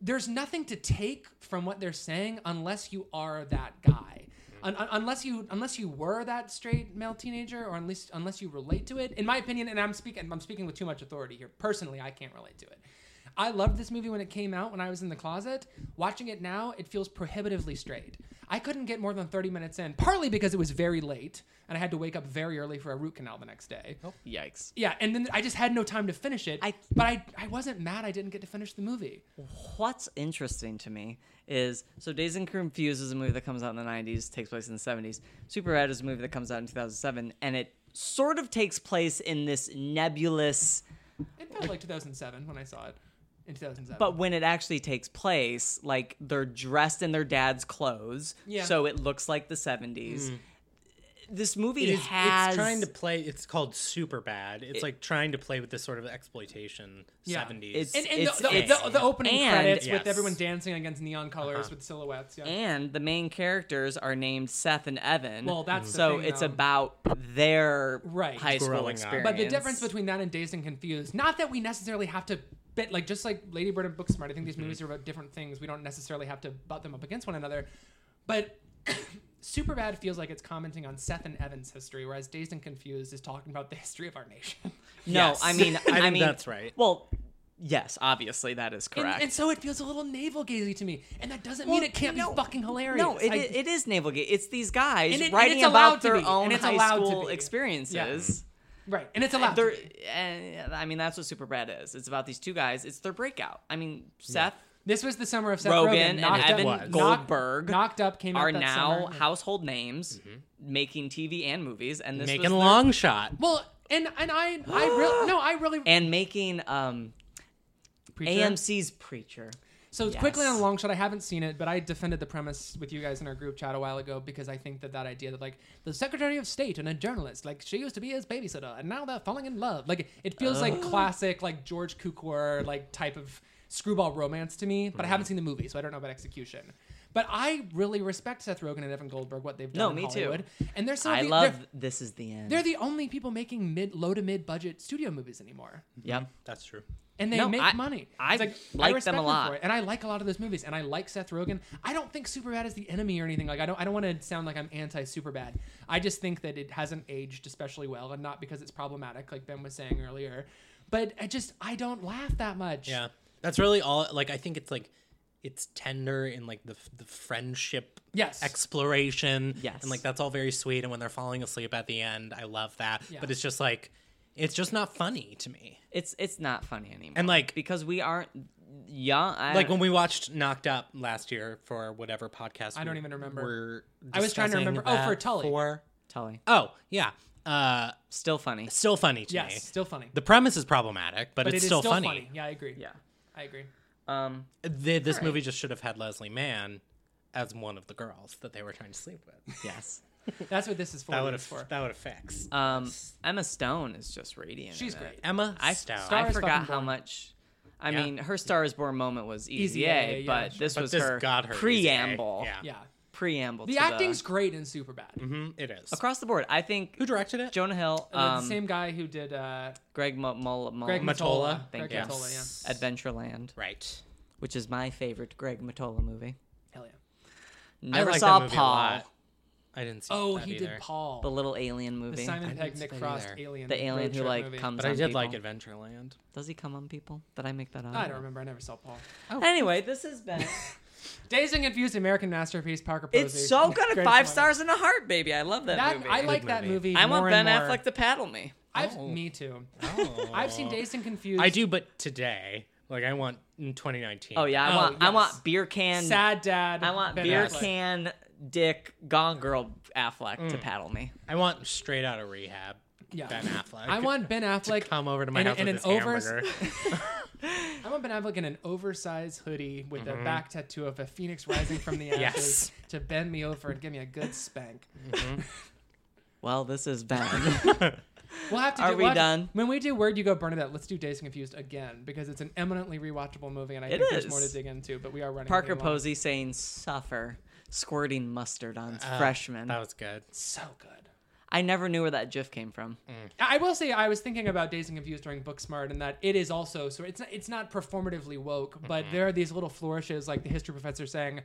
S2: there's nothing to take from what they're saying unless you are that guy Un- un- unless you unless you were that straight male teenager or unless unless you relate to it in my opinion and i'm speaking i'm speaking with too much authority here personally i can't relate to it I loved this movie when it came out when I was in the closet. Watching it now, it feels prohibitively straight. I couldn't get more than 30 minutes in, partly because it was very late and I had to wake up very early for a root canal the next day.
S1: Yikes!
S2: Yeah, and then I just had no time to finish it.
S1: I-
S2: but I, I wasn't mad I didn't get to finish the movie.
S1: What's interesting to me is so Days and Confused is a movie that comes out in the '90s, takes place in the '70s. Superbad is a movie that comes out in 2007, and it sort of takes place in this nebulous.
S2: It felt like 2007 when I saw it. In 2007.
S1: But when it actually takes place, like they're dressed in their dad's clothes,
S2: Yeah. Hmm.
S1: so it looks like the '70s. This movie
S3: It is,
S1: has
S3: It's trying to play. It's called Super Bad. It's like trying to play with this sort of exploitation
S2: Yeah.
S3: seventies.
S2: and, and
S1: it's-
S2: the, the,
S1: it's-
S2: the, the opening
S1: and-
S2: credits
S3: Yes.
S2: with everyone dancing against neon colors with silhouettes. Yeah.
S1: and the main characters are named Seth and Evan. Hmm.
S2: Well, that's the
S1: so
S2: thing,
S1: it's
S2: though.
S1: about their
S2: Right.
S1: high school
S3: Growing up.
S1: experience.
S2: But the difference between that and Dazed and Confused, not that we necessarily have to bet, like just like Lady Bird and Booksmart, I think
S1: Mm-hmm.
S2: these movies are about different things. We don't necessarily have to butt them up against one another. But Superbad feels like it's commenting on Seth and Evan's history, whereas Dazed and Confused is talking about the history of our nation.
S1: no,
S3: Yes.
S1: I mean,
S3: I
S1: I,
S3: think
S1: mean,
S3: that's right.
S1: Well, yes, obviously that is
S2: And,
S1: correct.
S2: and so it feels a little navel gazing to me, and that doesn't mean
S1: Well,
S2: it can't
S1: no.
S2: be fucking hilarious.
S1: no, it,
S2: I-
S1: it is Navelgate. It's these guys
S2: And it- and
S1: writing
S2: it's allowed
S1: about
S2: to
S1: their
S2: be,
S1: own
S2: and it's
S1: high
S2: allowed to
S1: school
S2: be.
S1: experiences.
S2: right, and it's allowed. to
S1: They're,
S2: be.
S1: and, I mean, that's what Superbad is. It's about these two guys. It's their breakout. I mean, Seth
S2: This was the summer of Seth
S1: Rogen
S2: Rogen,
S1: and
S2: knocked
S1: Evan
S2: up,
S1: Goldberg
S2: knocked, knocked up, came out
S1: are
S2: that
S1: now
S2: summer.
S1: household names, making TV and movies, and this
S3: Mm-hmm. Making
S1: was their-
S3: long shot.
S2: Well, and and I I really no I really
S1: and making um,
S2: Preacher?
S1: AMC's Preacher.
S2: So quickly
S1: Yes.
S2: on long shot, I haven't seen it, but I defended the premise with you guys in our group chat a while ago because I think that that idea that like the Secretary of State and a journalist, like she used to be his babysitter, and now they're falling in love. Like it feels
S1: Oh.
S2: like classic like George Cukor like type of screwball romance to me. But I
S1: Mm.
S2: haven't seen the movie, so I don't know about execution. But I really respect Seth Rogen and Evan Goldberg what they've
S1: No,
S2: done. in
S1: me too.
S2: Hollywood. And they're some of
S1: I
S2: the-
S1: love
S2: They're,
S1: this is the end.
S2: they're the only people making mid low to mid budget studio movies anymore
S1: yep.
S3: That's true.
S2: and they
S1: No,
S2: make
S1: I-
S2: money.
S1: I
S2: It's
S1: like them
S2: respect
S1: a lot.
S2: for it. and I like a lot of those movies, and I like Seth Rogen. I don't think Superbad is the enemy or anything. Like I don't, I don't want to sound like I'm anti Superbad. I just think that it hasn't aged especially well, and not because it's problematic, like Ben was saying earlier. But I just, I don't laugh that much.
S3: Yeah, that's really all. Like, I think it's like it's tender in like the the friendship
S2: Yes.
S3: exploration.
S1: Yes.
S3: and like that's all very sweet. And when they're falling asleep at the end, I love that.
S2: Yeah.
S3: But it's just like it's just not funny to me.
S1: It's it's not funny anymore.
S3: And, like-
S1: because we aren't young. I,
S3: Like when we watched Knocked Up last year for whatever podcast.
S2: I don't
S3: we
S2: even remember.
S3: were
S2: I was trying to
S3: discussing
S2: remember- oh,
S3: that
S2: for Tully.
S3: for-
S1: Tully,
S3: Oh, yeah. Uh,
S1: still funny.
S3: still funny to
S2: Yes,
S3: me.
S2: still funny.
S3: The premise is problematic, but,
S2: but
S3: it's
S2: it is
S3: still, funny.
S2: Yeah, I agree.
S1: Yeah.
S2: I agree.
S1: Um,
S3: The, this movie just should have had Leslie Mann as one of the girls that they were trying to sleep with.
S1: yes.
S2: That's what this is for.
S3: That would
S2: what it's
S3: have
S2: for.
S3: that would have fixed. Uh,
S1: Um, Emma Stone is just radiant. in
S2: She's
S1: it.
S2: great.
S3: Emma
S1: I,
S3: Stone.
S2: Star
S1: I
S2: is
S1: forgot
S2: fucking
S1: how
S2: born.
S1: much. I
S3: Yeah.
S1: mean, her Star is Born moment was Easy
S2: Easy
S1: A,
S2: A, yeah,
S1: but
S2: sure.
S1: this
S3: but
S1: was
S3: this
S1: her
S3: got her easy A.
S1: preamble.
S3: Yeah,
S2: Yeah.
S1: Preamble.
S2: The
S1: to
S2: acting's great in Superbad.
S3: Mhm, it is.
S1: across the board. I think
S3: Who directed it?
S1: Jonah Hill,
S2: Uh,
S1: um,
S2: the same guy who did uh,
S1: Greg Mo- Mo- Mo-
S2: Greg
S3: Mat-
S2: Matola.
S3: Matola,
S1: thank
S2: Greg
S1: you.
S2: Matola,
S1: Adventureland,
S3: Right.
S1: which is my favorite Greg Matola movie.
S2: yeah. Hell yeah.
S1: Never
S3: I like
S1: saw
S3: that movie a
S1: Paul,
S3: lot. I didn't see.
S2: Oh,
S3: that
S2: he
S3: either.
S2: did Paul.
S1: the little alien
S2: The
S1: movie.
S2: Simon
S3: didn't
S2: Pegg,
S3: see
S2: Nick
S3: that
S2: Frost
S3: either.
S2: alien.
S1: the alien
S2: road
S1: who
S2: trip
S1: like
S2: movie.
S1: comes.
S3: But I
S1: on
S3: did
S1: people.
S3: like Adventureland.
S1: Does he come on people? Did I make that up?
S2: I don't remember. I never saw Paul.
S1: Anyway, this has been.
S2: Dazed and Confused, American masterpiece, Parker Posey.
S1: it's so good.
S2: Greatest
S1: Five
S2: one.
S1: stars and a heart, baby. I love that,
S2: That,
S1: movie.
S2: I like that
S3: movie.
S2: movie.
S1: I want
S2: more
S1: Ben
S2: and more.
S1: Affleck to Oh. paddle me.
S2: I've, Me too.
S3: Oh.
S2: I've seen Dazed and Confused.
S3: I do, but today, like I want in 2019.
S1: Oh yeah, I
S2: Oh,
S1: want. I
S2: yes.
S1: want beer can.
S2: Sad Dad.
S1: I want
S2: Ben
S1: beer
S2: Affleck.
S1: can dick gone girl Affleck to paddle me.
S3: I want straight out of rehab.
S2: Yeah.
S3: Ben Affleck.
S2: I want Ben Affleck
S3: come over to my
S2: in, a-
S3: house
S2: in
S3: with
S2: an
S3: his
S2: overs-
S3: hamburger.
S2: I want Ben Affleck in an oversized hoodie with
S3: Mm-hmm.
S2: a back tattoo of a phoenix rising from the ashes
S3: Yes.
S2: to bend me over and give me a good spank.
S1: Well, this is Ben.
S2: We'll have to.
S1: Are we
S2: do, we'll have-
S1: done?
S2: when we do Where'd You Go, Bernadette? Let's do Days Confused again because it's an eminently rewatchable movie, and I
S1: It
S2: think there's
S1: is.
S2: more to dig into. But we are running.
S1: Parker
S2: pretty long.
S1: Posey saying "suffer," squirting mustard on
S3: Uh,
S1: freshmen.
S3: That was good.
S2: So good.
S1: I never knew where that GIF came from.
S2: I I will say I was thinking about Days and Confused during Booksmart, and that it is also so it's not, it's not performatively woke, but there are these little flourishes like the history professor saying,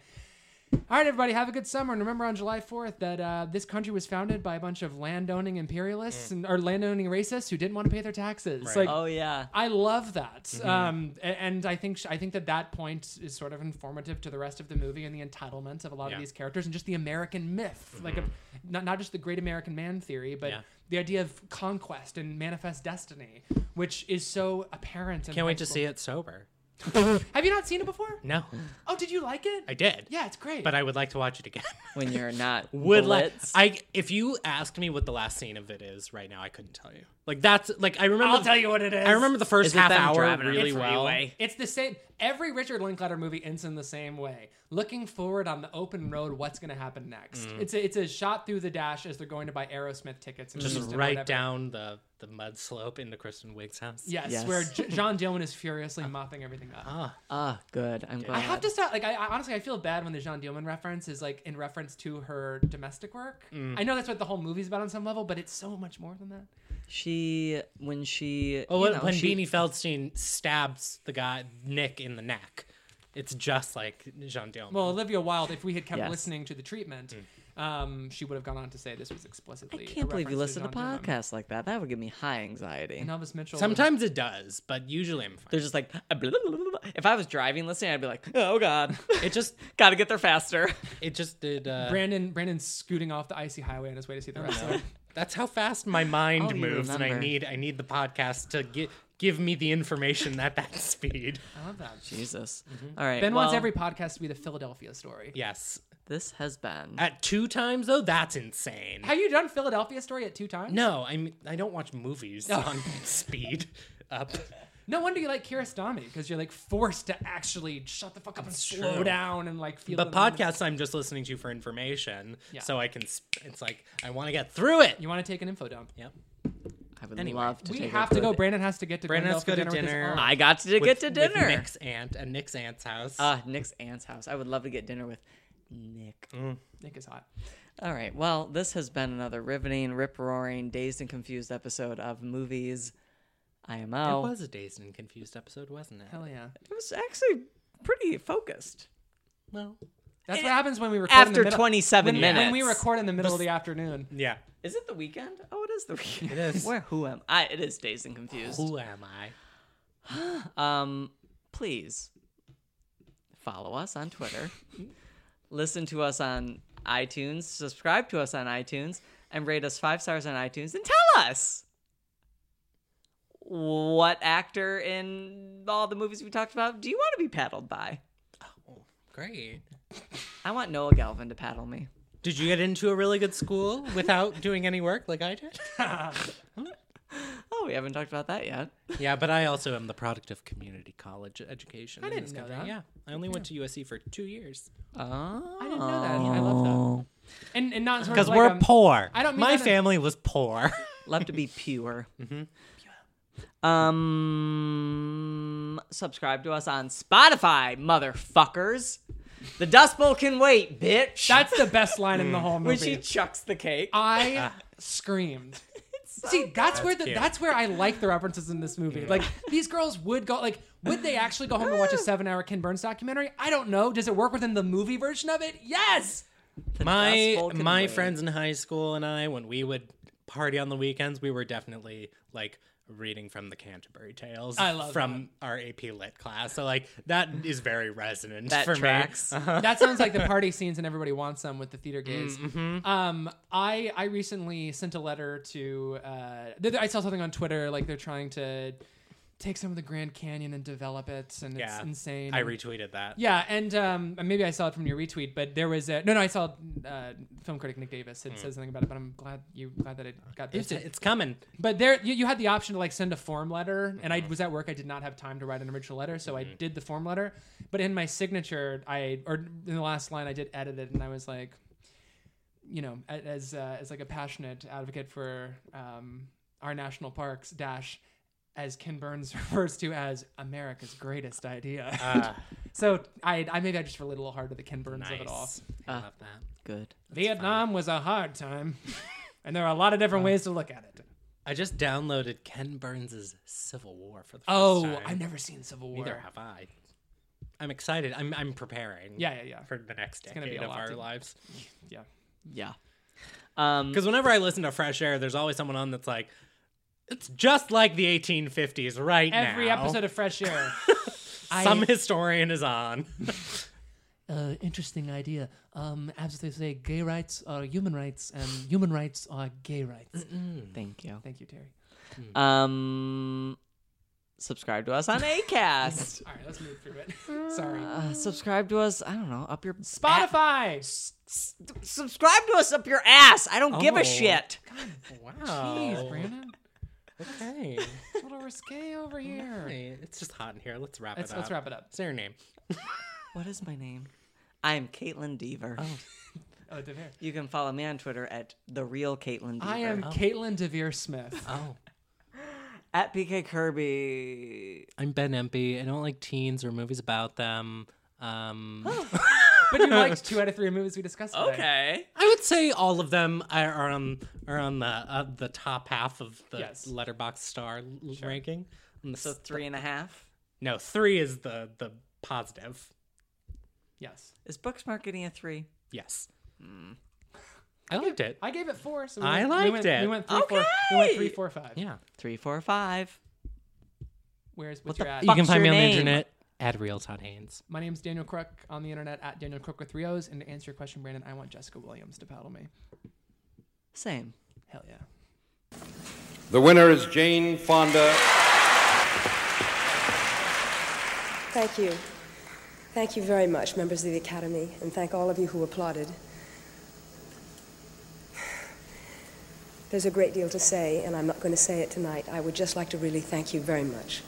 S2: "All right, everybody, have a good summer, and remember on July fourth that uh, this country was founded by a bunch of landowning
S1: Mm.
S2: imperialists and or landowning racists who didn't want to pay their taxes." Like,
S1: Oh yeah.
S2: I love that,
S3: Mm-hmm.
S2: um, a- and I think sh- I think that that point is sort of informative to the rest of the movie and the entitlement of a lot
S3: Yeah. Mm-hmm.
S2: of these characters and just the American myth, like of not not just the Great American Man theory, but
S3: Yeah.
S2: the idea of conquest and manifest destiny, which is so apparent. in
S3: Can't
S2: high
S3: wait to
S2: school.
S3: see it sober.
S2: Have you not seen it before?
S3: No,
S2: Oh, did you like it?
S3: I did.
S2: yeah, it's great.
S3: But I would like to watch it again.
S1: When you're not
S3: would like
S1: blitzed.
S3: I if you asked me what the last scene of it is right now, I couldn't tell you. Like that's like I remember.
S2: I'll tell you what it is.
S3: I remember the first
S1: Is it
S3: half
S1: them
S3: hour
S1: driving on the
S3: really well.
S1: freeway?
S2: It's the same. Every Richard Linklater movie ends in the same way. Looking forward on the open road, what's going to happen next?
S3: Mm.
S2: It's a, it's a shot through the dash as they're going to buy Aerosmith tickets. And
S3: Just right down the the mud slope into Kristen Wiig's house.
S2: Yes,
S1: Yes.
S2: where J- John Dillman is furiously
S3: Uh,
S2: mopping everything up.
S3: oh.
S1: Ah, good. I'm glad.
S2: I have to stop. Like, I, I honestly, I feel bad when the John Dillman reference is like in reference to her domestic work.
S3: Mm.
S2: I know that's what the whole movie's about on some level, but it's so much more than that.
S1: She when she.
S3: Oh,
S1: you
S3: when
S1: know,
S3: when
S1: she-
S3: Beanie Feldstein stabs the guy Nick in the neck, it's just like Jean Dillman.
S2: Well, Olivia Wilde, if we had kept
S1: Yes.
S2: listening to the treatment,
S3: Mm.
S2: um, she would have gone on to say this was explicitly.
S1: I
S2: a
S1: can't believe you
S2: reference
S1: listen to
S2: John Dillman.
S1: podcasts like that. That would give me high anxiety.
S2: And Elvis Mitchell.
S3: Sometimes it does, but usually I'm fine.
S1: They're just like, if I was driving listening, I'd be like, oh god,
S3: It just
S1: gotta get there faster.
S3: it just did. Uh,
S2: Brandon Brandon's scooting off the icy highway on his way to see the rest of it.
S3: that's how fast my
S1: I
S3: mind
S1: don't even
S3: moves, and I
S1: remember.
S3: need I need the podcast to gi- give me the information at that speed.
S2: I love that.
S1: Jesus. Mm-hmm. All right.
S2: Ben wants
S1: well,
S2: every podcast to be the Philadelphia story.
S3: Yes,
S1: This has
S2: Uh,
S1: been.
S3: at two times though, that's insane.
S2: Have you done Philadelphia story at two times?
S3: no, I mean I don't watch movies on speed up.
S2: No wonder you like Kiristami because you're like forced to actually shut the fuck up and slow
S3: true.
S2: down and like feel.
S3: But
S2: the moment.
S3: podcasts I'm just listening to for information,
S2: Yeah.
S3: so I can. Sp- it's like I want to get through it.
S2: You want to take an info dump?
S3: Yep.
S1: I would
S3: anyway,
S1: love to.
S2: we
S1: take a
S2: have to go.
S1: good-
S2: Brandon has to get to
S3: Brandon has to
S2: Glendale
S3: go
S2: for
S3: to dinner.
S2: with his aunt.
S1: I got to get to dinner.
S3: With Nick's aunt and Nick's aunt's house.
S1: Uh, Nick's aunt's house. I would love to get dinner with Nick.
S2: Nick is hot.
S1: All right. Well, this has been another riveting, rip roaring, dazed and confused episode of movies. I am
S3: it
S1: out.
S3: was a dazed and confused episode, wasn't it?
S2: Hell yeah.
S1: It was actually pretty focused.
S3: Well,
S2: That's what happens when we record in the
S1: After
S2: middle-
S1: 27
S2: when,
S1: minutes.
S2: When we record in the middle of the afternoon.
S3: yeah.
S1: Is it the weekend? Oh, it is the weekend.
S3: It is.
S1: Where? Who am I? It is dazed and confused.
S3: Who am I?
S1: Um, please follow us on Twitter. Listen to us on iTunes. Subscribe to us on iTunes and rate us five stars on iTunes and tell us what actor in all the movies we talked about do you want to be paddled by?
S3: Great.
S1: I want Noah Galvin to paddle me.
S3: Did you get into a really good school without doing any work like I did?
S1: Oh, we haven't talked about that yet.
S3: Yeah, but I also am the product of community college education. I
S2: didn't know that.
S3: Yeah, I only went to USC for two years
S1: Oh.
S2: I didn't know that. I love that. And and not sort of
S3: because
S2: like um,
S3: we're
S2: I'm-
S3: poor.
S2: I don't mean
S3: My
S2: that in-
S3: family was poor.
S1: Love to be pure. Um, subscribe to us on Spotify, motherfuckers. The Dust Bowl can wait, bitch.
S2: That's the best line in the whole movie.
S1: when she chucks the cake.
S2: I screamed. See, that's, where the,
S3: cute. Mm.
S2: that's where I like the references in this movie. Like these girls would go like would they actually go home and watch a 7-hour Ken Burns documentary? I don't know. Does it work within the movie version of it? Yes.
S1: The Dust
S3: my
S1: Bowl can
S3: my
S1: wait.
S3: friends in high school and I, when we would party on the weekends, we were definitely like reading from the Canterbury Tales.
S2: I love
S3: from our AP Lit class. So like that is very resonant
S1: That
S3: for
S1: tracks.
S3: me. Uh-huh.
S2: That sounds like the party scenes and everybody wants them with the theater gaze.
S3: Mm-hmm.
S2: Um, I I recently sent a letter to. Uh, th- I saw something on Twitter like they're trying to take some of the Grand Canyon and develop it, and
S3: Yeah,
S2: it's insane.
S3: I
S2: And-
S3: retweeted that.
S2: Yeah, and um, maybe I saw it from your retweet, but there was a no, no. I saw uh, film critic Nick Davis had said something about it, but I'm glad you glad that it got
S3: It's,
S2: posted.
S3: it's coming.
S2: But there, you, you had the option to like send a form letter, and I was at work. I did not have time to write an original letter, so I did the form letter. But in my signature, I or in the last line, I did edit it, and I was like, you know, a- as uh, as like a passionate advocate for um, our national parks dash. As Ken Burns refers to as America's greatest idea, so I, I maybe I just relate a little hard to the Ken Burns of it all.
S3: Nice. I
S1: Uh,
S3: love that.
S1: Good.
S2: Vietnam was a hard time, and there are a lot of different ways to look at it.
S3: I just downloaded Ken Burns' Civil War for the first
S2: Oh,
S3: time.
S2: I've never seen Civil War.
S3: Neither have I. I'm excited. I'm I'm preparing.
S2: Yeah, yeah, yeah.
S3: For the next
S2: gonna be
S3: decade
S2: a
S3: of
S2: lot
S3: our
S2: to-
S3: lives.
S2: Yeah.
S1: Yeah. Um,
S3: Because whenever I listen to Fresh Air, there's always someone on that's like, it's just like the 1850s right now.
S2: Every episode of Fresh Air.
S3: some
S2: I-
S3: historian is on.
S2: uh, interesting idea. Um, as they say, gay rights are human rights, and human rights are gay rights.
S1: Thank you.
S2: Thank you, Terry.
S1: Um, subscribe to us on Acast.
S2: All right, let's move through it. Sorry.
S1: uh, subscribe to us. I don't know. Up your
S2: Spotify.
S1: S- s- subscribe to us up your ass. I don't give
S3: Oh.
S1: a shit.
S3: wow.
S2: Jeez, Brandon.
S3: Oh. Okay.
S2: A little risque over here.
S3: Hey, it's just hot in here. Let's wrap
S2: Let's,
S3: it up.
S2: let's wrap it up.
S3: Say your name.
S1: What is my name? I'm Caitlin Deaver.
S2: Oh, Devere.
S1: You can follow me on Twitter at the real Caitlin Deaver.
S2: I am Caitlin Devere Smith.
S3: Oh.
S1: at PK Kirby.
S3: I'm Ben Empey. I don't like teens or movies about them. Um,
S2: but you liked two out of three movies we discussed today.
S3: I would say all of them are are on are on the uh, the top half of the
S2: Yes.
S3: letterbox star l- ranking. And the
S1: So
S3: s-
S1: three and a half.
S3: no, three is the the positive.
S2: Yes.
S1: Is Booksmart getting a three?
S3: Yes,
S1: Hmm.
S3: I liked it.
S2: I gave it four. So we
S3: I
S2: went, we
S3: liked
S2: went,
S3: it.
S2: We went three, four. We went three,
S1: Okay.
S2: four, five.
S3: yeah,
S1: Three, four, five.
S2: Where's what's
S1: the
S2: your ad?
S1: fuck? Fuck's your name.
S3: at Real Todd Haynes.
S2: My name's Daniel Crook on the internet at Daniel Crook with three O's. And to answer your question, Brandon, I want Jessica Williams to paddle me.
S1: Same.
S2: Hell yeah.
S6: The winner is Jane Fonda.
S7: Thank you. Thank you very much, members of the Academy, and thank all of you who applauded. There's a great deal to say, and I'm not going to say it tonight. I would just like to really thank you very much.